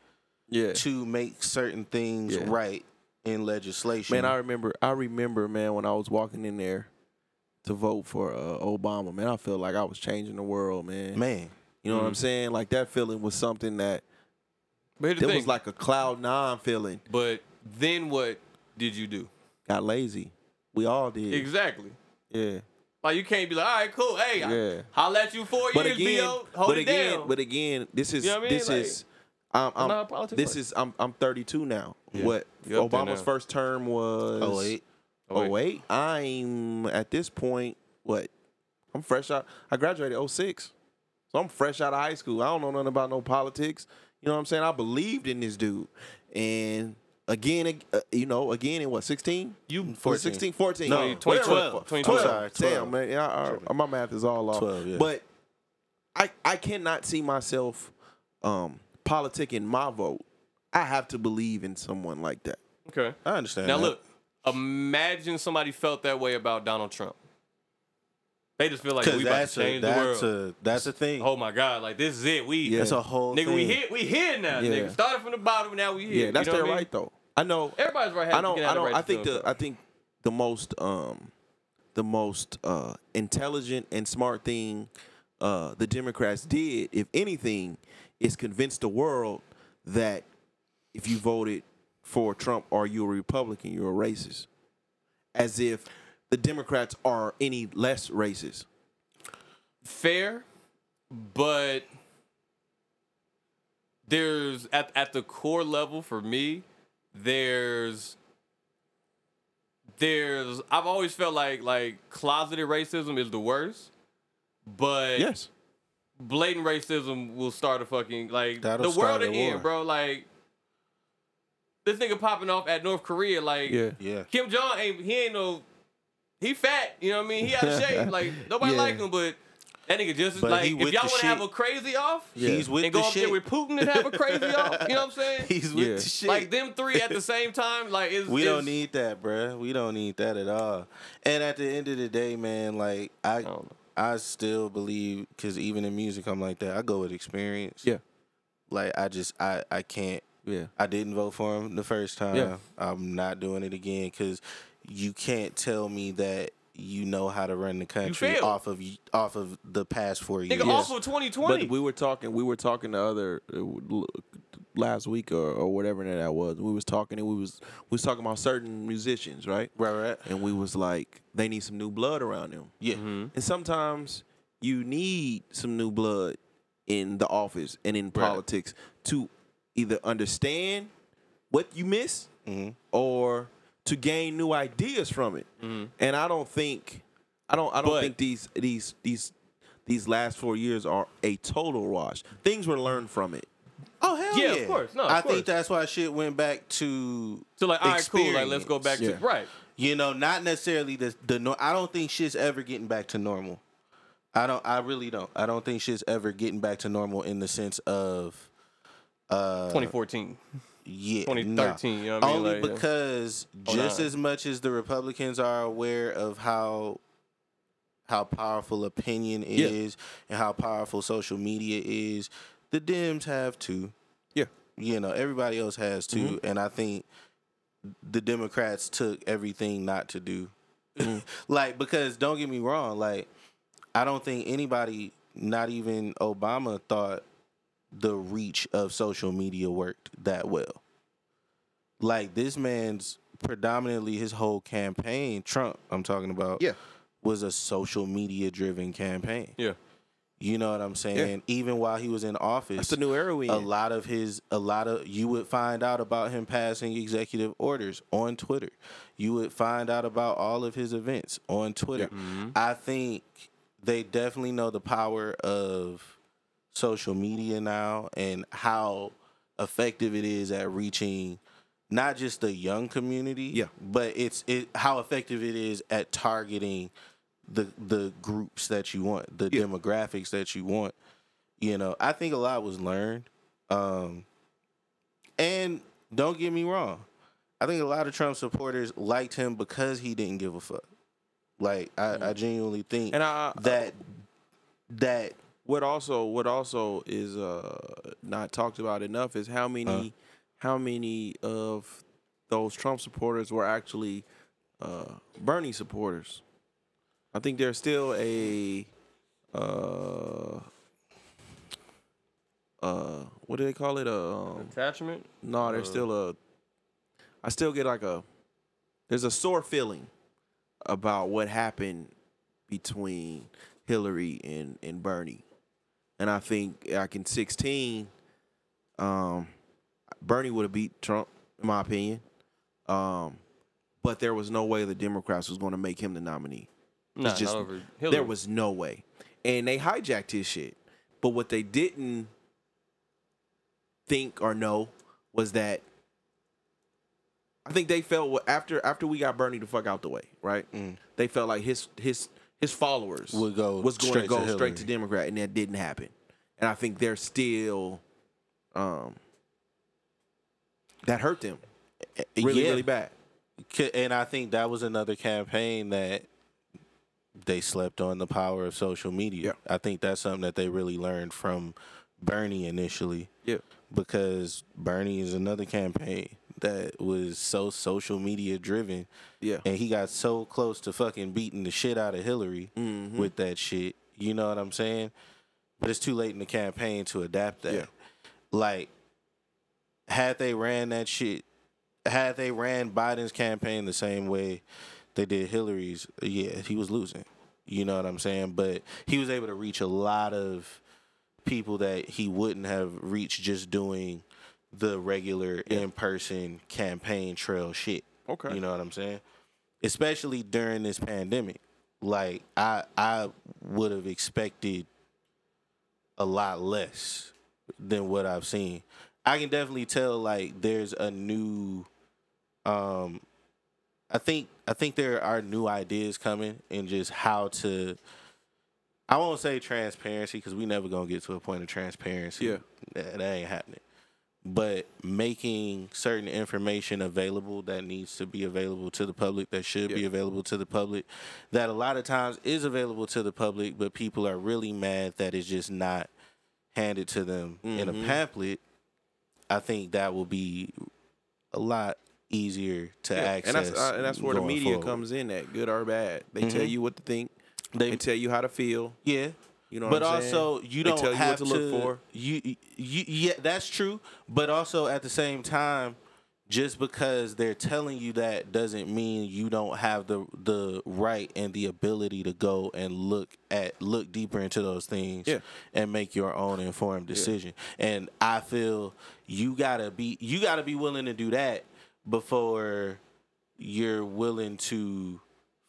[SPEAKER 3] Yeah.
[SPEAKER 1] to make certain things
[SPEAKER 3] Yeah.
[SPEAKER 1] right in legislation.
[SPEAKER 3] Man, I remember I remember, man, when I was walking in there to vote for uh, Obama, man, I felt like I was changing the world, man.
[SPEAKER 1] man.
[SPEAKER 3] You know what I'm saying? Like that feeling was something that
[SPEAKER 2] but here's
[SPEAKER 3] it
[SPEAKER 2] the
[SPEAKER 3] was
[SPEAKER 2] thing.
[SPEAKER 3] like a cloud nine feeling.
[SPEAKER 2] but then what did you do?
[SPEAKER 3] Got lazy. We all did.
[SPEAKER 2] Exactly.
[SPEAKER 3] yeah.
[SPEAKER 2] Like you can't be like, all right, cool. Hey, I,
[SPEAKER 3] Yeah.
[SPEAKER 2] holla at you four
[SPEAKER 3] But
[SPEAKER 2] years,
[SPEAKER 3] again,
[SPEAKER 2] B.O. Hold
[SPEAKER 3] but
[SPEAKER 2] it
[SPEAKER 3] again,
[SPEAKER 2] down.
[SPEAKER 3] but again, this is
[SPEAKER 2] You know what I mean?
[SPEAKER 3] this
[SPEAKER 2] Like,
[SPEAKER 3] is I'm, I'm
[SPEAKER 2] know how politics
[SPEAKER 3] this
[SPEAKER 2] work.
[SPEAKER 3] is I'm I'm 32 now.
[SPEAKER 2] Yeah.
[SPEAKER 3] What
[SPEAKER 2] You up there
[SPEAKER 3] Obama's
[SPEAKER 2] now.
[SPEAKER 3] first term was
[SPEAKER 1] Oh wait.
[SPEAKER 2] Oh,
[SPEAKER 3] Oh wait, I'm at this point, what? I'm fresh out. I graduated 06. So I'm fresh out of high school. I don't know nothing about no politics. You know what I'm saying? I believed in this dude. And again, ag- uh, you know, again in what, 16?
[SPEAKER 2] you
[SPEAKER 3] Was it 16, 14.
[SPEAKER 1] No,
[SPEAKER 3] Whatever.
[SPEAKER 2] 2012.
[SPEAKER 3] Whatever.
[SPEAKER 2] 2012.
[SPEAKER 1] I'm sorry,
[SPEAKER 3] Damn, man. Yeah, I- I- my math is all off.
[SPEAKER 1] 12, yeah.
[SPEAKER 3] But I, I cannot see myself um, politicking my vote. I have to believe in someone like that.
[SPEAKER 2] Okay.
[SPEAKER 1] I understand.
[SPEAKER 2] Now
[SPEAKER 1] that.
[SPEAKER 2] look, imagine somebody felt that way about Donald Trump. They just feel like
[SPEAKER 1] 'Cause
[SPEAKER 2] we about to
[SPEAKER 1] that's a
[SPEAKER 2] change the
[SPEAKER 1] that's
[SPEAKER 2] world.
[SPEAKER 1] a that's a thing.
[SPEAKER 2] oh my God! Like this is it. We
[SPEAKER 1] That's a whole
[SPEAKER 2] nigga.
[SPEAKER 1] Thing.
[SPEAKER 2] We hit. We here now.
[SPEAKER 3] Yeah.
[SPEAKER 2] Nigga. Started from the bottom. Now we here.
[SPEAKER 3] Yeah, that's
[SPEAKER 2] you know
[SPEAKER 3] their
[SPEAKER 2] what I mean?
[SPEAKER 3] right though. I know.
[SPEAKER 2] Everybody's right.
[SPEAKER 3] I don't. I don't. I think the.
[SPEAKER 2] the.
[SPEAKER 3] I think the most um, the most uh intelligent and smart thing uh the Democrats did, if anything, is convince the world that if you voted for Trump or you're a Republican, you're a racist. As if the Democrats are any less racist.
[SPEAKER 2] fair, but there's at at the core level for me, there's there's I've always felt like like closeted racism is the worst, but blatant racism will start a fucking like
[SPEAKER 1] That'll
[SPEAKER 2] the
[SPEAKER 1] start
[SPEAKER 2] world to
[SPEAKER 1] a war.
[SPEAKER 2] end, bro. Like this nigga popping off at North Korea, like
[SPEAKER 3] Yeah.
[SPEAKER 1] Yeah.
[SPEAKER 2] Kim Jong ain't he ain't no he fat, you know what I mean? He out
[SPEAKER 1] *laughs*
[SPEAKER 2] of shape. Like nobody
[SPEAKER 3] Yeah.
[SPEAKER 2] like him, but that nigga just
[SPEAKER 1] But
[SPEAKER 2] like
[SPEAKER 1] he
[SPEAKER 2] if
[SPEAKER 1] with
[SPEAKER 2] y'all
[SPEAKER 1] the
[SPEAKER 2] wanna
[SPEAKER 1] shit.
[SPEAKER 2] have a crazy off
[SPEAKER 1] He's with
[SPEAKER 2] and
[SPEAKER 1] the
[SPEAKER 2] go up
[SPEAKER 1] shit.
[SPEAKER 2] there with Putin and have a crazy off, you know what I'm saying?
[SPEAKER 1] *laughs* He's with
[SPEAKER 3] Yeah.
[SPEAKER 1] the shit.
[SPEAKER 2] Like them
[SPEAKER 1] *laughs*
[SPEAKER 2] three at the same time, like it's
[SPEAKER 1] we
[SPEAKER 2] it's-
[SPEAKER 1] don't need that, bruh. We don't need that at all. And at the end of the day, man, like I,
[SPEAKER 3] Oh.
[SPEAKER 2] don't know.
[SPEAKER 1] I, still believe because even in music, I'm like that. I go with experience.
[SPEAKER 3] Yeah.
[SPEAKER 1] Like I just, I, I can't.
[SPEAKER 3] Yeah.
[SPEAKER 1] I didn't vote for him the first time.
[SPEAKER 3] Yeah.
[SPEAKER 1] I'm not doing it again because you can't tell me that you know how to run the country
[SPEAKER 2] failed.
[SPEAKER 1] off of y- off of the past four years.
[SPEAKER 2] Nigga also 2020.
[SPEAKER 3] But we were talking. We were talking the other uh, l- last week or, or whatever that was. We was talking and we was we was talking about certain musicians, right?
[SPEAKER 1] Right, right.
[SPEAKER 3] And we was like, they need some new blood around them.
[SPEAKER 1] Yeah.
[SPEAKER 3] And sometimes you need some new blood in the office and in politics to either understand what you miss or to gain new ideas from it. And I don't think I don't I don't
[SPEAKER 2] But-
[SPEAKER 3] think these these these these last four years are a total wash. Things were learned from it.
[SPEAKER 1] Oh hell
[SPEAKER 2] Yeah, of course. No, of
[SPEAKER 1] I
[SPEAKER 2] course.
[SPEAKER 1] think that's why shit went back to
[SPEAKER 2] so like all right, cool, like let's go
[SPEAKER 1] experience.
[SPEAKER 2] back
[SPEAKER 3] Yeah.
[SPEAKER 2] to right.
[SPEAKER 1] You know, not necessarily the the. nor- I don't think shit's ever getting back to normal. I don't. I really don't. I don't think shit's ever getting back to normal in the sense of, uh,
[SPEAKER 2] 2014.
[SPEAKER 1] yeah,
[SPEAKER 2] 2013,
[SPEAKER 1] nah.
[SPEAKER 2] you know what I mean?
[SPEAKER 1] Only
[SPEAKER 2] Like, oh, yeah.
[SPEAKER 1] because just as much as the Republicans are aware of how how powerful opinion
[SPEAKER 3] Yeah.
[SPEAKER 1] is and how powerful social media is, the Dems have too
[SPEAKER 3] Yeah.
[SPEAKER 1] you know everybody else has too
[SPEAKER 2] Mm-hmm.
[SPEAKER 1] and i think the democrats took everything not to do
[SPEAKER 2] Mm-hmm.
[SPEAKER 1] *laughs* like because don't get me wrong like i don't think anybody not even obama thought the reach of social media worked that well like this man's predominantly his whole campaign trump i'm talking about
[SPEAKER 3] Yeah.
[SPEAKER 1] was a social media driven campaign
[SPEAKER 2] Yeah.
[SPEAKER 1] you know what i'm saying even while he was in office
[SPEAKER 3] That's the new era we
[SPEAKER 1] a
[SPEAKER 3] in.
[SPEAKER 1] lot of his a lot of you would find out about him passing executive orders on Twitter. You would find out about all of his events on Twitter.
[SPEAKER 2] Mm-hmm.
[SPEAKER 1] I think they definitely know the power of social media now and how effective it is at reaching not just the young community,
[SPEAKER 3] Yeah.
[SPEAKER 1] but it's it how effective it is at targeting the the groups that you want, the
[SPEAKER 3] Yeah.
[SPEAKER 1] demographics that you want. You know, I think a lot was learned. Um and don't get me wrong. I think a lot of Trump supporters liked him because he didn't give a fuck. Like I, I genuinely think
[SPEAKER 3] Mm-hmm. And I
[SPEAKER 1] that that
[SPEAKER 3] what also what also is uh not talked about enough is how many how many of those Trump supporters were actually uh Bernie supporters. I think there's still a uh uh what do they call it? Uh, um,
[SPEAKER 2] Attachment.
[SPEAKER 3] no, there's still a I still get like a there's a sore feeling about what happened between Hillary and, and Bernie. And I think like in 16, um, Bernie would have beat Trump, in my opinion. Um, but there was no way the Democrats was going to make him the nominee.
[SPEAKER 2] Nah,
[SPEAKER 3] just-
[SPEAKER 2] not over Hillary.
[SPEAKER 3] There was no way. And they hijacked his shit. But what they didn't think or know was that I think they felt what- after after we got Bernie the fuck out the way, right?
[SPEAKER 1] Mm.
[SPEAKER 3] They felt like his his his followers
[SPEAKER 1] Would go
[SPEAKER 3] was going to
[SPEAKER 1] straight to
[SPEAKER 3] go straight to
[SPEAKER 1] Hillary.
[SPEAKER 3] Democrat, and that didn't happen. And I think they're still um that hurt them really,
[SPEAKER 1] Uh, Yeah.
[SPEAKER 3] really bad.
[SPEAKER 1] Ca- and I think that was another campaign that they slept on the power of social media. I think that's something that they really learned from Bernie initially.
[SPEAKER 3] Yeah.
[SPEAKER 1] Because Bernie is another campaign that was so social media driven.
[SPEAKER 3] Yeah.
[SPEAKER 1] And he got so close to fucking beating the shit out of Hillary
[SPEAKER 3] Mm-hmm.
[SPEAKER 1] with that shit. You know what I'm saying? But it's too late in the campaign to adapt that.
[SPEAKER 3] Yeah.
[SPEAKER 1] Like, had they ran that shit, had they ran Biden's campaign the same way they did Hillary's, yeah, he was losing. You know what I'm saying? But he was able to reach a lot of people that he wouldn't have reached just doing the regular in person campaign trail shit.
[SPEAKER 3] Okay.
[SPEAKER 1] You know what I'm saying? Especially during this pandemic. Like I I would have expected a lot less than what I've seen. I can definitely tell like there's a new um I think I think there are new ideas coming and just how to I won't say transparency because we never gonna get to a point of transparency.
[SPEAKER 3] Yeah.
[SPEAKER 1] That, that ain't happening. But making certain information available that needs to be available to the public, that should be
[SPEAKER 3] Yeah.
[SPEAKER 1] available to the public, that a lot of times is available to the public, but people are really mad that it's just not handed to them in a
[SPEAKER 3] Mm-hmm.
[SPEAKER 1] pamphlet. I think that will be a lot easier to
[SPEAKER 3] Yeah,
[SPEAKER 1] access.
[SPEAKER 3] And that's, uh, and that's where the
[SPEAKER 1] going
[SPEAKER 3] media
[SPEAKER 1] forward. Mm-hmm.
[SPEAKER 3] comes in at, good or bad. They tell you what to think. They,
[SPEAKER 1] They-
[SPEAKER 3] tell you how to feel.
[SPEAKER 1] Yeah.
[SPEAKER 3] You know
[SPEAKER 1] but
[SPEAKER 3] what I'm saying?
[SPEAKER 1] also you
[SPEAKER 3] They
[SPEAKER 1] don't
[SPEAKER 3] tell you what
[SPEAKER 1] have
[SPEAKER 3] to look for.
[SPEAKER 1] You, you, you yeah, that's true. But also at the same time, just because they're telling you that doesn't mean you don't have the the right and the ability to go and look at look deeper into those things
[SPEAKER 3] Yeah.
[SPEAKER 1] and make your own informed decision. And I feel you gotta be you gotta be willing to do that before you're willing to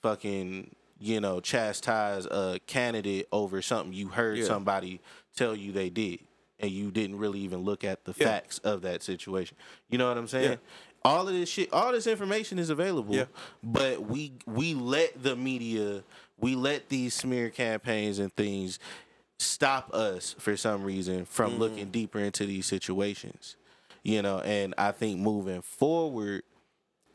[SPEAKER 1] fucking you know chastise a candidate over something you heard
[SPEAKER 3] Yeah.
[SPEAKER 1] somebody tell you they did and you didn't really even look at the
[SPEAKER 3] Yeah.
[SPEAKER 1] facts of that situation you know what i'm saying
[SPEAKER 3] Yeah.
[SPEAKER 1] all of this shit all this information is available
[SPEAKER 3] Yeah.
[SPEAKER 1] but we we let the media we let these smear campaigns and things stop us for some reason from
[SPEAKER 3] Mm.
[SPEAKER 1] looking deeper into these situations you know and i think moving forward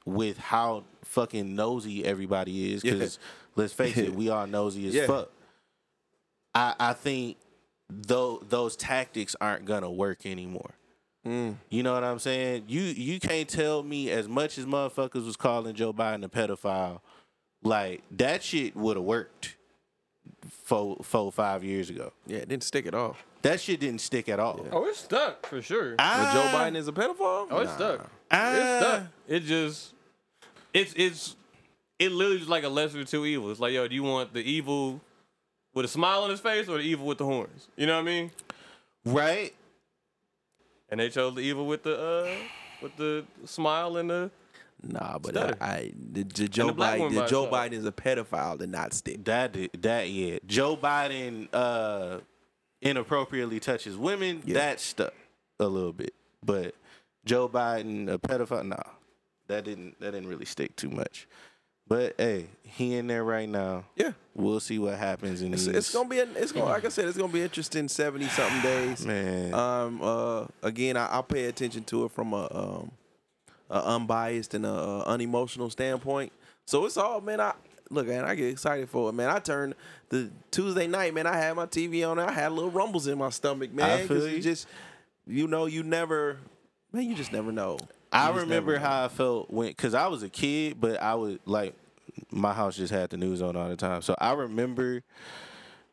[SPEAKER 1] with how fucking nosy everybody is. Because let's face
[SPEAKER 3] *laughs*
[SPEAKER 1] it, we are nosy as
[SPEAKER 3] Yeah.
[SPEAKER 1] fuck. I I think though those tactics aren't gonna work anymore.
[SPEAKER 3] Mm.
[SPEAKER 1] You know what I'm saying? You you can't tell me as much as motherfuckers was calling Joe Biden a pedophile, like that shit would have worked four four five years ago.
[SPEAKER 3] yeah, it didn't stick at all.
[SPEAKER 1] That shit didn't stick at all.
[SPEAKER 2] Oh, it's stuck for sure.
[SPEAKER 3] But
[SPEAKER 1] I,
[SPEAKER 3] Joe Biden is a pedophile.
[SPEAKER 2] Ah. oh, it's
[SPEAKER 3] Nah.
[SPEAKER 2] stuck.
[SPEAKER 1] I-
[SPEAKER 2] it's stuck. It just, it's it's, it literally just like a lesser of two evils. It's like, yo, do you want the evil with a smile on his face or the evil with the horns? You know what I mean?
[SPEAKER 1] right?
[SPEAKER 2] And they chose the evil with the uh, with the smile and the.
[SPEAKER 3] Nah, but
[SPEAKER 2] Stutter.
[SPEAKER 3] I, I the, the Joe
[SPEAKER 2] the black
[SPEAKER 3] Biden,
[SPEAKER 2] one
[SPEAKER 3] the
[SPEAKER 2] by
[SPEAKER 3] Joe
[SPEAKER 2] itself.
[SPEAKER 3] Biden is a pedophile. Did not stick.
[SPEAKER 1] That did- that yeah. Joe Biden uh inappropriately touches women.
[SPEAKER 3] Yeah.
[SPEAKER 1] That stuck a little bit, but Joe Biden a pedophile. Nah, that didn't that didn't really stick too much. But hey, he in there right now.
[SPEAKER 3] Yeah.
[SPEAKER 1] We'll see what happens in
[SPEAKER 3] It's,
[SPEAKER 1] these.
[SPEAKER 3] it's gonna be an- it's gonna like I said it's gonna be interesting seventy something
[SPEAKER 1] *sighs*
[SPEAKER 3] days.
[SPEAKER 1] Man.
[SPEAKER 3] um, uh, again I, I'll pay attention to it from a um, a unbiased and a, uh unemotional standpoint. So it's all man. I look man, I get excited for it, man. I turned the Tuesday night, man. I had my TV on. I had little rumbles in my stomach, man.
[SPEAKER 1] feel
[SPEAKER 3] Because you
[SPEAKER 1] you.
[SPEAKER 3] just you know you never man you just never know.
[SPEAKER 1] I
[SPEAKER 3] You just
[SPEAKER 1] remember
[SPEAKER 3] never know.
[SPEAKER 1] how I felt when, because I was a kid, but I would like my house just had the news on all the time. So I remember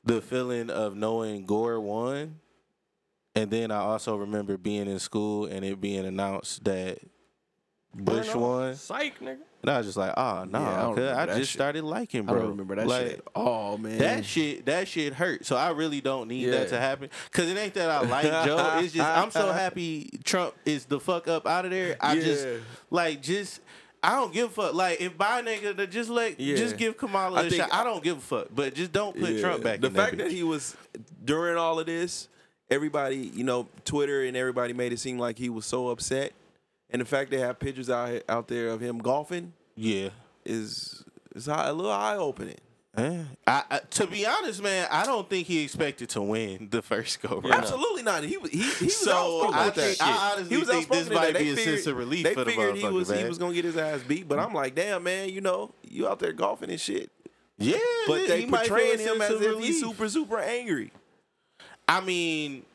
[SPEAKER 1] the feeling of knowing Gore won, and then I also remember being in school and it being announced that Bush won.
[SPEAKER 2] Psych, nigga.
[SPEAKER 1] And I was just like, oh no,
[SPEAKER 3] Yeah, I don't
[SPEAKER 1] I,
[SPEAKER 3] remember that
[SPEAKER 1] just
[SPEAKER 3] shit.
[SPEAKER 1] started liking,
[SPEAKER 3] I
[SPEAKER 1] bro.
[SPEAKER 3] don't remember that
[SPEAKER 1] Like,
[SPEAKER 3] shit at all, man.
[SPEAKER 1] That shit, that shit hurt. So I really don't need
[SPEAKER 3] Yeah.
[SPEAKER 1] that to happen. Cause it ain't
[SPEAKER 3] *laughs*
[SPEAKER 1] that I like Joe. It's just I'm so happy Trump is the fuck up out of there. I just
[SPEAKER 3] Yeah.
[SPEAKER 1] like just I don't give a fuck. Like if Biden ain't gonna just let
[SPEAKER 3] Yeah.
[SPEAKER 1] just give Kamala
[SPEAKER 3] I
[SPEAKER 1] a
[SPEAKER 3] think-
[SPEAKER 1] shot. I don't give a fuck. But just don't put
[SPEAKER 3] Yeah.
[SPEAKER 1] Trump back.
[SPEAKER 3] The
[SPEAKER 1] in
[SPEAKER 3] fact
[SPEAKER 1] that,
[SPEAKER 3] that
[SPEAKER 1] bitch.
[SPEAKER 3] he was during all of this, everybody, you know, Twitter and everybody made it seem like he was so upset, and the fact they have pictures out out there of him golfing
[SPEAKER 1] yeah,
[SPEAKER 3] is is a little eye opening.
[SPEAKER 1] Eh, I, I, to be honest, man, I don't think he expected to win the first go round.
[SPEAKER 3] Absolutely not. He was he, he was
[SPEAKER 1] So
[SPEAKER 3] outspoken
[SPEAKER 1] I,
[SPEAKER 3] with that.
[SPEAKER 1] think, I honestly
[SPEAKER 3] he was
[SPEAKER 1] think
[SPEAKER 3] outspoken
[SPEAKER 1] this
[SPEAKER 3] in that.
[SPEAKER 1] might
[SPEAKER 3] They
[SPEAKER 1] be a
[SPEAKER 3] figured-
[SPEAKER 1] sense of relief
[SPEAKER 3] They
[SPEAKER 1] for the
[SPEAKER 3] figured
[SPEAKER 1] motherfucker,
[SPEAKER 3] he was
[SPEAKER 1] man.
[SPEAKER 3] he was gonna get his ass beat, but I'm like, damn man, you know, you out there golfing and shit.
[SPEAKER 1] yeah,
[SPEAKER 3] But they
[SPEAKER 1] he might feel a
[SPEAKER 3] portraying him
[SPEAKER 1] sense
[SPEAKER 3] as
[SPEAKER 1] of
[SPEAKER 3] if he's
[SPEAKER 1] relief.
[SPEAKER 3] super super angry.
[SPEAKER 1] I mean,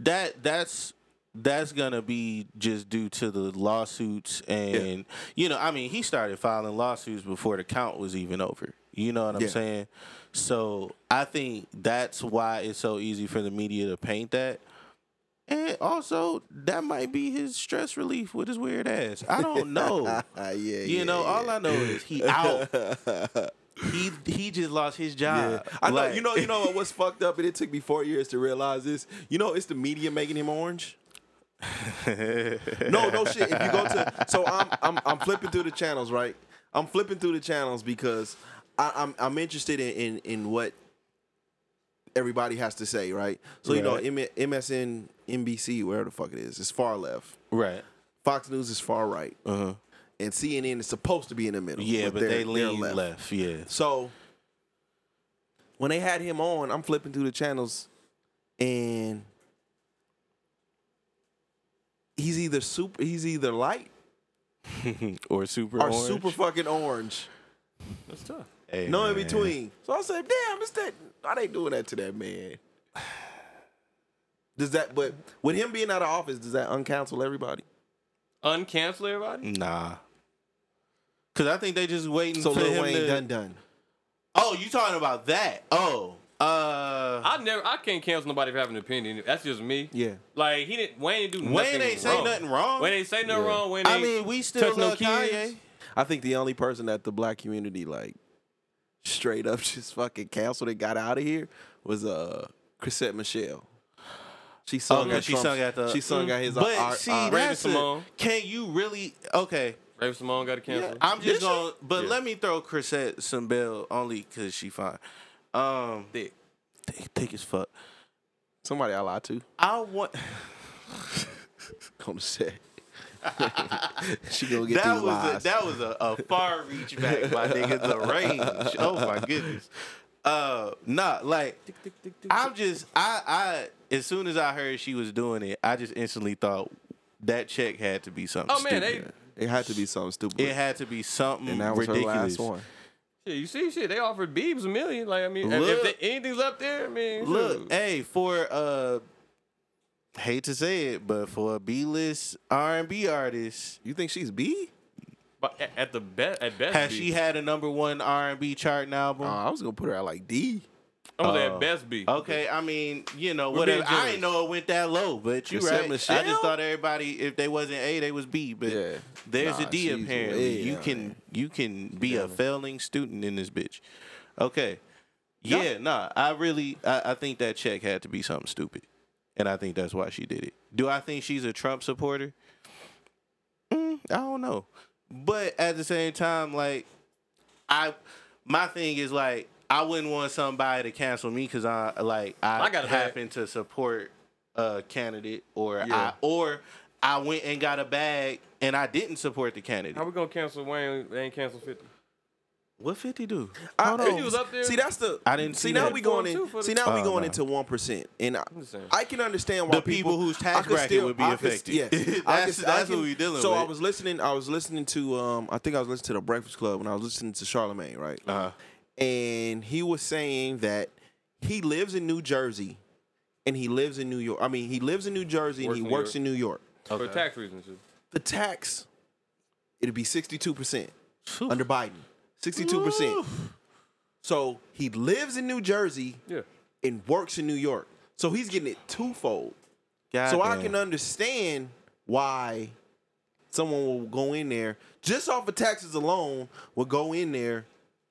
[SPEAKER 1] that that's that's gonna be just due to the lawsuits and you know, I mean, he started filing lawsuits before the count was even over. You know what I'm
[SPEAKER 3] Yeah.
[SPEAKER 1] saying? So I think that's why it's so easy for the media to paint that. And also, that might be his stress relief with his weird ass. I
[SPEAKER 3] *laughs*
[SPEAKER 1] don't
[SPEAKER 3] Oh.
[SPEAKER 1] *laughs* know.
[SPEAKER 3] yeah,
[SPEAKER 1] you know, all I know is
[SPEAKER 3] *laughs*
[SPEAKER 1] he out. he he just lost his job.
[SPEAKER 3] I know.
[SPEAKER 1] Like-
[SPEAKER 3] you know. You
[SPEAKER 1] *laughs*
[SPEAKER 3] know what's fucked up, and it took me four years to realize this. You know, it's the media making him orange. *laughs* no, no shit. If you go to, so I'm, I'm, I'm flipping through the channels, right? I'm flipping through the channels because I, I'm, I'm interested in, in, in what everybody has to say, right? So you know,
[SPEAKER 1] Right.
[SPEAKER 3] M- MSN, NBC, wherever the fuck it is, it's far left.
[SPEAKER 1] *laughs* Right.
[SPEAKER 3] Fox News is far right,
[SPEAKER 1] Uh-huh.
[SPEAKER 3] and CNN is supposed to be in the middle.
[SPEAKER 1] Yeah,
[SPEAKER 3] with
[SPEAKER 1] but
[SPEAKER 3] their-
[SPEAKER 1] they
[SPEAKER 3] their
[SPEAKER 1] lean left. Yeah.
[SPEAKER 3] So when they had him on, I'm flipping through the channels and he's either super he's either light
[SPEAKER 1] or super
[SPEAKER 3] *laughs* or
[SPEAKER 1] orange.
[SPEAKER 3] super fucking orange.
[SPEAKER 2] That's tough.
[SPEAKER 1] Hey,
[SPEAKER 3] No in
[SPEAKER 1] man.
[SPEAKER 3] between. So I said, damn, it's that why they doing that to that man? Does that but with him being out of office, does that uncancel everybody?
[SPEAKER 2] Uncancel everybody.
[SPEAKER 1] Nah. Cause I think they just waiting
[SPEAKER 3] So
[SPEAKER 1] for
[SPEAKER 3] Lil
[SPEAKER 1] him
[SPEAKER 3] Wayne
[SPEAKER 1] to.
[SPEAKER 3] done done.
[SPEAKER 1] Oh, you talking about that? Oh, uh,
[SPEAKER 2] I never. I can't cancel nobody for having an opinion. That's just me.
[SPEAKER 3] Yeah.
[SPEAKER 2] Like he didn't. Wayne didn't do
[SPEAKER 1] Wayne
[SPEAKER 2] nothing
[SPEAKER 1] ain't say
[SPEAKER 2] wrong.
[SPEAKER 1] nothing wrong.
[SPEAKER 2] Wayne ain't say nothing wrong. Wayne.
[SPEAKER 1] I
[SPEAKER 2] ain't
[SPEAKER 1] mean, we still
[SPEAKER 2] touch no
[SPEAKER 1] love
[SPEAKER 2] kids.
[SPEAKER 1] Kanye.
[SPEAKER 3] I think the only person that the black community like straight up *laughs* just fucking canceled and got out of here was uh Chrisette Michelle. She sung
[SPEAKER 1] Okay,
[SPEAKER 3] at
[SPEAKER 1] she
[SPEAKER 3] Trump's-
[SPEAKER 1] sung at the. Mm,
[SPEAKER 3] she sung at his uh,
[SPEAKER 1] But
[SPEAKER 3] our-
[SPEAKER 1] see,
[SPEAKER 3] our-
[SPEAKER 2] Raven
[SPEAKER 1] that's a,
[SPEAKER 2] Simone.
[SPEAKER 1] Can you really? Okay,
[SPEAKER 2] Raven Simone got to cancel.
[SPEAKER 1] I'm
[SPEAKER 3] Did
[SPEAKER 1] just
[SPEAKER 3] she?
[SPEAKER 1] gonna. But
[SPEAKER 2] Yeah.
[SPEAKER 1] let me throw Chrisette some bell only cause she fine. Um,
[SPEAKER 2] Thick.
[SPEAKER 1] thick, thick as fuck.
[SPEAKER 3] somebody I lied to *laughs*
[SPEAKER 1] I want.
[SPEAKER 3] on the set. *laughs* she gonna get
[SPEAKER 1] that
[SPEAKER 3] these
[SPEAKER 1] was
[SPEAKER 3] lies.
[SPEAKER 1] A, that was a, a far reach back, my nigga. The range. Oh my goodness. Uh, nah, like I'm just I I as soon as I heard she was doing it, I just instantly thought that check had to be something.
[SPEAKER 2] Oh man,
[SPEAKER 1] stupid.
[SPEAKER 3] it had to be something stupid.
[SPEAKER 1] it had to be something
[SPEAKER 3] and that was
[SPEAKER 1] ridiculous.
[SPEAKER 3] her last one.
[SPEAKER 2] they. Shit, you see, shit. They offered Biebs a million. Like I mean, if,
[SPEAKER 1] Look.
[SPEAKER 2] if they, anything's up there, I mean,
[SPEAKER 1] Look,
[SPEAKER 2] shoot.
[SPEAKER 1] hey, for uh, hate to say it, but for a B-list R&B artist,
[SPEAKER 3] You think she's B?
[SPEAKER 2] But at, at the best, at best,
[SPEAKER 1] has
[SPEAKER 2] B.
[SPEAKER 1] she had a number one R&B charting album?
[SPEAKER 3] Oh, I was gonna put her at like D.
[SPEAKER 2] I'm gonna say
[SPEAKER 1] Oh.
[SPEAKER 2] at best B.
[SPEAKER 1] Okay, I mean, you know,
[SPEAKER 2] We're
[SPEAKER 1] whatever.
[SPEAKER 2] being
[SPEAKER 1] I
[SPEAKER 2] generous.
[SPEAKER 1] didn't know it went that low, but you
[SPEAKER 3] Except
[SPEAKER 1] right. I
[SPEAKER 3] Michelle?
[SPEAKER 1] just thought everybody, if they wasn't A, they was B. But
[SPEAKER 3] Yeah.
[SPEAKER 1] there's
[SPEAKER 3] Nah,
[SPEAKER 1] a D
[SPEAKER 3] she's
[SPEAKER 1] apparently.
[SPEAKER 3] way
[SPEAKER 1] you
[SPEAKER 3] down
[SPEAKER 1] can you can be a failing student in this bitch. Okay, yeah, nah. I really, I, I think that check had to be something stupid, and I think that's why she did it. Do I think she's a Trump supporter? Mm, I don't know, but at the same time, like I my thing is like I wouldn't want somebody to cancel me because I like I,
[SPEAKER 2] I got a bag.
[SPEAKER 1] happen to support a candidate or
[SPEAKER 3] Yeah.
[SPEAKER 1] I or I went and got a bag and I didn't support the
[SPEAKER 2] How
[SPEAKER 1] candidate.
[SPEAKER 2] we gonna cancel Wayne? They ain't cancel Fifty.
[SPEAKER 1] What fifty do?
[SPEAKER 3] I-
[SPEAKER 1] Hold
[SPEAKER 2] If
[SPEAKER 1] on.
[SPEAKER 2] you was up there-
[SPEAKER 3] See, that's the.
[SPEAKER 1] I didn't
[SPEAKER 3] see
[SPEAKER 1] see
[SPEAKER 3] now
[SPEAKER 1] that.
[SPEAKER 3] we going in.
[SPEAKER 2] Four and two for
[SPEAKER 3] see
[SPEAKER 2] the-
[SPEAKER 3] now we
[SPEAKER 1] Oh,
[SPEAKER 3] going
[SPEAKER 1] no.
[SPEAKER 3] into one percent, and I,
[SPEAKER 2] just saying.
[SPEAKER 3] I can understand why
[SPEAKER 1] The people whose tax
[SPEAKER 3] I could
[SPEAKER 1] bracket
[SPEAKER 3] still-
[SPEAKER 1] would be
[SPEAKER 3] I could s-
[SPEAKER 1] affected.
[SPEAKER 3] yeah, I
[SPEAKER 1] *laughs* That's-
[SPEAKER 3] could- I
[SPEAKER 1] that's
[SPEAKER 3] can-
[SPEAKER 1] what we dealing
[SPEAKER 3] So I
[SPEAKER 1] with.
[SPEAKER 3] was listening. I was listening to. Um, I think I was listening to the Breakfast Club, when I was listening to Charlemagne, right?
[SPEAKER 1] Uh,
[SPEAKER 3] And he was saying that he lives in New Jersey, and he lives in New York. I mean, he lives in New Jersey and
[SPEAKER 2] Works
[SPEAKER 3] he
[SPEAKER 2] in New
[SPEAKER 3] works
[SPEAKER 2] York.
[SPEAKER 3] in New York.
[SPEAKER 2] For tax reasons. shit.
[SPEAKER 3] The tax, it'd be sixty-two percent under Biden. Sixty-two percent. So he lives in New Jersey
[SPEAKER 2] Yeah.
[SPEAKER 3] and works in New York. So he's getting it twofold. so I can understand why someone will go in there just off of taxes alone will go in there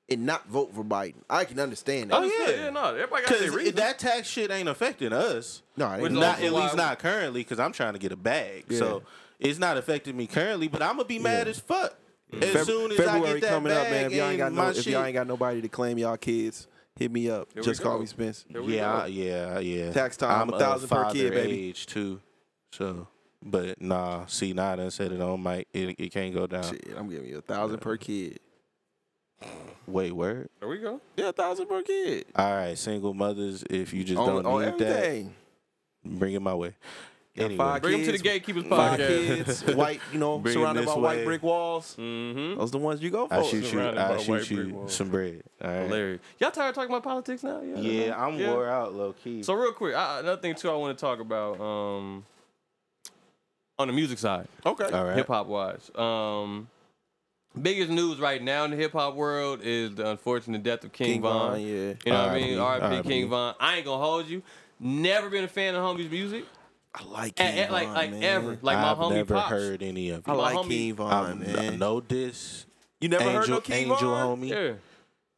[SPEAKER 3] and not vote for Biden. I can understand that.
[SPEAKER 1] Oh, yeah.
[SPEAKER 2] yeah, no. Everybody got their
[SPEAKER 1] because
[SPEAKER 2] reasons.
[SPEAKER 1] that tax shit ain't affecting us.
[SPEAKER 3] No, it
[SPEAKER 2] Which is
[SPEAKER 3] ain't.
[SPEAKER 1] not
[SPEAKER 2] also
[SPEAKER 1] at
[SPEAKER 2] why
[SPEAKER 1] least
[SPEAKER 2] we-
[SPEAKER 1] not currently because I'm trying to get a bag. So it's not affecting me currently, but I'm gonna be mad as fuck as
[SPEAKER 3] Mm. Feb-
[SPEAKER 1] soon as I
[SPEAKER 3] February
[SPEAKER 1] get that
[SPEAKER 3] coming
[SPEAKER 1] bag
[SPEAKER 3] up, man. If y'all ain't got
[SPEAKER 1] and
[SPEAKER 3] no,
[SPEAKER 1] my
[SPEAKER 3] if
[SPEAKER 1] shit.
[SPEAKER 3] y'all ain't got nobody to claim y'all kids, hit me up.
[SPEAKER 2] Here we
[SPEAKER 3] just call
[SPEAKER 2] go.
[SPEAKER 3] me Spence.
[SPEAKER 2] There we
[SPEAKER 1] yeah,
[SPEAKER 2] go.
[SPEAKER 1] I- yeah, yeah.
[SPEAKER 3] Tax time,
[SPEAKER 1] I'm
[SPEAKER 3] a thousand per
[SPEAKER 1] father
[SPEAKER 3] kid, baby.
[SPEAKER 1] Age too. So, but nah, see, nah, I done said it on mic. It, it can't go down.
[SPEAKER 3] Shit, I'm giving you a thousand per kid.
[SPEAKER 1] Wait, word.
[SPEAKER 2] There we go.
[SPEAKER 3] Yeah, a thousand per kid.
[SPEAKER 1] All right, single mothers. If you just
[SPEAKER 3] On,
[SPEAKER 1] don't
[SPEAKER 3] on
[SPEAKER 1] need
[SPEAKER 3] everything.
[SPEAKER 1] that, bring it my way.
[SPEAKER 3] Got
[SPEAKER 1] Anyway,
[SPEAKER 3] five
[SPEAKER 2] Bring 'em to the
[SPEAKER 3] kids,
[SPEAKER 2] Gatekeepers
[SPEAKER 3] Five
[SPEAKER 2] podcast.
[SPEAKER 3] kids, white, you
[SPEAKER 1] *laughs*
[SPEAKER 3] know,
[SPEAKER 1] Bring 'em
[SPEAKER 3] surrounded by
[SPEAKER 1] this
[SPEAKER 3] white
[SPEAKER 1] way.
[SPEAKER 3] brick walls.
[SPEAKER 2] Mm-hmm.
[SPEAKER 3] Those the ones you go for.
[SPEAKER 1] I shoot you.
[SPEAKER 2] Surrounded
[SPEAKER 1] I
[SPEAKER 2] by white
[SPEAKER 1] shoot
[SPEAKER 2] brick
[SPEAKER 1] you
[SPEAKER 2] walls.
[SPEAKER 1] some bread. All right.
[SPEAKER 2] Larry, y'all tired of talking about politics now? Yeah,
[SPEAKER 1] Yeah, I'm
[SPEAKER 2] Yeah.
[SPEAKER 1] wore out, low key.
[SPEAKER 2] So real quick, I, another thing too, I want to talk about um, on the music side,
[SPEAKER 3] Okay.
[SPEAKER 1] All right.
[SPEAKER 2] hip hop wise. Um, biggest news right now in the hip hop world is the unfortunate death of King,
[SPEAKER 3] King
[SPEAKER 2] Von.
[SPEAKER 3] Von, yeah.
[SPEAKER 2] You know what I mean?
[SPEAKER 1] R.I.P.,
[SPEAKER 2] R.I.P. King
[SPEAKER 1] R.I.P..
[SPEAKER 2] Von. I ain't gonna hold you. Never been a fan of homie's music,
[SPEAKER 3] I like
[SPEAKER 2] A-
[SPEAKER 3] King
[SPEAKER 2] a- like
[SPEAKER 3] Von,
[SPEAKER 2] like
[SPEAKER 3] man.
[SPEAKER 2] ever. Like my
[SPEAKER 1] I've
[SPEAKER 2] homie
[SPEAKER 1] never
[SPEAKER 2] Pops.
[SPEAKER 1] heard any of it.
[SPEAKER 3] I
[SPEAKER 2] my
[SPEAKER 3] like
[SPEAKER 2] homie-
[SPEAKER 3] King
[SPEAKER 1] I'm
[SPEAKER 3] Von,
[SPEAKER 1] n-
[SPEAKER 3] man.
[SPEAKER 1] no diss.
[SPEAKER 3] you never
[SPEAKER 1] angel,
[SPEAKER 3] heard no King
[SPEAKER 1] angel
[SPEAKER 3] Von?
[SPEAKER 1] homie.
[SPEAKER 2] Yeah.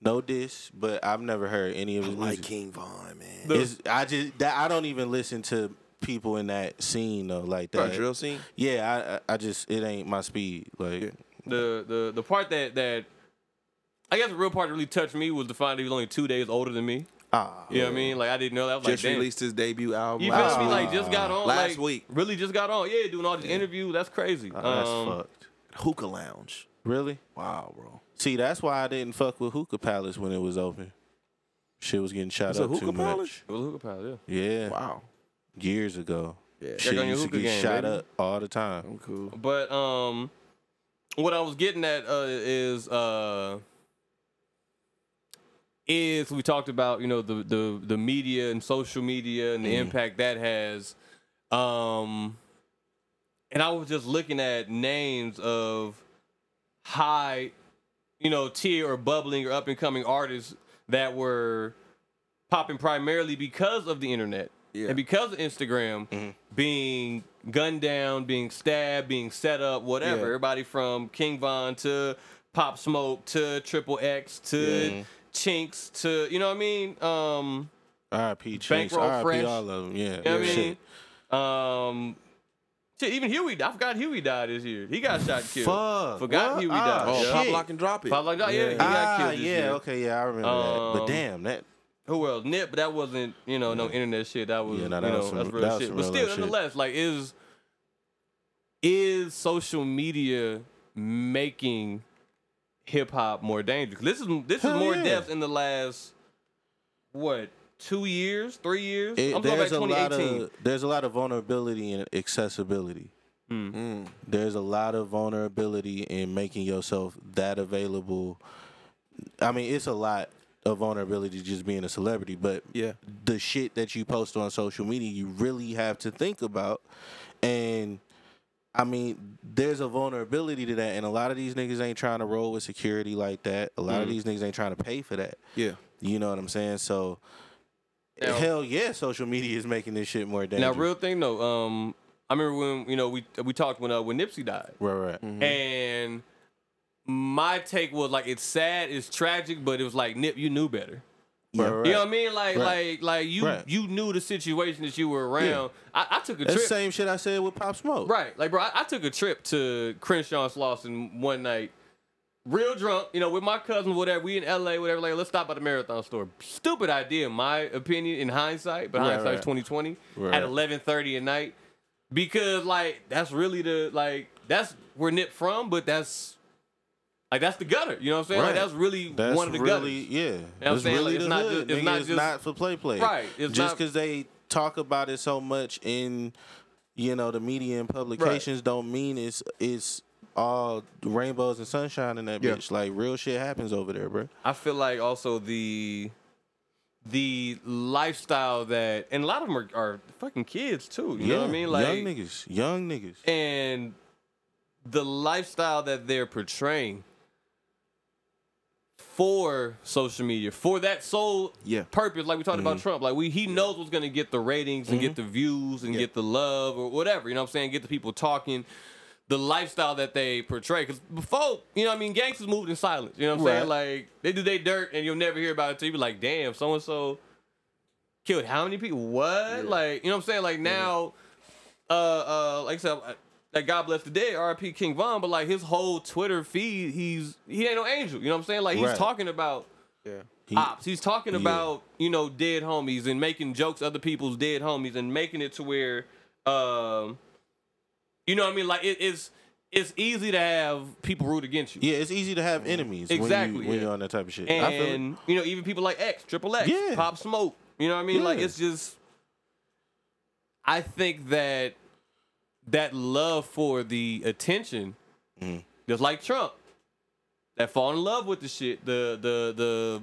[SPEAKER 1] No diss, but I've never heard any of
[SPEAKER 3] I
[SPEAKER 1] his
[SPEAKER 3] like
[SPEAKER 1] music.
[SPEAKER 3] King Von, man.
[SPEAKER 1] It's- I just that I don't even listen to people in that scene though, like
[SPEAKER 3] Bro,
[SPEAKER 1] that.
[SPEAKER 3] drill scene.
[SPEAKER 1] Yeah, I I I just it ain't my speed. Like
[SPEAKER 2] the the the part that that I guess the real part that really touched me was to find that he was only two days older than me.
[SPEAKER 1] ah,
[SPEAKER 2] You know what I mean? Like I didn't know that. I was
[SPEAKER 3] Just
[SPEAKER 2] like, damn.
[SPEAKER 3] released his debut album.
[SPEAKER 2] You feel
[SPEAKER 3] last
[SPEAKER 2] me?
[SPEAKER 3] week.
[SPEAKER 2] Like just got on
[SPEAKER 3] Last
[SPEAKER 2] like,
[SPEAKER 3] week.
[SPEAKER 2] Really just got on. Yeah, doing all these interviews. That's crazy.
[SPEAKER 1] oh, that's
[SPEAKER 2] Um,
[SPEAKER 1] fucked.
[SPEAKER 3] Hookah Lounge.
[SPEAKER 1] Really?
[SPEAKER 3] Wow, bro.
[SPEAKER 1] See, that's why I didn't fuck with Hookah Palace when it was open. Shit was getting shot
[SPEAKER 3] It's a
[SPEAKER 1] up too
[SPEAKER 3] hookah
[SPEAKER 1] much.
[SPEAKER 3] polish.
[SPEAKER 2] It was a hookah pile, yeah.
[SPEAKER 1] Yeah,
[SPEAKER 3] Wow.
[SPEAKER 1] years ago.
[SPEAKER 3] Yeah.
[SPEAKER 1] Shit
[SPEAKER 2] on your
[SPEAKER 1] used to
[SPEAKER 2] hookah
[SPEAKER 1] get
[SPEAKER 2] game,
[SPEAKER 1] shot
[SPEAKER 2] baby.
[SPEAKER 1] up all the time.
[SPEAKER 3] I'm cool.
[SPEAKER 2] But um, what I was getting at uh, is uh, is we talked about you know the the the media and social media and the impact that has, um, and I was just looking at names of high, you know, tier or bubbling or up and coming artists that were popping primarily because of the internet
[SPEAKER 3] Yeah.
[SPEAKER 2] and because of Instagram
[SPEAKER 1] Mm-hmm.
[SPEAKER 2] being gunned down, being stabbed, being set up, whatever.
[SPEAKER 3] Yeah.
[SPEAKER 2] Everybody from King Von to Pop Smoke to Triple X to
[SPEAKER 1] Yeah.
[SPEAKER 2] Chinks to you know what I mean. Um,
[SPEAKER 1] R.I.P. Chase,
[SPEAKER 2] Bankroll
[SPEAKER 1] R.I.P.
[SPEAKER 2] Fresh.
[SPEAKER 1] All of them. Yeah,
[SPEAKER 2] you know what
[SPEAKER 1] yeah.
[SPEAKER 2] I mean.
[SPEAKER 1] Shit.
[SPEAKER 2] Um, shit, even Huey, I forgot Huey died this year. He got shot and killed.
[SPEAKER 1] Fuck,
[SPEAKER 2] Forgot
[SPEAKER 1] what?
[SPEAKER 2] Huey
[SPEAKER 1] Ah,
[SPEAKER 2] died.
[SPEAKER 3] Oh,
[SPEAKER 2] yeah.
[SPEAKER 1] shit.
[SPEAKER 3] pop lock and drop it.
[SPEAKER 2] Pop Lock and Drop, oh, yeah.
[SPEAKER 3] Yeah.
[SPEAKER 2] He got
[SPEAKER 1] Ah,
[SPEAKER 2] killed this
[SPEAKER 1] yeah,
[SPEAKER 2] year.
[SPEAKER 1] okay, yeah, I remember that. But
[SPEAKER 2] Um,
[SPEAKER 1] damn, that
[SPEAKER 2] Who else? Nip, but that wasn't you know no internet shit. That was
[SPEAKER 1] Yeah, no,
[SPEAKER 2] you
[SPEAKER 1] that
[SPEAKER 2] know
[SPEAKER 1] was some-
[SPEAKER 2] that's real
[SPEAKER 1] that was
[SPEAKER 2] shit.
[SPEAKER 1] some
[SPEAKER 2] but
[SPEAKER 1] real
[SPEAKER 2] still,
[SPEAKER 1] life shit.
[SPEAKER 2] nonetheless, like is is social media making hip hop more dangerous? This is this
[SPEAKER 1] Hell
[SPEAKER 2] is more
[SPEAKER 1] yeah.
[SPEAKER 2] deaths in the last what two years, three years?
[SPEAKER 1] it,
[SPEAKER 2] I'm talking about
[SPEAKER 1] there's a lot
[SPEAKER 2] 2018.
[SPEAKER 1] of there's a lot of vulnerability and accessibility.
[SPEAKER 3] Mm.
[SPEAKER 1] There's a lot of vulnerability in making yourself that available. I mean, it's a lot of vulnerability just being a celebrity, but
[SPEAKER 3] Yeah.
[SPEAKER 1] the shit that you post on social media, you really have to think about. And I mean, there's a vulnerability to that, and a lot of these niggas ain't trying to roll with security like that. A lot
[SPEAKER 2] Mm.
[SPEAKER 1] of these niggas ain't trying to pay for that.
[SPEAKER 3] Yeah.
[SPEAKER 1] You know what I'm saying? So,
[SPEAKER 2] Now-
[SPEAKER 1] hell yeah, social media is making this shit more dangerous.
[SPEAKER 2] Now, real thing though, um, I remember when you know we we talked when uh, when Nipsey died.
[SPEAKER 1] right, right.
[SPEAKER 2] And my take was like it's sad, it's tragic, but it was like Nip, you knew better.
[SPEAKER 1] Yeah. right,
[SPEAKER 2] You know what I mean? Like
[SPEAKER 1] Right.
[SPEAKER 2] like like you
[SPEAKER 1] Right.
[SPEAKER 2] you knew the situation that you were around. I, I took a
[SPEAKER 1] That's the
[SPEAKER 2] trip.
[SPEAKER 1] same shit I said with Pop Smoke.
[SPEAKER 2] Right. Like bro, I, I took a trip to Crenshaw Slauson one night. Real drunk, you know, with my cousin, whatever. We in LA, whatever. Like, let's stop at the marathon store. Stupid idea, in my opinion, in hindsight, but
[SPEAKER 1] Right,
[SPEAKER 2] hindsight's
[SPEAKER 1] right.
[SPEAKER 2] twenty twenty.
[SPEAKER 1] Right.
[SPEAKER 2] At eleven thirty at night, because like that's really the like that's where Nip from, but that's like that's the gutter. You know what I'm saying? Like
[SPEAKER 1] Right.
[SPEAKER 2] that's really
[SPEAKER 1] That's
[SPEAKER 2] one of the
[SPEAKER 1] really,
[SPEAKER 2] gutters.
[SPEAKER 1] yeah.
[SPEAKER 2] I'm
[SPEAKER 1] That's
[SPEAKER 2] saying? Like,
[SPEAKER 1] really
[SPEAKER 2] it's
[SPEAKER 1] the
[SPEAKER 2] not
[SPEAKER 1] hood.
[SPEAKER 2] ju- it's
[SPEAKER 1] nigga.
[SPEAKER 2] not
[SPEAKER 1] it's
[SPEAKER 2] just-
[SPEAKER 1] not for play play.
[SPEAKER 2] Right, it's
[SPEAKER 1] just
[SPEAKER 2] not-
[SPEAKER 1] because they talk about it so much in, you know, the media and publications don't mean it's it's all rainbows and sunshine in that
[SPEAKER 3] Yeah.
[SPEAKER 1] bitch. Like real shit happens over there, bro.
[SPEAKER 2] I feel like also the the lifestyle that and a lot of them are, are fucking kids too. You know what I mean? Like
[SPEAKER 1] young niggas, young niggas.
[SPEAKER 2] and the lifestyle that they're portraying for social media for that sole
[SPEAKER 3] Yeah.
[SPEAKER 2] purpose like we talked about trump like we he knows what's going to get the ratings and get the views and get the love or whatever you know what i'm saying get the people talking the lifestyle that they portray because before you know what i mean gangsters moved in silence you know what i'm saying like they do their dirt and you'll never hear about it till you be like damn so and so killed how many people what like you know what i'm saying like now uh, uh, like I said, uh, that God bless the dead, R.P. King Von, but like his whole Twitter feed, he's he ain't no angel. You know what I'm saying? Like he's
[SPEAKER 1] Right.
[SPEAKER 2] talking about
[SPEAKER 3] Yeah.
[SPEAKER 1] He-
[SPEAKER 2] ops. He's talking
[SPEAKER 1] yeah.
[SPEAKER 2] about you know dead homies and making jokes other people's dead homies and making it to where, um, you know what I mean? Like it is. it's easy to have people root against you.
[SPEAKER 1] Yeah, it's easy to have enemies
[SPEAKER 2] Exactly,
[SPEAKER 1] when, you, when
[SPEAKER 2] yeah.
[SPEAKER 1] you're on that type of shit. I feel it.
[SPEAKER 2] And you know, even people like X, Triple X,
[SPEAKER 1] Yeah.
[SPEAKER 2] Pop Smoke. You know what I mean? Like
[SPEAKER 1] Yeah.
[SPEAKER 2] it's just I think that that love for the attention, just like Trump, that fall in love with the shit, the the the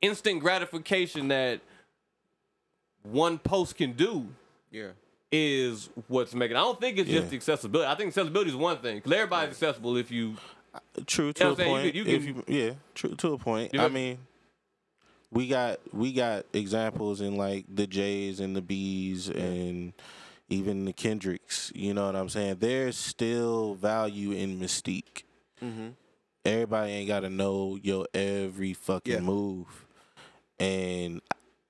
[SPEAKER 2] instant gratification that one post can do
[SPEAKER 3] Yeah.
[SPEAKER 2] is what's making. I don't think it's just
[SPEAKER 1] Yeah.
[SPEAKER 2] accessibility. I think accessibility is one thing. 'cause everybody's accessible if you
[SPEAKER 1] True
[SPEAKER 2] know
[SPEAKER 1] to a
[SPEAKER 2] what I'm saying?
[SPEAKER 1] point.
[SPEAKER 2] You
[SPEAKER 1] if
[SPEAKER 2] can-
[SPEAKER 1] you, yeah, true to a point.
[SPEAKER 2] You
[SPEAKER 1] I
[SPEAKER 2] know-
[SPEAKER 1] mean, we got we got examples in like the Jays and the Bees and even the Kendricks. You know what I'm saying? There's still value in mystique.
[SPEAKER 3] Mm-hmm.
[SPEAKER 1] Everybody ain't got to know your every fucking
[SPEAKER 3] Yeah.
[SPEAKER 1] move, and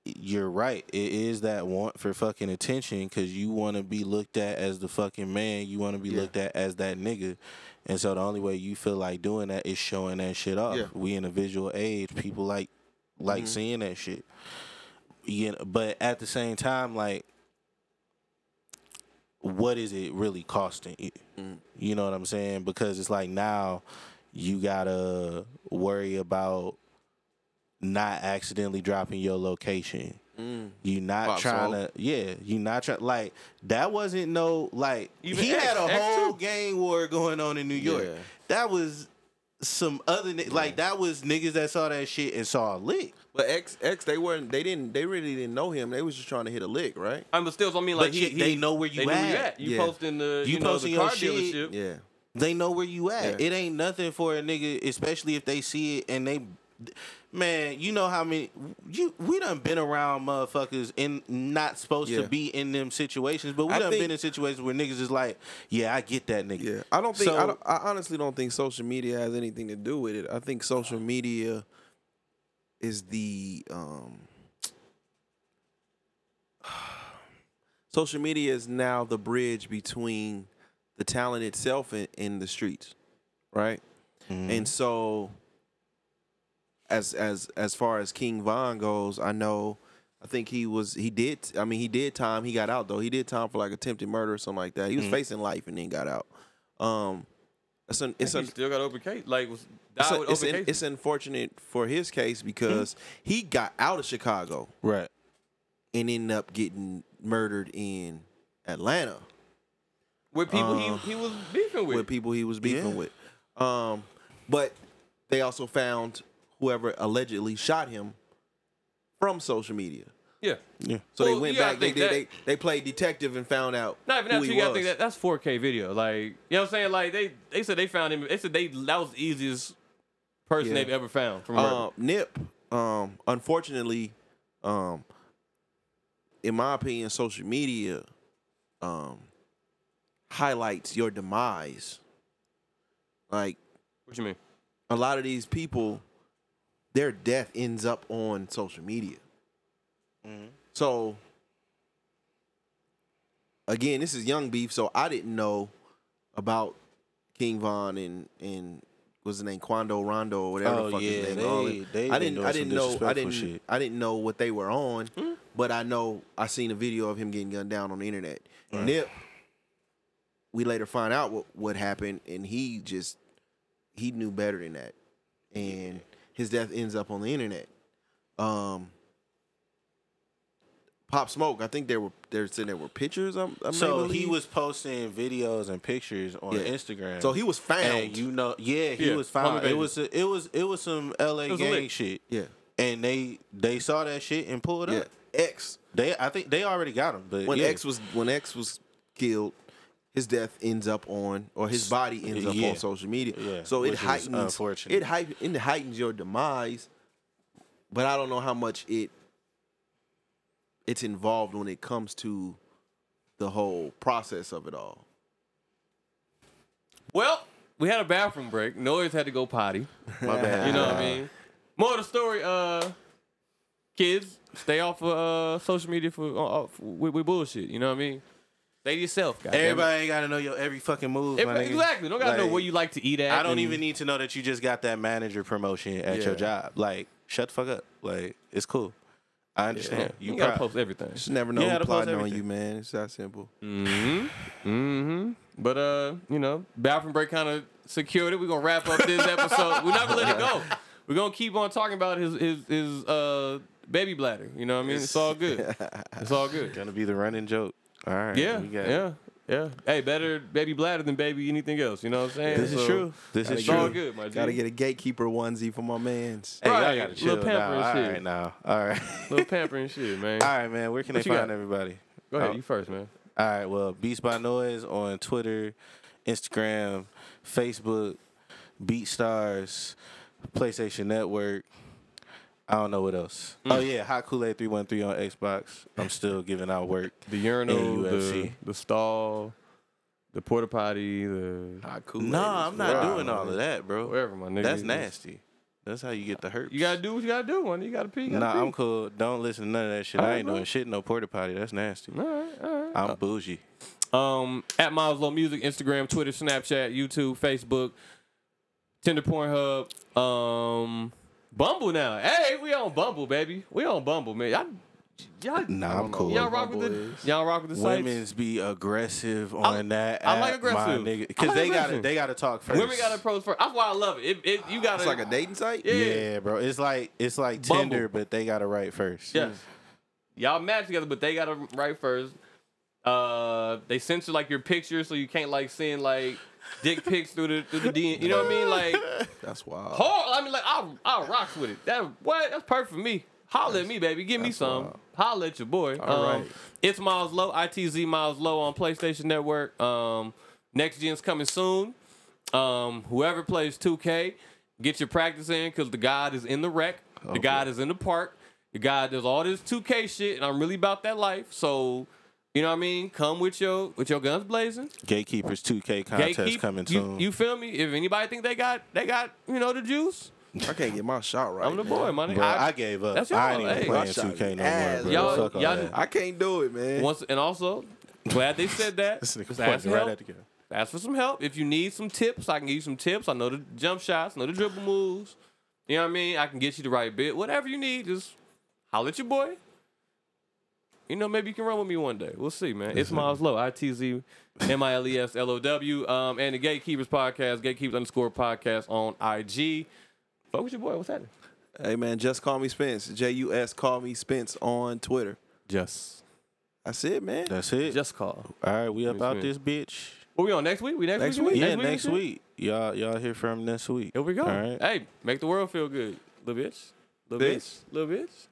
[SPEAKER 1] you're right. It is that want for fucking attention because you want to be looked at as the fucking man. You want to be looked at as that nigga. And so the only way you feel like doing that is showing that shit off.
[SPEAKER 3] Yeah.
[SPEAKER 1] We in a visual age, people like like
[SPEAKER 2] Mm-hmm.
[SPEAKER 1] seeing that shit. You know, but at the same time, like, what is it really costing you?
[SPEAKER 2] Mm.
[SPEAKER 1] You know what I'm saying? Because it's like now you gotta worry about not accidentally dropping your location.
[SPEAKER 2] Mm.
[SPEAKER 1] You not
[SPEAKER 3] Pop
[SPEAKER 1] trying
[SPEAKER 3] smoke.
[SPEAKER 1] to, yeah. You not trying like that wasn't no like
[SPEAKER 2] Even
[SPEAKER 1] he
[SPEAKER 2] X-
[SPEAKER 1] had a
[SPEAKER 2] X
[SPEAKER 1] whole
[SPEAKER 2] too.
[SPEAKER 1] gang war going on in New York.
[SPEAKER 3] Yeah.
[SPEAKER 1] That was some other ni- like that was niggas that saw that shit and saw a lick.
[SPEAKER 3] But X X they weren't they didn't they really didn't know him. They was just trying to hit a lick, right?
[SPEAKER 2] I mean, but still, I mean, like
[SPEAKER 1] But
[SPEAKER 2] he,
[SPEAKER 1] yet they
[SPEAKER 2] he-
[SPEAKER 1] know where you
[SPEAKER 2] they know
[SPEAKER 1] at.
[SPEAKER 2] You
[SPEAKER 3] Yeah.
[SPEAKER 2] posting the
[SPEAKER 1] You
[SPEAKER 2] you, know,
[SPEAKER 1] posting
[SPEAKER 2] the
[SPEAKER 1] your
[SPEAKER 2] car
[SPEAKER 1] shit.
[SPEAKER 2] dealership.
[SPEAKER 3] Yeah.
[SPEAKER 1] They know where you at.
[SPEAKER 3] Yeah.
[SPEAKER 1] It ain't nothing for a nigga, especially if they see it and they. Man, you know how many you we done been around motherfuckers in not supposed
[SPEAKER 3] Yeah.
[SPEAKER 1] to be in them situations, but we
[SPEAKER 3] I
[SPEAKER 1] done
[SPEAKER 3] think-
[SPEAKER 1] been in situations where niggas is like, yeah, I get that nigga.
[SPEAKER 3] Yeah, I don't think I,
[SPEAKER 1] So-
[SPEAKER 3] don't, I honestly don't think social media has anything to do with it. I think social media is the um *sighs* social media is now the bridge between the talent itself and, and the streets, right?
[SPEAKER 2] Mm-hmm.
[SPEAKER 3] And so as as as far as King Von goes, I know I think he was he did I mean he did time, he got out though. He did time for like attempted murder or something like that. He
[SPEAKER 2] Mm-hmm.
[SPEAKER 3] was facing life and then got out. Um it's an it's
[SPEAKER 2] He
[SPEAKER 3] an
[SPEAKER 2] still got open case. Like was
[SPEAKER 3] it's,
[SPEAKER 2] died
[SPEAKER 3] a-
[SPEAKER 2] with
[SPEAKER 3] it's,
[SPEAKER 2] open Mm-hmm.
[SPEAKER 3] an-
[SPEAKER 2] case.
[SPEAKER 3] it's unfortunate for his case because he got out of Chicago
[SPEAKER 1] Right.
[SPEAKER 3] and ended up getting murdered in Atlanta
[SPEAKER 2] with people
[SPEAKER 3] uh,
[SPEAKER 2] he he was beefing with.
[SPEAKER 3] with people he was beefing
[SPEAKER 1] Yeah.
[SPEAKER 3] with. Um, but they also found whoever allegedly shot him from social media.
[SPEAKER 2] yeah.
[SPEAKER 1] Yeah.
[SPEAKER 3] So they
[SPEAKER 2] Well,
[SPEAKER 3] went
[SPEAKER 2] you gotta
[SPEAKER 3] back. They,
[SPEAKER 2] think
[SPEAKER 3] did, they
[SPEAKER 2] that-
[SPEAKER 3] they played detective and found out
[SPEAKER 2] Not even
[SPEAKER 3] who
[SPEAKER 2] that. too,
[SPEAKER 3] he
[SPEAKER 2] You gotta
[SPEAKER 3] was.
[SPEAKER 2] think that that's 4K video. Like you know what I'm saying. Like they they said they found him. They said they that was the easiest person
[SPEAKER 3] Yeah.
[SPEAKER 2] they've ever found from murder.
[SPEAKER 3] Um, Nip, um, unfortunately, um, in my opinion, social media um, highlights your demise. Like
[SPEAKER 2] what you mean?
[SPEAKER 3] a lot of these people, their death ends up on social media.
[SPEAKER 1] Mm-hmm.
[SPEAKER 3] So again, this is young beef, so I didn't know about King Von and and what's his name, Quando Rondo or whatever
[SPEAKER 1] Oh,
[SPEAKER 3] the fuck
[SPEAKER 1] yeah,
[SPEAKER 3] his name.
[SPEAKER 1] they-
[SPEAKER 3] all that.
[SPEAKER 1] they been
[SPEAKER 3] I didn't
[SPEAKER 1] doing
[SPEAKER 3] I
[SPEAKER 1] some
[SPEAKER 3] didn't know I
[SPEAKER 1] disrespectful
[SPEAKER 3] didn't
[SPEAKER 1] shit. Hmm?
[SPEAKER 3] I didn't know what they were on, but I know I seen a video of him getting gunned down on the internet. Nip, we later find out what, what happened, and he just he knew better than that, and his death ends up on the internet. Um, Pop Smoke, I think there were there said there were pictures. I'm, I'm
[SPEAKER 1] So
[SPEAKER 3] maybe-
[SPEAKER 1] he was posting videos and pictures on
[SPEAKER 3] Yeah.
[SPEAKER 1] Instagram.
[SPEAKER 3] so he was found.
[SPEAKER 1] and you know, yeah, he
[SPEAKER 2] Yeah,
[SPEAKER 1] was
[SPEAKER 2] homie
[SPEAKER 1] found.
[SPEAKER 2] baby.
[SPEAKER 1] It was a, it was it was some LA
[SPEAKER 2] was a
[SPEAKER 1] gang
[SPEAKER 2] lick.
[SPEAKER 1] shit.
[SPEAKER 3] yeah,
[SPEAKER 1] And they they saw that shit and pulled
[SPEAKER 3] yeah.
[SPEAKER 1] up.
[SPEAKER 3] X
[SPEAKER 1] They I think they already got him, but
[SPEAKER 3] when
[SPEAKER 1] yeah.
[SPEAKER 3] X was when X was killed, his death ends up on or his body ends up
[SPEAKER 1] Yeah.
[SPEAKER 3] on social media.
[SPEAKER 1] Yeah,
[SPEAKER 3] So it
[SPEAKER 1] which is
[SPEAKER 3] heightens
[SPEAKER 1] unfortunate.
[SPEAKER 3] it height it heightens your demise, but I don't know how much it it's involved when it comes to the whole process of it all.
[SPEAKER 2] Well, we had a bathroom break. Noise had to go potty.
[SPEAKER 1] my bad.
[SPEAKER 2] *laughs* You know what I mean? More of the story, uh, kids, stay off of uh, social media for, uh, uh, for with, with bullshit. You know what I mean? Stay to yourself, guys.
[SPEAKER 1] Everybody ain't gotta know your every fucking move. my nigga.
[SPEAKER 2] exactly. Don't gotta know
[SPEAKER 1] Like,
[SPEAKER 2] where you like to eat at.
[SPEAKER 1] I don't
[SPEAKER 2] and-
[SPEAKER 1] even need to know that you just got that manager promotion at
[SPEAKER 3] Yeah.
[SPEAKER 1] your job. Like, shut the fuck up. Like, it's cool. I understand.
[SPEAKER 2] You,
[SPEAKER 1] You
[SPEAKER 2] gotta
[SPEAKER 1] prob-
[SPEAKER 2] post everything.
[SPEAKER 3] Just never know
[SPEAKER 1] You
[SPEAKER 3] who
[SPEAKER 1] gotta post
[SPEAKER 3] plotting on you,
[SPEAKER 1] everything.
[SPEAKER 3] man. It's that simple.
[SPEAKER 2] Mm-hmm. Mm-hmm. But uh, you know, bathroom break kind of secured it. We're gonna wrap
[SPEAKER 1] *laughs*
[SPEAKER 2] up this episode. We're not gonna let it go. We're gonna keep on talking about his his his uh baby bladder. You know what I mean? It's all good. It's all good.
[SPEAKER 1] gonna be the running joke. All right.
[SPEAKER 2] Yeah.
[SPEAKER 1] we got it.
[SPEAKER 2] Yeah. Yeah. Hey, better baby bladder than baby anything else. You know what I'm saying?
[SPEAKER 1] This is
[SPEAKER 2] So,
[SPEAKER 1] true. This is
[SPEAKER 2] It's
[SPEAKER 1] true.
[SPEAKER 2] all good, my G.
[SPEAKER 3] Gotta get a gatekeeper onesie for my man's.
[SPEAKER 1] Hey,
[SPEAKER 2] Right.
[SPEAKER 1] y'all gotta
[SPEAKER 2] Little
[SPEAKER 1] chill
[SPEAKER 2] pamper
[SPEAKER 1] now.
[SPEAKER 2] and
[SPEAKER 1] All
[SPEAKER 2] shit.
[SPEAKER 1] right now. All right.
[SPEAKER 2] little pampering shit,
[SPEAKER 1] *laughs*
[SPEAKER 2] man.
[SPEAKER 1] All right, man. Where can
[SPEAKER 2] What
[SPEAKER 1] they
[SPEAKER 2] you
[SPEAKER 1] find
[SPEAKER 2] got?
[SPEAKER 1] everybody?
[SPEAKER 2] Go ahead,
[SPEAKER 1] Oh.
[SPEAKER 2] you first, man.
[SPEAKER 1] All right, well, Beats by Noise on Twitter, Instagram, Facebook, BeatStars, PlayStation Network. I don't know what else.
[SPEAKER 2] Mm.
[SPEAKER 1] Oh yeah, Hot Kool Aid three one three on Xbox. I'm still giving out work.
[SPEAKER 2] The urinal,
[SPEAKER 1] In
[SPEAKER 2] the,
[SPEAKER 1] UFC.
[SPEAKER 2] the stall, the porta potty, the
[SPEAKER 3] Not cool.
[SPEAKER 1] No, I'm not
[SPEAKER 3] wild,
[SPEAKER 1] doing all of that, bro.
[SPEAKER 2] wherever, my nigga.
[SPEAKER 1] That's
[SPEAKER 2] It's-
[SPEAKER 1] nasty. That's how you get the hurt.
[SPEAKER 2] You gotta do what you gotta do, man. You gotta pee. You gotta
[SPEAKER 1] Nah, I'm
[SPEAKER 2] pee.
[SPEAKER 1] cool. Don't listen to none of that shit. I
[SPEAKER 2] Alright,
[SPEAKER 1] ain't
[SPEAKER 2] bro. Uh,
[SPEAKER 1] doing shit in no porta potty. That's nasty.
[SPEAKER 2] All right, all right.
[SPEAKER 1] I'm bougie.
[SPEAKER 2] Um, at Miles Low Music, Instagram, Twitter, Snapchat, YouTube, Facebook, Tinder, Pornhub, um, Bumble now. Hey, we on Bumble, baby. We on Bumble, man. Y'all, y'all,
[SPEAKER 1] Nah, I'm cool.
[SPEAKER 2] y'all rock
[SPEAKER 3] Bumble
[SPEAKER 2] with
[SPEAKER 3] is.
[SPEAKER 2] the y'all rock with the sites.
[SPEAKER 1] Women's be aggressive on
[SPEAKER 2] I-
[SPEAKER 1] that.
[SPEAKER 2] I like
[SPEAKER 1] app, my
[SPEAKER 2] aggressive.
[SPEAKER 1] nigga.
[SPEAKER 2] I
[SPEAKER 1] Because
[SPEAKER 2] like
[SPEAKER 1] they got
[SPEAKER 2] aggressive.
[SPEAKER 1] to they got to talk first.
[SPEAKER 2] Women got approach first. That's why I love it. It, it you got
[SPEAKER 3] It's like a dating site.
[SPEAKER 2] Yeah.
[SPEAKER 1] Yeah, bro. It's like it's like
[SPEAKER 2] Bumble.
[SPEAKER 1] Tinder, but they got to write first.
[SPEAKER 2] Yes. Y'all match together, but they gotta write first. Uh, they censor like your picture, so you can't like send like dick pics through the through the DM. You know what I mean? Like,
[SPEAKER 3] *laughs* That's wild.
[SPEAKER 2] hard. I mean, like, I I rocks with it. That what? That's perfect for me. Holla at me, baby. Give me some. Holla at your boy.
[SPEAKER 3] All
[SPEAKER 2] um,
[SPEAKER 3] right.
[SPEAKER 2] It's Miles Low. ITZ Miles Low on PlayStation Network. Um, next gen's coming soon. Um, whoever plays 2K, get your practice in because the God is in the rec.
[SPEAKER 1] Oh,
[SPEAKER 2] The God is in the park. The God does all this 2K shit, and I'm really about that life. So, you know what I mean? Come with your with your guns blazing.
[SPEAKER 1] Gatekeepers 2K contest
[SPEAKER 2] Gatekeep-
[SPEAKER 1] coming
[SPEAKER 2] you-
[SPEAKER 1] soon.
[SPEAKER 2] You feel me? If anybody think they got they got you know the juice,
[SPEAKER 3] I can't get my shot right.
[SPEAKER 2] I'm the
[SPEAKER 3] man.
[SPEAKER 2] boy, my nigga.
[SPEAKER 1] bro, I,
[SPEAKER 2] I-
[SPEAKER 1] gave up.
[SPEAKER 2] that's y'all,
[SPEAKER 1] I ain't even
[SPEAKER 2] hey.
[SPEAKER 1] playing
[SPEAKER 3] Y'all shot
[SPEAKER 1] 2K no
[SPEAKER 3] ass,
[SPEAKER 1] more, bro.
[SPEAKER 2] y'all-
[SPEAKER 1] Fuck all
[SPEAKER 2] y'all-
[SPEAKER 1] that.
[SPEAKER 3] I can't do it, man.
[SPEAKER 2] once and also glad they said
[SPEAKER 1] *laughs*
[SPEAKER 2] that.
[SPEAKER 1] This nigga
[SPEAKER 2] Just ask,
[SPEAKER 1] pointing right
[SPEAKER 2] help.
[SPEAKER 1] at the camera.
[SPEAKER 2] ask for some help. If you need some tips, I can give you some tips. I know the jump shots, I know the dribble moves. You know what I mean? I can get you the right bit. Whatever you need, just holler at your boy. You know, maybe you can run with me one day. We'll see, man. It's Miles Low, I T Z M I L E S L O W. Um, and the Gatekeepers Podcast, Gatekeepers underscore podcast on IG. Fuck with your boy. What's happening?
[SPEAKER 3] Hey man, just call me Spence. J U S call me Spence on Twitter.
[SPEAKER 2] Just,
[SPEAKER 3] That's it, man.
[SPEAKER 1] That's it.
[SPEAKER 2] just call.
[SPEAKER 1] all right, we up
[SPEAKER 2] Next
[SPEAKER 1] out
[SPEAKER 2] week.
[SPEAKER 1] this bitch.
[SPEAKER 2] What we on next week? We next,
[SPEAKER 3] Next
[SPEAKER 2] week?
[SPEAKER 3] week?
[SPEAKER 1] Yeah,
[SPEAKER 2] and
[SPEAKER 1] next
[SPEAKER 2] shit?
[SPEAKER 1] week. Y'all y'all hear from next week.
[SPEAKER 2] Here we go.
[SPEAKER 1] All right.
[SPEAKER 2] Hey, make the world feel good, little bitch, little bitch,
[SPEAKER 3] Bitch.
[SPEAKER 2] little bitch.